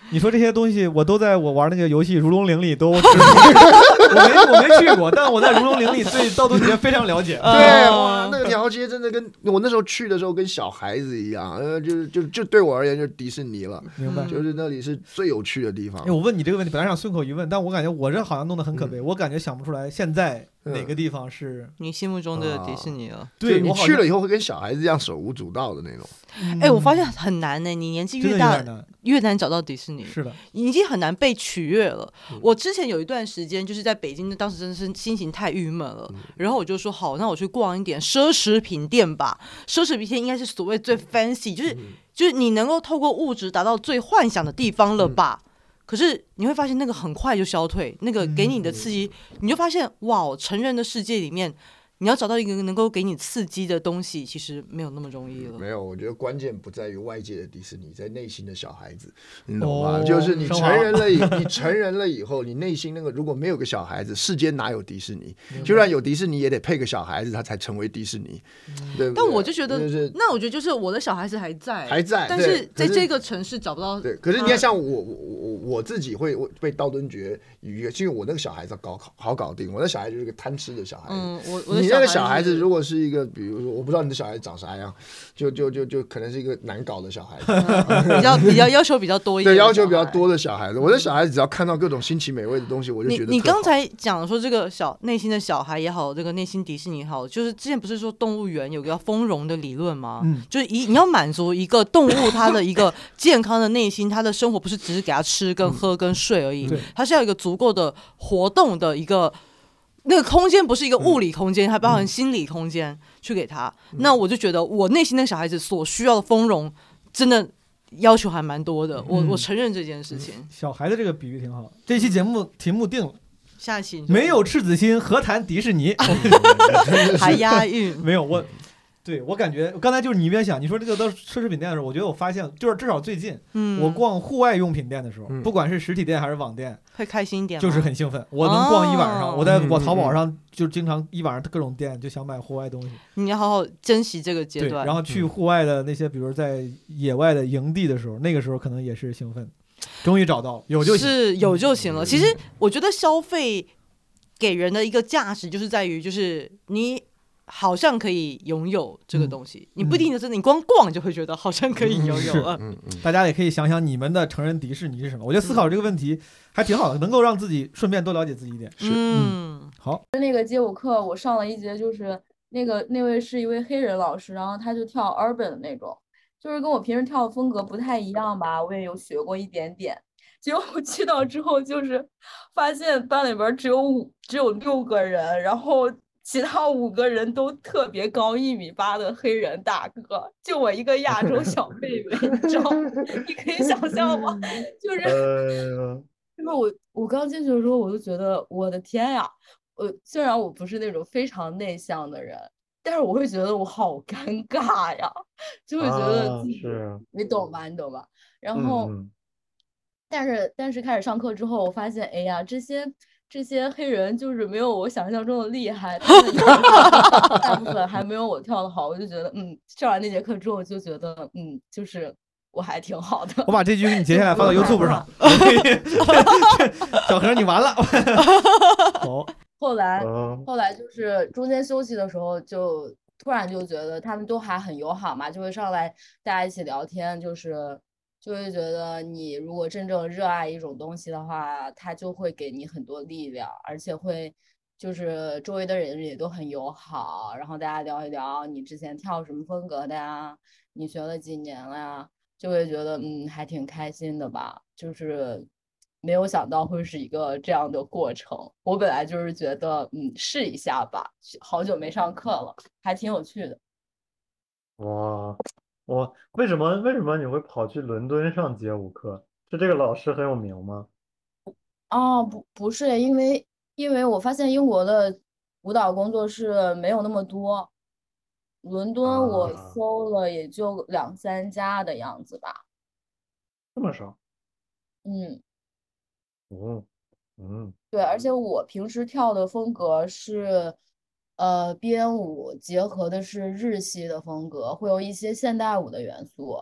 E: 你说这些东西，我都在我玩那个游戏《如龙零》里都知 道我没我没去过，但我在《如龙零》里对道顿崛非常了解。
C: 嗯
E: 哎
A: 对，哦哇，那条街真的跟我那时候去的时候跟小孩子一样，呃，就是就就对我而言就是迪士尼了，
E: 明白
A: 就是那里是最有趣的地方
E: 哎，。我问你这个问题，本来想顺口一问，但我感觉我这好像弄得很可
A: 嗯
E: 悲，我感觉想不出来现在哪个地方是
C: 你心目中
E: 啊
C: 的迪士尼了。
A: 就
E: 对
A: 你
E: 我好
A: 去了
E: 像
A: 以后会跟小孩子一样手舞足蹈的那种。
C: 哎、我发现很难呢、你年纪
A: 嗯真
C: 越
A: 的
C: 大
A: 有点难
C: 越难找到迪士尼，
E: 是的，
C: 已经很难被取悦了。
A: 嗯
C: 我之前有一段时间就是在北京，当时真的是心情太郁闷
A: 嗯
C: 了，然后我就说好，那我去逛一点奢侈品店吧。奢侈品店应该是所谓最
A: 嗯
C: fancy，就是、就是你能够透过物质达到最幻想的地方
A: 嗯
C: 了吧。可是你会发现，那个很快就消退，那个给你的刺激，
A: 嗯
C: 你就发现，哇，成人的世界里面，你要找到一个能够给你刺激的东西，其实没有那么容易了。
A: 没有，我觉得关键不在于外界的迪士尼，在内心的小孩子，你懂吗？
E: 哦
A: 就是你
E: 升
A: 成
E: 华
A: 人了以， 你成人了以后，你内心那个如果没有个小孩子，世间哪有迪士尼？就算有迪士尼，也得配个小孩子，他才成为迪士尼，对
C: 嗯
A: 不对？
C: 但我就觉得，
A: 就是
C: 那我觉得就是我的小孩子还在，
A: 还在
C: 但
A: 对
C: 是
A: 可
C: 在
A: 是
C: 这个城市找不到。
A: 对，可是你看，像我我我我我自己会我被道顿崛，因为我那个小孩子搞搞好搞定，我那小孩就是个贪吃的小孩子。
C: 嗯我我的
A: 你那个
C: 小
A: 小
C: 孩
A: 孩
C: 子
A: 子如果是一个，比如说我不知道你的小孩长啥样，就就就就可能是一个难搞的小孩子，
C: 比较比较要求比较多一点的小孩，嗯
A: 对要求比较多的小孩子。我的小孩子只要看到各种新奇美味的东西，我就
C: 你
A: 觉得
C: 你
A: 特好
C: 刚才讲说这个小内心的小孩也好，这个内心迪士尼也好，就是之前不是说动物园有个叫丰容的理论吗？
A: 嗯
C: 就是一你要满足一个动物它的一 个健康的内心，它的生活不是只是给它吃、跟喝、跟睡而已，
E: 嗯对
C: 它是要有一个足够的活动的一个。那个空间不是一个物理空
E: 嗯
C: 间，还包含心理空间去给他。那我就觉得我内心那个小孩子所需要的丰容，真的要求还蛮多的。我我
E: 嗯
C: 承认这件事情。
E: 小孩的这个比喻挺好。这期节目题目定了，
C: 下一期你说
E: 没有赤子心，何谈迪士尼？
C: 还押韵
E: 没有我，对我感觉刚才就是你一边想，你说这个到奢侈品店的时候，我觉得我发现，就是至少最近，
C: 嗯
E: 我逛户外用品店的时候，
C: 嗯
E: 不管是实体店还是网店，
C: 会开心一点吗，
E: 就是很兴奋，我能逛一晚上。
C: 哦
E: 我在我淘宝上就经常一晚上各种店就想买户外东西，
C: 你要好好珍惜这个嗯阶
E: 对，
C: 段，
E: 然后去户外的那些，比如在野外的营地的时候，那个时候可能也是兴奋，终于找到了，有就行嗯
C: 是有就行了。其实我觉得消费给人的一个价值，就是在于就是你。好像可以拥有这
E: 嗯
C: 个东西，你不一定就是你光逛就会觉得好像 可
A: 嗯
C: 以拥有啊
E: 是
C: 了。，
E: 大家也可以想想你们的成人迪士尼是什么。我觉得思考这个问题还挺好的，能够让自己顺便多了解自己一点。
M: 是嗯，
E: 好，
M: 那个街舞课，我上了一节，就是那个那位是一位黑人老师，然后他就跳 urban 的那种，就是跟我平时跳的风格不太一样吧，我也有学过一点点。结果我去到之后，就是发现班里边儿只有五只有六个人，然后其他五个人都特别高，一米八的黑人大哥，就我一个亚洲小妹妹，你知道吗？ 你可以想象吗？ 就是就是我我刚进去的时候，我就觉得我的天呀！我虽然我不是那种非常内向的人，但是我会觉得我好尴尬呀，就会觉得
F: 啊
A: 嗯
M: 自己
F: 是
M: 你懂吧？你懂吧？然
F: 嗯
M: 后，
F: 嗯
M: 但是但是开始上课之后，我发现，哎呀，这些这些黑人就是没有我想象中的厉害，他们有的大部分还没有我跳的好，我就觉得，嗯，上完那节课之后，我就觉得，嗯，就是我还挺好的。
E: 我把这句给你截下来发到 YouTube 上。 小何，你完了。好，
M: 后来
E: 哦
M: 后来就是中间休息的时候，就突然就觉得他们都还很友好嘛，就会上来大家一起聊天，就是就会觉得你如果真正热爱一种东西的话，它就会给你很多力量，而且会就是周围的人也都很友好，然后大家聊一聊你之前跳什么风格的呀，你学了几年了呀，就会觉得嗯还挺开心的吧，就是没有想到会是一个这样的过程。我本来就是觉得，嗯，试一下吧，好久没上课了，还挺有趣的。
N: 哇，我为什么为什么你会跑去伦敦上街舞课？是这个老师很有名吗？
M: 哦，不，不是，因为因为我发现英国的舞蹈工作室没有那么多，伦敦我搜了也就两三家的样子吧。
N: 这么少？
M: 嗯，
N: 嗯嗯
M: 对，而且我平时跳的风格是，呃，编舞结合的是日系的风格，会有一些现代舞的元素，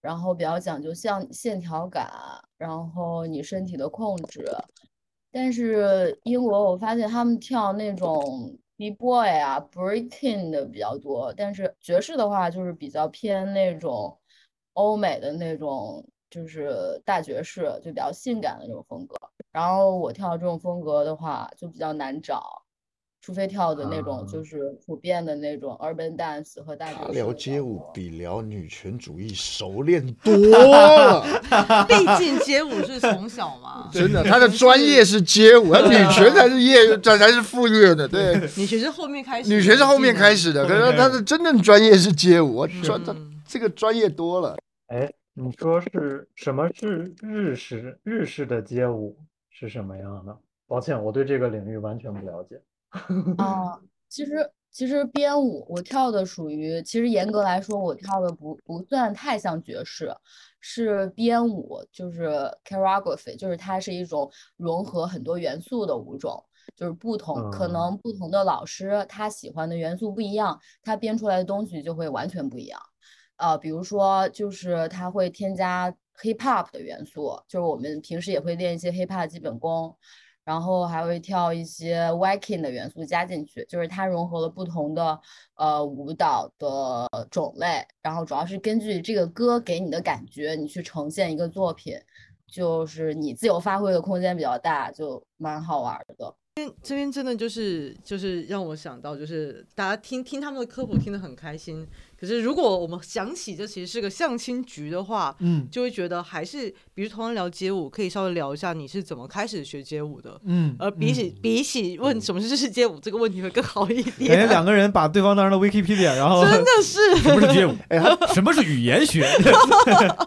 M: 然后比较讲究像线条感，然后你身体的控制。但是英国我发现他们跳那种 B-boy 啊、breaking 的比较多，但是爵士的话就是比较偏那种欧美的那种，就是大爵士，就比较性感的那种风格。然后我跳这种风格的话就比较难找，除非跳的那种就是普遍的那种 urban dance 和大
A: 他
M: 爵
A: 聊
M: 士。
A: 街舞比聊女权主义熟练多 了
C: 毕竟街舞是从小 嘛，
A: 真的，他的专业是街舞，他女权才是业，才才是副业的。对，
C: 女权是后面开始的，
A: 女权是后面开始 的，
C: 技
A: 可
C: 能
A: 是他的真正专业是街舞，我
C: 嗯
A: 专他这个专业多了。
N: 哎，你说是什么是日式日式的街舞是什么样的？抱歉，我对这个领域完全不了解。
M: 啊，其实其实编舞我跳的属于，其实严格来说我跳的不不算太像爵士，是编舞，就是 choreography，就是它是一种融合很多元素的舞种，就是不同可
N: 嗯
M: 能不同的老师他喜欢的元素不一样，他编出来的东西就会完全不一样。呃，比如说就是它会添加 hip hop 的元素，就是我们平时也会练一些 hip hop 基本功。然后还会跳一些 Viking 的元素加进去，就是它融合了不同的呃舞蹈的种类，然后主要是根据这个歌给你的感觉，你去呈现一个作品，就是你自由发挥的空间比较大，就蛮好玩的。
O: 这边这边真的就是就是让我想到，就是大家听听他们的科普听得很开心，可是如果我们想起这其实是个相亲局的话，
E: 嗯
O: 就会觉得还是，比如同样聊街舞，可以稍微聊一下你是怎么开始学街舞的，
E: 嗯
O: 而比起、比起问什么是街舞这个问题会更好一点。
E: 感 觉两个人把对方当成了 Wikipedia，然后
O: 真的 是
K: 什么是街舞
A: 哎他
K: 什么是语言 学？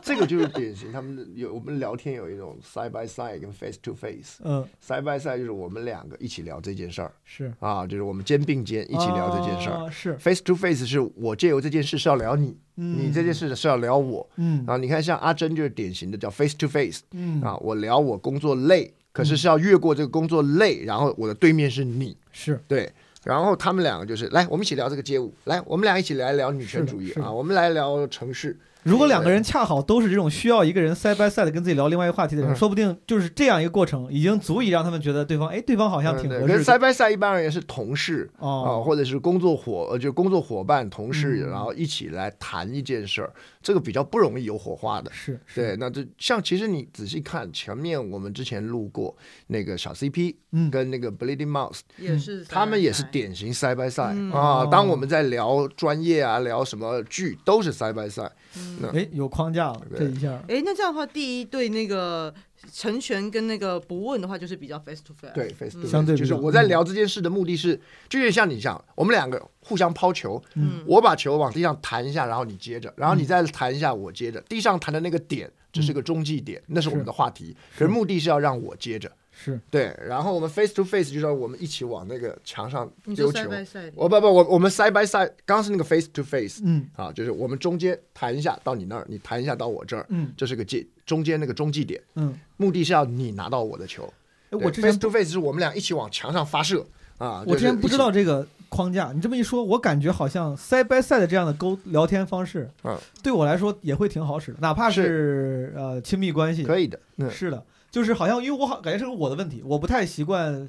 A: 这个就是典型，他们有我们聊天有一种 side by side 跟 face to face。
E: 嗯
A: ，side by side 就是我们两个一起聊这件事儿，
E: 是
A: 啊，就是我们肩并肩一起聊这件事儿、
E: 啊是
A: face to face 是我借由这件事是要聊你，
E: 嗯
A: 你这件事是要聊我。
E: 嗯
A: 啊，你看像阿珍就是典型的叫 face to face。
E: 嗯
A: 啊，我聊我工作累，可是是要越过这个工作累，然后我的对面是你。
E: 是
A: 对。然后他们两个就是来，我们一起聊这个街舞，来，我们俩一起来聊女权主义
E: 是的是的
A: 啊，我们来聊城市。
E: 如果两个人恰好都是这种需要一个人 side by side 地跟自己聊另外一个话题的人，
A: 嗯
E: 说不定就是这样一个过程，已经足以让他们觉得对方，哎，对方好像
A: 嗯
E: 挺
A: 对
E: 合
A: 跟
E: 适的。
A: side by side 一般而言是同事啊、
E: 哦
A: 或者是工作伙，呃，就工作伙伴、同事，
E: 嗯
A: 然后一起来谈一件事儿，这个比较不容易有火花的。
E: 是，
A: 对。那这像其实你仔细看前面，我们之前录过那个小 CP，
E: 嗯，
A: 跟那个 Bleeding Mouse，
C: 也是
A: 他们也是典型 side by side、
C: 嗯
A: 啊
E: 哦。
A: 当我们在聊专业啊，聊什么剧，都是 side by side、那
E: 哎，有框架了，这一下。
O: 哎，那这样的话，第一对那个成全跟那个不问的话，就是比较 face to face，
A: 对，face
O: 嗯
A: to face，
E: 相对比
A: 就是
E: 较
A: 我在聊这件事的目的是，就有点像你讲，我们两个互相抛球，
E: 嗯
A: 我把球往地上弹一下，然后你接着，然后你再弹一下，我接着，地上弹的那个点
E: 嗯
A: 只是个中继点，那是我们的话题，可是目的是要让我接着。
E: 是
A: 对，然后我们 face to face 就是我们一起往那个墙上
O: 你
A: 丢
O: 说
A: 球
O: side by side。
A: 我不不，我我们 side by side，刚刚是那个 face to face，
E: 嗯，
A: 啊，就是我们中间弹一下到你那儿，你弹一下到我这儿，
E: 嗯
A: 这是个界中间那个中继点，
E: 嗯，
A: 目的是要你拿到我的球。
E: 哎
A: 对
E: 我之前
A: face to face 是我们俩一起往墙上发射啊。
E: 我之前不知道
A: 这
E: 这个框架，你这么一说，我感觉好像 side by side 的这样的沟聊天方式，
A: 嗯，
E: 对我来说也会挺好使的，哪怕是呃亲密关系，
A: 可以的嗯
E: 是的，就是好像因为我好感觉是我的问题，我不太习惯。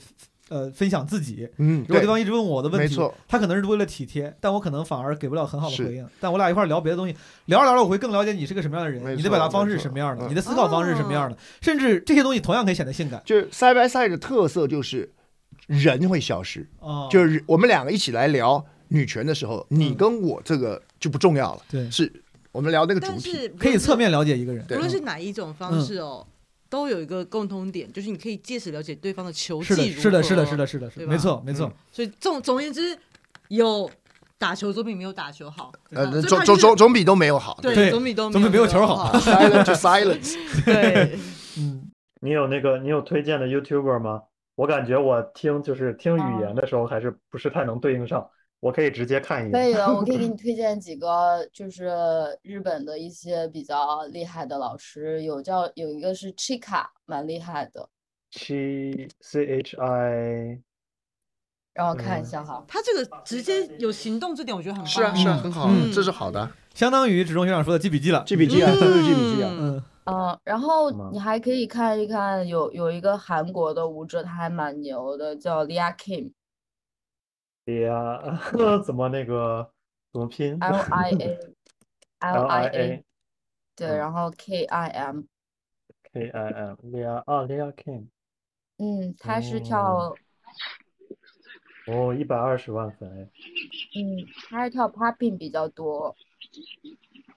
E: 呃，分享自己，
A: 嗯
E: 如果
A: 对
E: 对方一直问我的问题，
A: 没错
E: 他可能是为了体贴，但我可能反而给不了很好的
A: 是
E: 回应。但我俩一块儿聊别的东西，聊着聊着，我会更了解你是个什么样的人，你的表达方式是什么样的，
A: 嗯
E: 你的思考方式是什么
A: 哦
E: 样的，甚至这些东西同样可以显得性感。
A: 就是 side by side 的特色就是人会消失，
E: 哦嗯
A: 就是我们两个一起来聊女权的时候，你跟我这个就不重要了，
E: 对，
A: 是我们聊那个主
O: 但是
A: 体，
O: 可以侧面
E: 了解一个人
O: 无
A: 对
O: 论是哪一种方式哦，
E: 嗯
O: 都有一个共通点，就是你可以借此了解对方的球技
E: 是
O: 如
E: 的
O: 何，
E: 是的是的是的是的是的
O: 对吧
E: 没错没错嗯
O: 所以总总而言之，有打球总比没有打球好。
A: 呃，
O: 所以
A: 总
O: 它啊就
A: 总
O: 是
A: 总总比都没有好，
O: 对
A: 对
O: 总比都
E: 总比没有球好
A: Silence to silence
O: 对，
E: 嗯，
N: 你有那个你有推荐的 YouTuber 吗？我感觉我听就是听语言的时候还是不是太能对应上，我可以直接
O: 嗯
N: 看一眼。
M: 可以的， 我 可以给你推荐几个，就是日本的一些比较厉害的老师，有叫有一个是 Chika，蛮厉害的，
N: C C H I，
M: 让我看一
N: 嗯
M: 下哈。
O: 他这个直接有行动，这点我觉得很棒。
A: 是啊是啊，很好啊
E: 嗯，
A: 这是好的，
E: 相当于只中学长说的记笔记了，记
A: 笔记啊嗯这就是记笔记啊
E: 嗯，
M: 嗯，然后
E: 吗
M: 你还可以看一看有有一个韩国的舞者，他还蛮牛的，叫 Lia Kim，
N: 对呀， 怎么那个怎么拼
M: L I A L I A，对，
N: 嗯
M: 然后 K I M，
N: K I M Lia 啊 Lia Kim，
M: 嗯，他是
N: 哦
M: 跳，
N: 哦，一百二十万粉哎，
M: 嗯，他是跳 popping 比较多，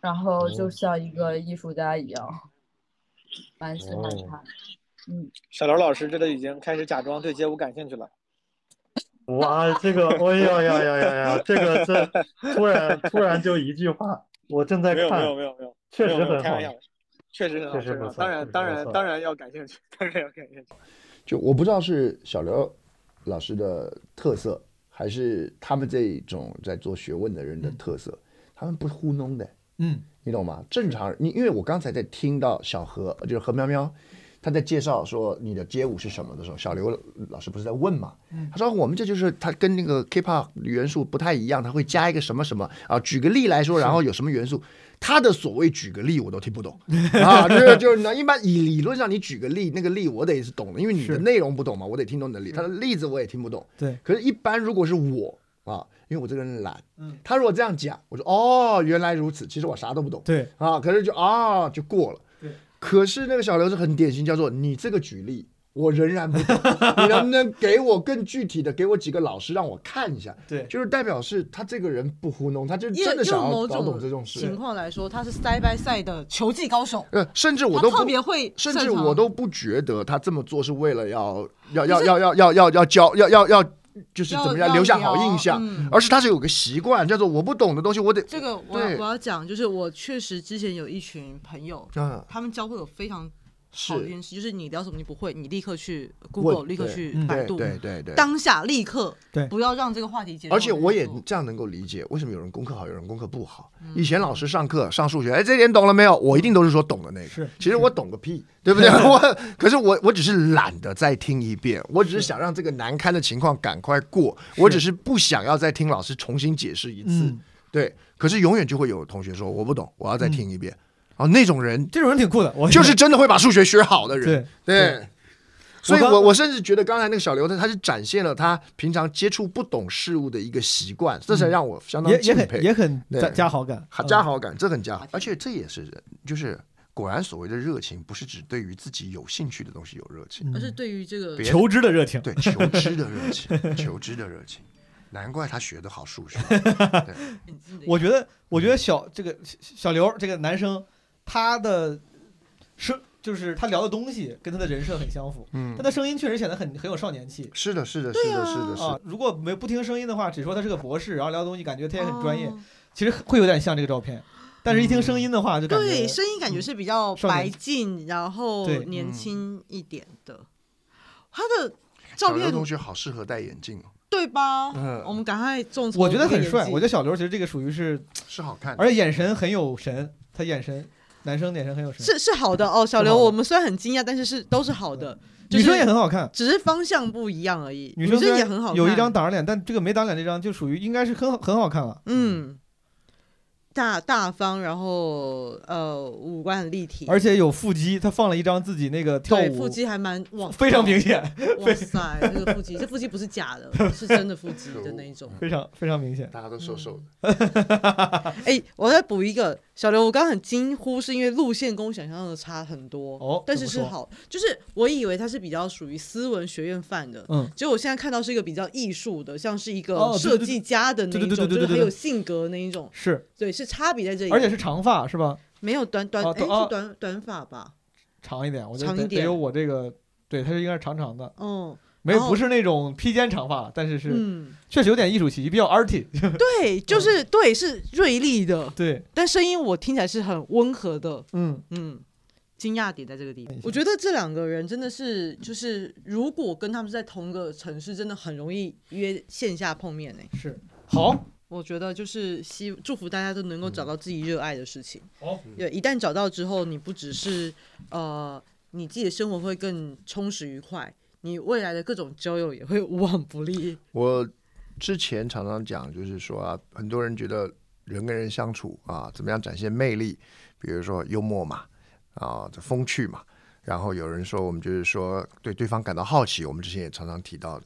M: 然后就
N: 哦
M: 像一个艺术家一样，蛮喜欢
N: 哦
M: 他，嗯。
I: 小刘老师这都已经开始假装对街舞感兴趣了。
N: 哇，这个，哎呀呀呀呀呀，这个这突然突然就一句话，我正在
I: 没有
N: 看，
I: 没有没有没有，
N: 确
I: 没有
N: 实
I: 没有
N: 很
I: 开玩
N: 好
I: 笑的，确实很好，
N: 确实
I: 确实
N: 不
I: 很好
N: 错
I: 当
N: 确
I: 然
N: 实
I: 当
N: 不
I: 然
N: 错
I: 当然要感兴趣， 当然要感兴趣。
A: 就我不知道是小刘老师的特色，还是他们这种在做学问的人的特色，他们不糊弄的，
E: 嗯，
A: 你懂吗？正常人，你因为我刚才在听到小何，就是何喵喵，他在介绍说你的街舞是什么的时候，小刘老师不是在问嘛？他说我们这就是它跟那个 K-pop 元素不太一样，它会加一个什么什么啊？举个例来说，然后有什么元素？他的所谓举个例我都听不懂 啊，就是就是呢，一般以理论上你举个例，那个例我得是懂的，因为你的内容不懂嘛，我得听懂你的例，他的例子我也听不懂。
E: 对，
A: 可是，一般如果是我啊，因为我这个人懒，
E: 嗯，
A: 他如果这样讲，我说哦，原来如此，其实我啥都不懂。
E: 对
A: 啊，可是就啊就过了。
E: 对，
A: 可是那个小刘是很典型，叫做你这个举例。我仍然不 懂，你能不能给我更具体的，给我几个老师让我看一下？
E: 对
A: 就是代表是他这个人不糊弄，他就
C: 也
A: 真的想
C: 用
A: 要
C: 某
A: 搞懂这种
C: 种
A: 事。
C: 情况来说，他是 side by side 的球技高手。
A: 呃，甚至我
C: 他
A: 都不
C: 特别会
A: 甚
C: 擅
A: 至
C: 长
A: 我都不觉得他这么做是为了要要要
C: 是
A: 要要要要要教要要要，就是
C: 要
A: 怎么样
C: 要
A: 留下好
C: 聊
A: 印象，
C: 嗯
A: 而是他是有个习惯，叫做我不懂的东西我得
C: 这个我
A: 对
C: 我要讲，就是我确实之前有一群朋友，
A: 嗯
C: 他们教会我非常
A: 是
C: 好的一件事，就是你聊什么你不会，你立刻去 Google，
A: 问
C: 立刻
A: 对
C: 去
A: 嗯
C: 百
A: 对
C: 度，
A: 对对对
C: 当下立刻，
A: 对
C: 不要让这个话题结束。
A: 而且我也这样能够理解，为什么有人功课好，有人功课不好。
C: 嗯
A: 以前老师上课上数学，哎，这点懂了没有？我一定都是说懂的那个。
E: 是，
A: 其实我懂个屁，对不 对？我可是我我只是懒得再听一遍，我只是想让这个难堪的情况赶快过，我只是不想要再听老师重新解释一次
E: 嗯。
A: 对，可是永远就会有同学说我不懂，我要再听一遍。啊，那种人，
E: 这种人挺酷的，我
A: 就是真的会把数学学好的人。
E: 对
A: 对
E: 对。
A: 所以
E: 我
A: 我，
E: 刚
A: 我甚至觉得刚才那个小刘他他是展现了他平常接触不懂事物的一个习惯，这才让我相
E: 嗯
A: 当
E: 也也
A: 敬佩，
E: 很也很
A: 对
E: 加加好嗯感，
A: 好加好感，这很加好，而且这也是人就是果然所谓的热情，不是只对于自己有兴趣的东西有热情，
C: 而是对于这个
A: 别
E: 嗯求知的热情
A: 对求知的 热情，求知的热情，难怪他学的好数学。对
E: 我觉得，我觉得小这个小小刘这个男生，他的声就是他聊的东西跟他的人设很相符，
A: 嗯
E: 他的声音确实显得很很有少年气。
A: 是的，是的，是的，是的，是
E: 啊
A: 的，，
E: 如果没不听声音的话，只说他是个博士，然后聊东西感觉他也很专
C: 哦
E: 业，其实会有点像这个照片，但是一听声音的话就感觉嗯
C: 对声音感觉是比较
E: 少年
C: 白净，然后
E: 对
C: 年
A: 嗯
C: 轻一点的。他的照
A: 小刘
C: 片
A: 同学好适合戴眼镜哦，
C: 对吧？
A: 嗯
C: 我们赶快众筹
E: 我觉得
C: 一个
E: 很
C: 演
E: 帅。
C: 技
E: 我觉得小刘其实这个属于是
A: 是好看的，
E: 而且眼神很有神，他眼神男生眼神很有神，
C: 是是好的哦，小
E: 是
C: 刘，
E: 好的嗯
C: 我们虽然很惊讶，但是是都是好的。就
E: 女生
C: 是
E: 也很好看
C: 只是方向不一样而已。
E: 女
C: 生
E: 生虽然
C: 也很好看，
E: 有一张挡着脸，但这个没挡脸这张就属于应该是很好很好看了。
C: 嗯，大大方，然后呃五官很立体，
E: 而且有腹肌，他放了一张自己那个跳
C: 对
E: 舞，
C: 腹肌还蛮哇，
E: 非常明显
C: 哇塞，这个腹肌，这腹肌不是假的，是真的腹肌的那一种。
E: 非 常 非常明显。
A: 大家都瘦瘦的。
C: 哎、我再补一个，小刘，我刚刚很惊呼，是因为路线跟我想象的差很多，
E: 哦
C: 但
E: 怎
C: 是
E: 么
C: 是
E: 说
C: 好，就是我以为他是比较属于斯文学院范的，
E: 嗯
C: 结果我现在看到是一个比较艺术的，像是一个
E: 哦对
C: 设
E: 对对
C: 计家的那
E: 对
C: 一
E: 对对
C: 种，
E: 对
C: 就
E: 对
C: 是
E: 对
C: 很有
E: 对
C: 性格那一种，
E: 是，
C: 对，是差别在这里，
E: 而且是长发是吧？
C: 没有短短，
E: 哦
C: 哎、
E: 短哦
C: 是短短发吧？
E: 长一点，我觉得
C: 长
E: 得
C: 一点
E: 得有我这个，对，它是应该是长长的，
C: 嗯，
E: 没
C: 然后
E: 不是那种披肩长发，但是是、
C: 嗯
E: 确实有点艺术气息，比较 arty。
C: 对，就是、对，是锐利的，
E: 对，
C: 但声音我听起来是很温和的，
E: 嗯
C: 嗯，惊讶点在这个地方。我觉得这两个人真的是，就是如果跟他们是在同个城市，真的很容易约线下碰面呢、
E: 是好，
C: 我觉得就是希祝福大家都能够找到自己热爱的事情。
E: 好
C: 对，一旦找到之后，你不只是呃，你自己的生活会更充实愉快，你未来的各种交友也会无往不利。
A: 我之前常常讲，就是说啊，很多人觉得人跟人相处啊，怎么样展现魅力，比如说幽默嘛，啊，这风趣嘛。然后有人说，我们就是说对对方感到好奇，我们之前也常常提到的。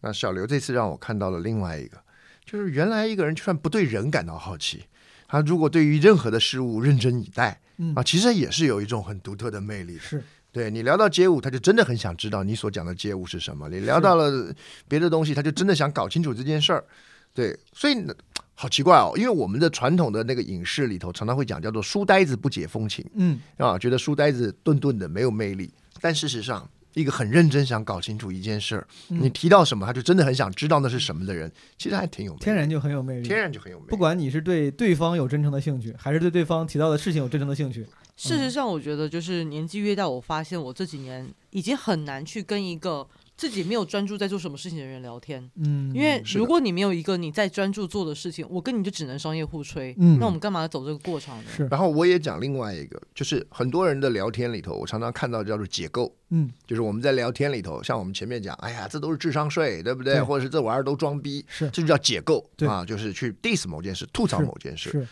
A: 那小刘这次让我看到了另外一个，就是原来一个人就算不对人感到好奇，他如果对于任何的事物认真以待，
E: 嗯
A: 啊，其实也是有一种很独特的魅力的。
E: 是
A: 对你聊到街舞，他就真的很想知道你所讲的街舞是什么；你聊到了别的东西，他就真的想搞清楚这件事儿。对，所以呢好奇怪哦，因为我们的传统的那个影视里头常常会讲叫做“书呆子不解风情”，
E: 嗯
A: 啊，觉得书呆子钝钝的没有魅力。但事实上，一个很认真想搞清楚一件事儿，
E: 嗯
A: 你提到什么，他就真的很想知道那是什么的人，其实还挺有魅力。
E: 天然就很有魅力，
A: 天然就很有魅力
E: 不管你是对对方有真诚的兴趣，还是对对方提到的事情有真诚的兴趣，
C: 事
A: 嗯
C: 实上，我觉得就是年纪越大，我发现我这几年已经很难去跟一个自己没有专注在做什么事情的人聊天。
E: 嗯
C: 因为
A: 是的
C: 如果你没有一个你在专注做的事情，我跟你就只能商业互吹。
E: 嗯
C: 那我们干嘛走这个过场呢？
E: 是
A: 然后我也讲另外一个，就是很多人的聊天里头，我常常看到叫做解构。
E: 嗯，
A: 就是我们在聊天里头，像我们前面讲，哎呀，这都是智商税，对不对？
E: 对
A: 或者是这玩意儿都装逼，
E: 是
A: 这就叫解构
E: 对
A: 啊，就是去 diss 某件事，吐槽
E: 是
A: 某件事。
E: 是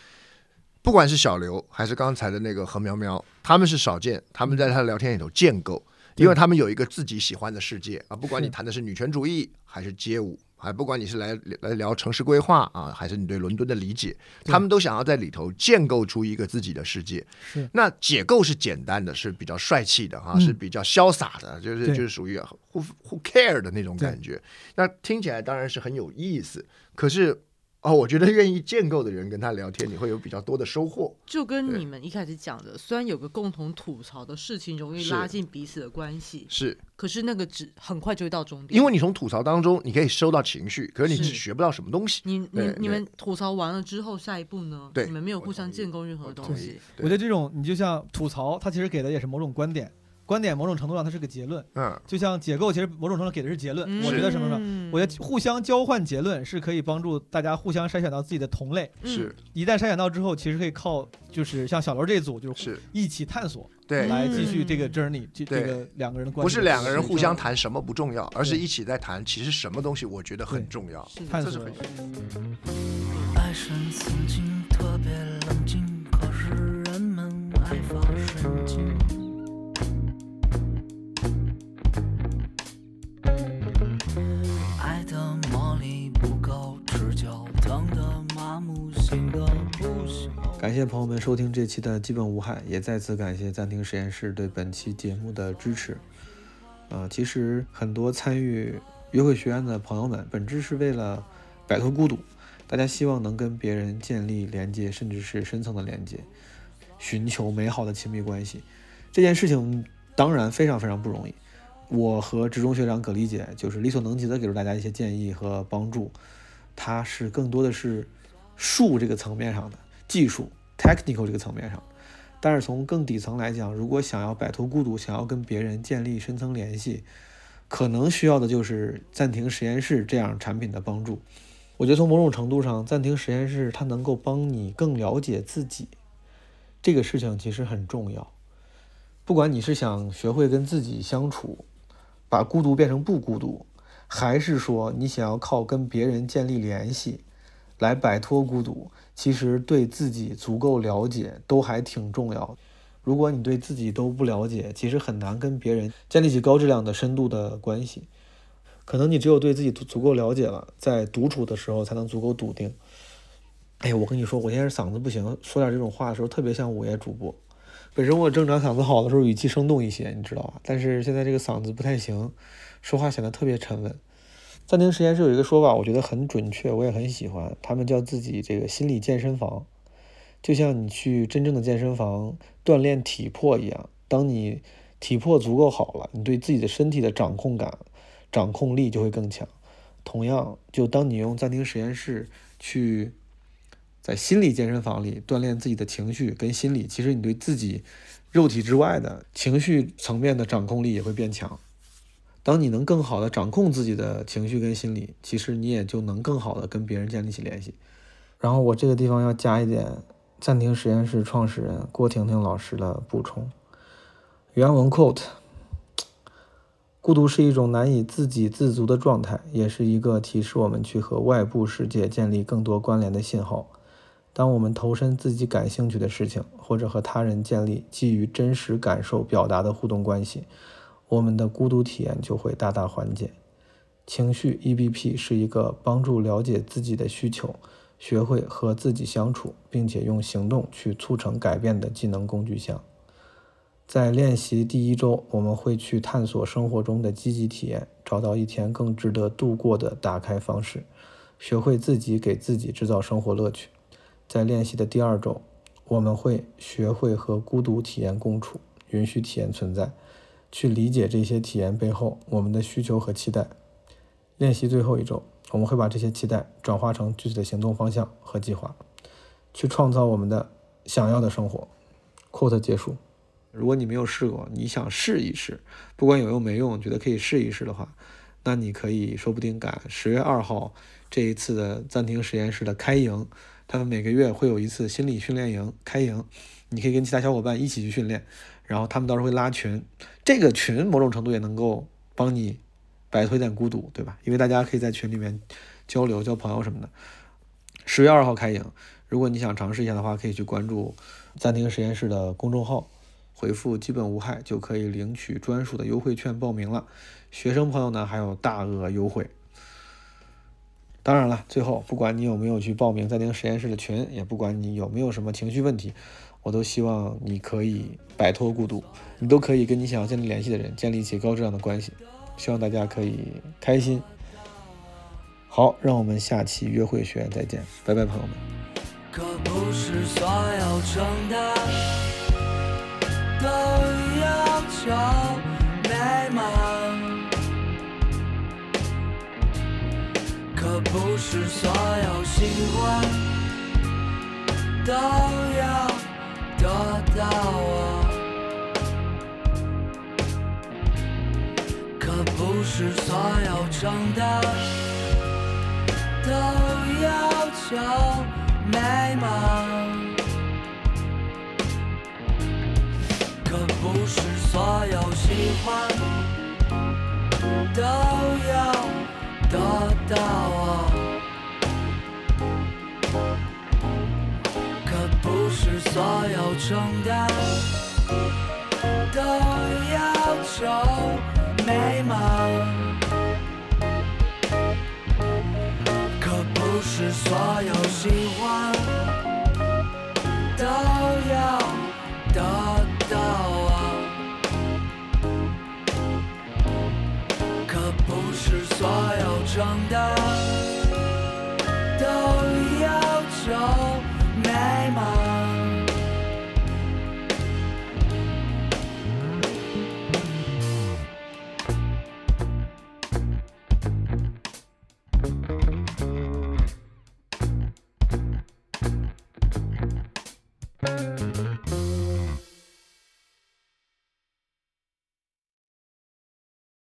A: 不管是小刘还是刚才的那个何苗苗，他们是少见，他们在他的聊天里头建构，
N: 对
A: 因为他们有一个自己喜欢的世界啊，不管你
N: 是
A: 谈的是女权主义还是街舞，还不管你是来来聊城市规划啊，还是你对伦敦的理解，
N: 对
A: 他们都想要在里头建构出一个自己的世界。
N: 是
A: 那解构是简单的，是比较帅气的啊，
N: 嗯
A: 是比较潇洒的，就是
N: 对
A: 就是属于 who who care 的那种
N: 对
A: 感觉。那听起来当然是很有意思，可是哦，我觉得愿意建构的人跟他聊天，你会有比较多的收获。
C: 就跟你们一开始讲的，虽然有个共同吐槽的事情，容易
A: 是
C: 拉近彼此的关系，
A: 是
C: 可是那个只很快就会到终点，
A: 因为你从吐槽当中，你可以收到情绪，可是你
C: 是
A: 只学不到什么东西。
C: 你你
A: 对
C: 你们
A: 对
C: 吐槽完了之后，下一步呢？
A: 对
C: 你们没有互相建构任何东西。
N: 我觉得这种你就像吐槽，它其实给的也是某种观点，观点某种程度上它是个结论。
A: 嗯，
N: 就像解构，其实某种程度上给的是结论。
C: 嗯
N: 我觉得什么什么
C: 嗯，
N: 我觉得互相交换结论是可以帮助大家互相筛选到自己的同类。
C: 嗯
A: 是
N: 一旦筛选到之后，其实可以靠就是像小楼这一组，就是一起探索，
A: 对
N: 来继续这个
C: 嗯
N: journey，这这
A: 对
N: 个两个人的关系。
A: 不是两个人互相谈什么不重要，而是一起在谈其实什么东西我觉得很重要，
N: 探
A: 这是
N: 索
A: 很
K: 爱神曾经特别冷静，可是人们爱发神经。爱的魔力不够持久，疼的麻木，醒的不行。
E: 感谢朋友们收听这期的基本无害，也再次感谢暂停实验室对本期节目的支持。啊、其实很多参与约会学院的朋友们，本质是为了摆脱孤独，大家希望能跟别人建立连接，甚至是深层的连接，寻求美好的亲密关系。这件事情当然非常非常不容易。我和职中学长葛丽姐就是力所能及的给出大家一些建议和帮助，她是更多的是术这个层面上的技术 technical 这个层面上的。但是从更底层来讲，如果想要摆脱孤独，想要跟别人建立深层联系，可能需要的就是暂停实验室这样产品的帮助。我觉得从某种程度上，暂停实验室它能够帮你更了解自己，这个事情其实很重要。不管你是想学会跟自己相处，把孤独变成不孤独，还是说你想要靠跟别人建立联系，来摆脱孤独，其实对自己足够了解都还挺重要的。如果你对自己都不了解，其实很难跟别人建立起高质量的、深度的关系。可能你只有对自己足足够了解了，在独处的时候才能足够笃定。哎呀，我跟你说，我现在嗓子不行，说点这种话的时候特别像午夜主播。本身我正常嗓子好的时候语气生动一些，你知道吧？但是现在这个嗓子不太行，说话显得特别沉稳。暂停实验室有一个说法，我觉得很准确，我也很喜欢。他们叫自己这个心理健身房，就像你去真正的健身房锻炼体魄一样。当你体魄足够好了，你对自己的身体的掌控感、掌控力就会更强。同样，就当你用暂停实验室去在心理健身房里锻炼自己的情绪跟心理，其实你对自己肉体之外的情绪层面的掌控力也会变强。当你能更好的掌控自己的情绪跟心理，其实你也就能更好的跟别人建立起联系。然后我这个地方要加一点暂停实验室创始人郭婷婷老师的补充，原文 quote：孤独是一种难以自给自足的状态，也是一个提示我们去和外部世界建立更多关联的信号。当我们投身自己感兴趣的事情，或者和他人建立基于真实感受表达的互动关系，我们的孤独体验就会大大缓解。情绪 EBP 是一个帮助了解自己的需求，学会和自己相处，并且用行动去促成改变的技能工具箱。在练习第一周，我们会去探索生活中的积极体验，找到一天更值得度过的打开方式，学会自己给自己制造生活乐趣。在练习的第二周，我们会学会和孤独体验共处，允许体验存在，去理解这些体验背后我们的需求和期待。练习最后一周，我们会把这些期待转化成具体的行动方向和计划，去创造我们的想要的生活。quote 结束。如果你没有试过，你想试一试，不管有用没用，觉得可以试一试的话，那你可以说不定赶十月二号这一次的暂停实验室的开营，他们每个月会有一次心理训练营开营，你可以跟其他小伙伴一起去训练，然后他们到时候会拉群，这个群某种程度也能够帮你摆脱一点孤独，对吧？因为大家可以在群里面交流、交朋友什么的。十月二号开营，如果你想尝试一下的话，可以去关注暂停实验室的公众号，回复“基本无害”就可以领取专属的优惠券报名了。学生朋友呢还有大额优惠。当然了，最后不管你有没有去报名暂停实验室的群，也不管你有没有什么情绪问题，我都希望你可以摆脱孤独，你都可以跟你想要建立联系的人建立起高质量的关系。希望大家可以开心。好，让我们下期约会学院再见，拜拜，朋友们。
K: 可不是所有承担都要求美满，可不是所有新欢都要得到啊我，可不是所有承担都要求。美满。可不是所有喜欢都要得到啊我，可不是所有承担都要求美满。可不是所有喜欢都要得到啊，可不是所有承担。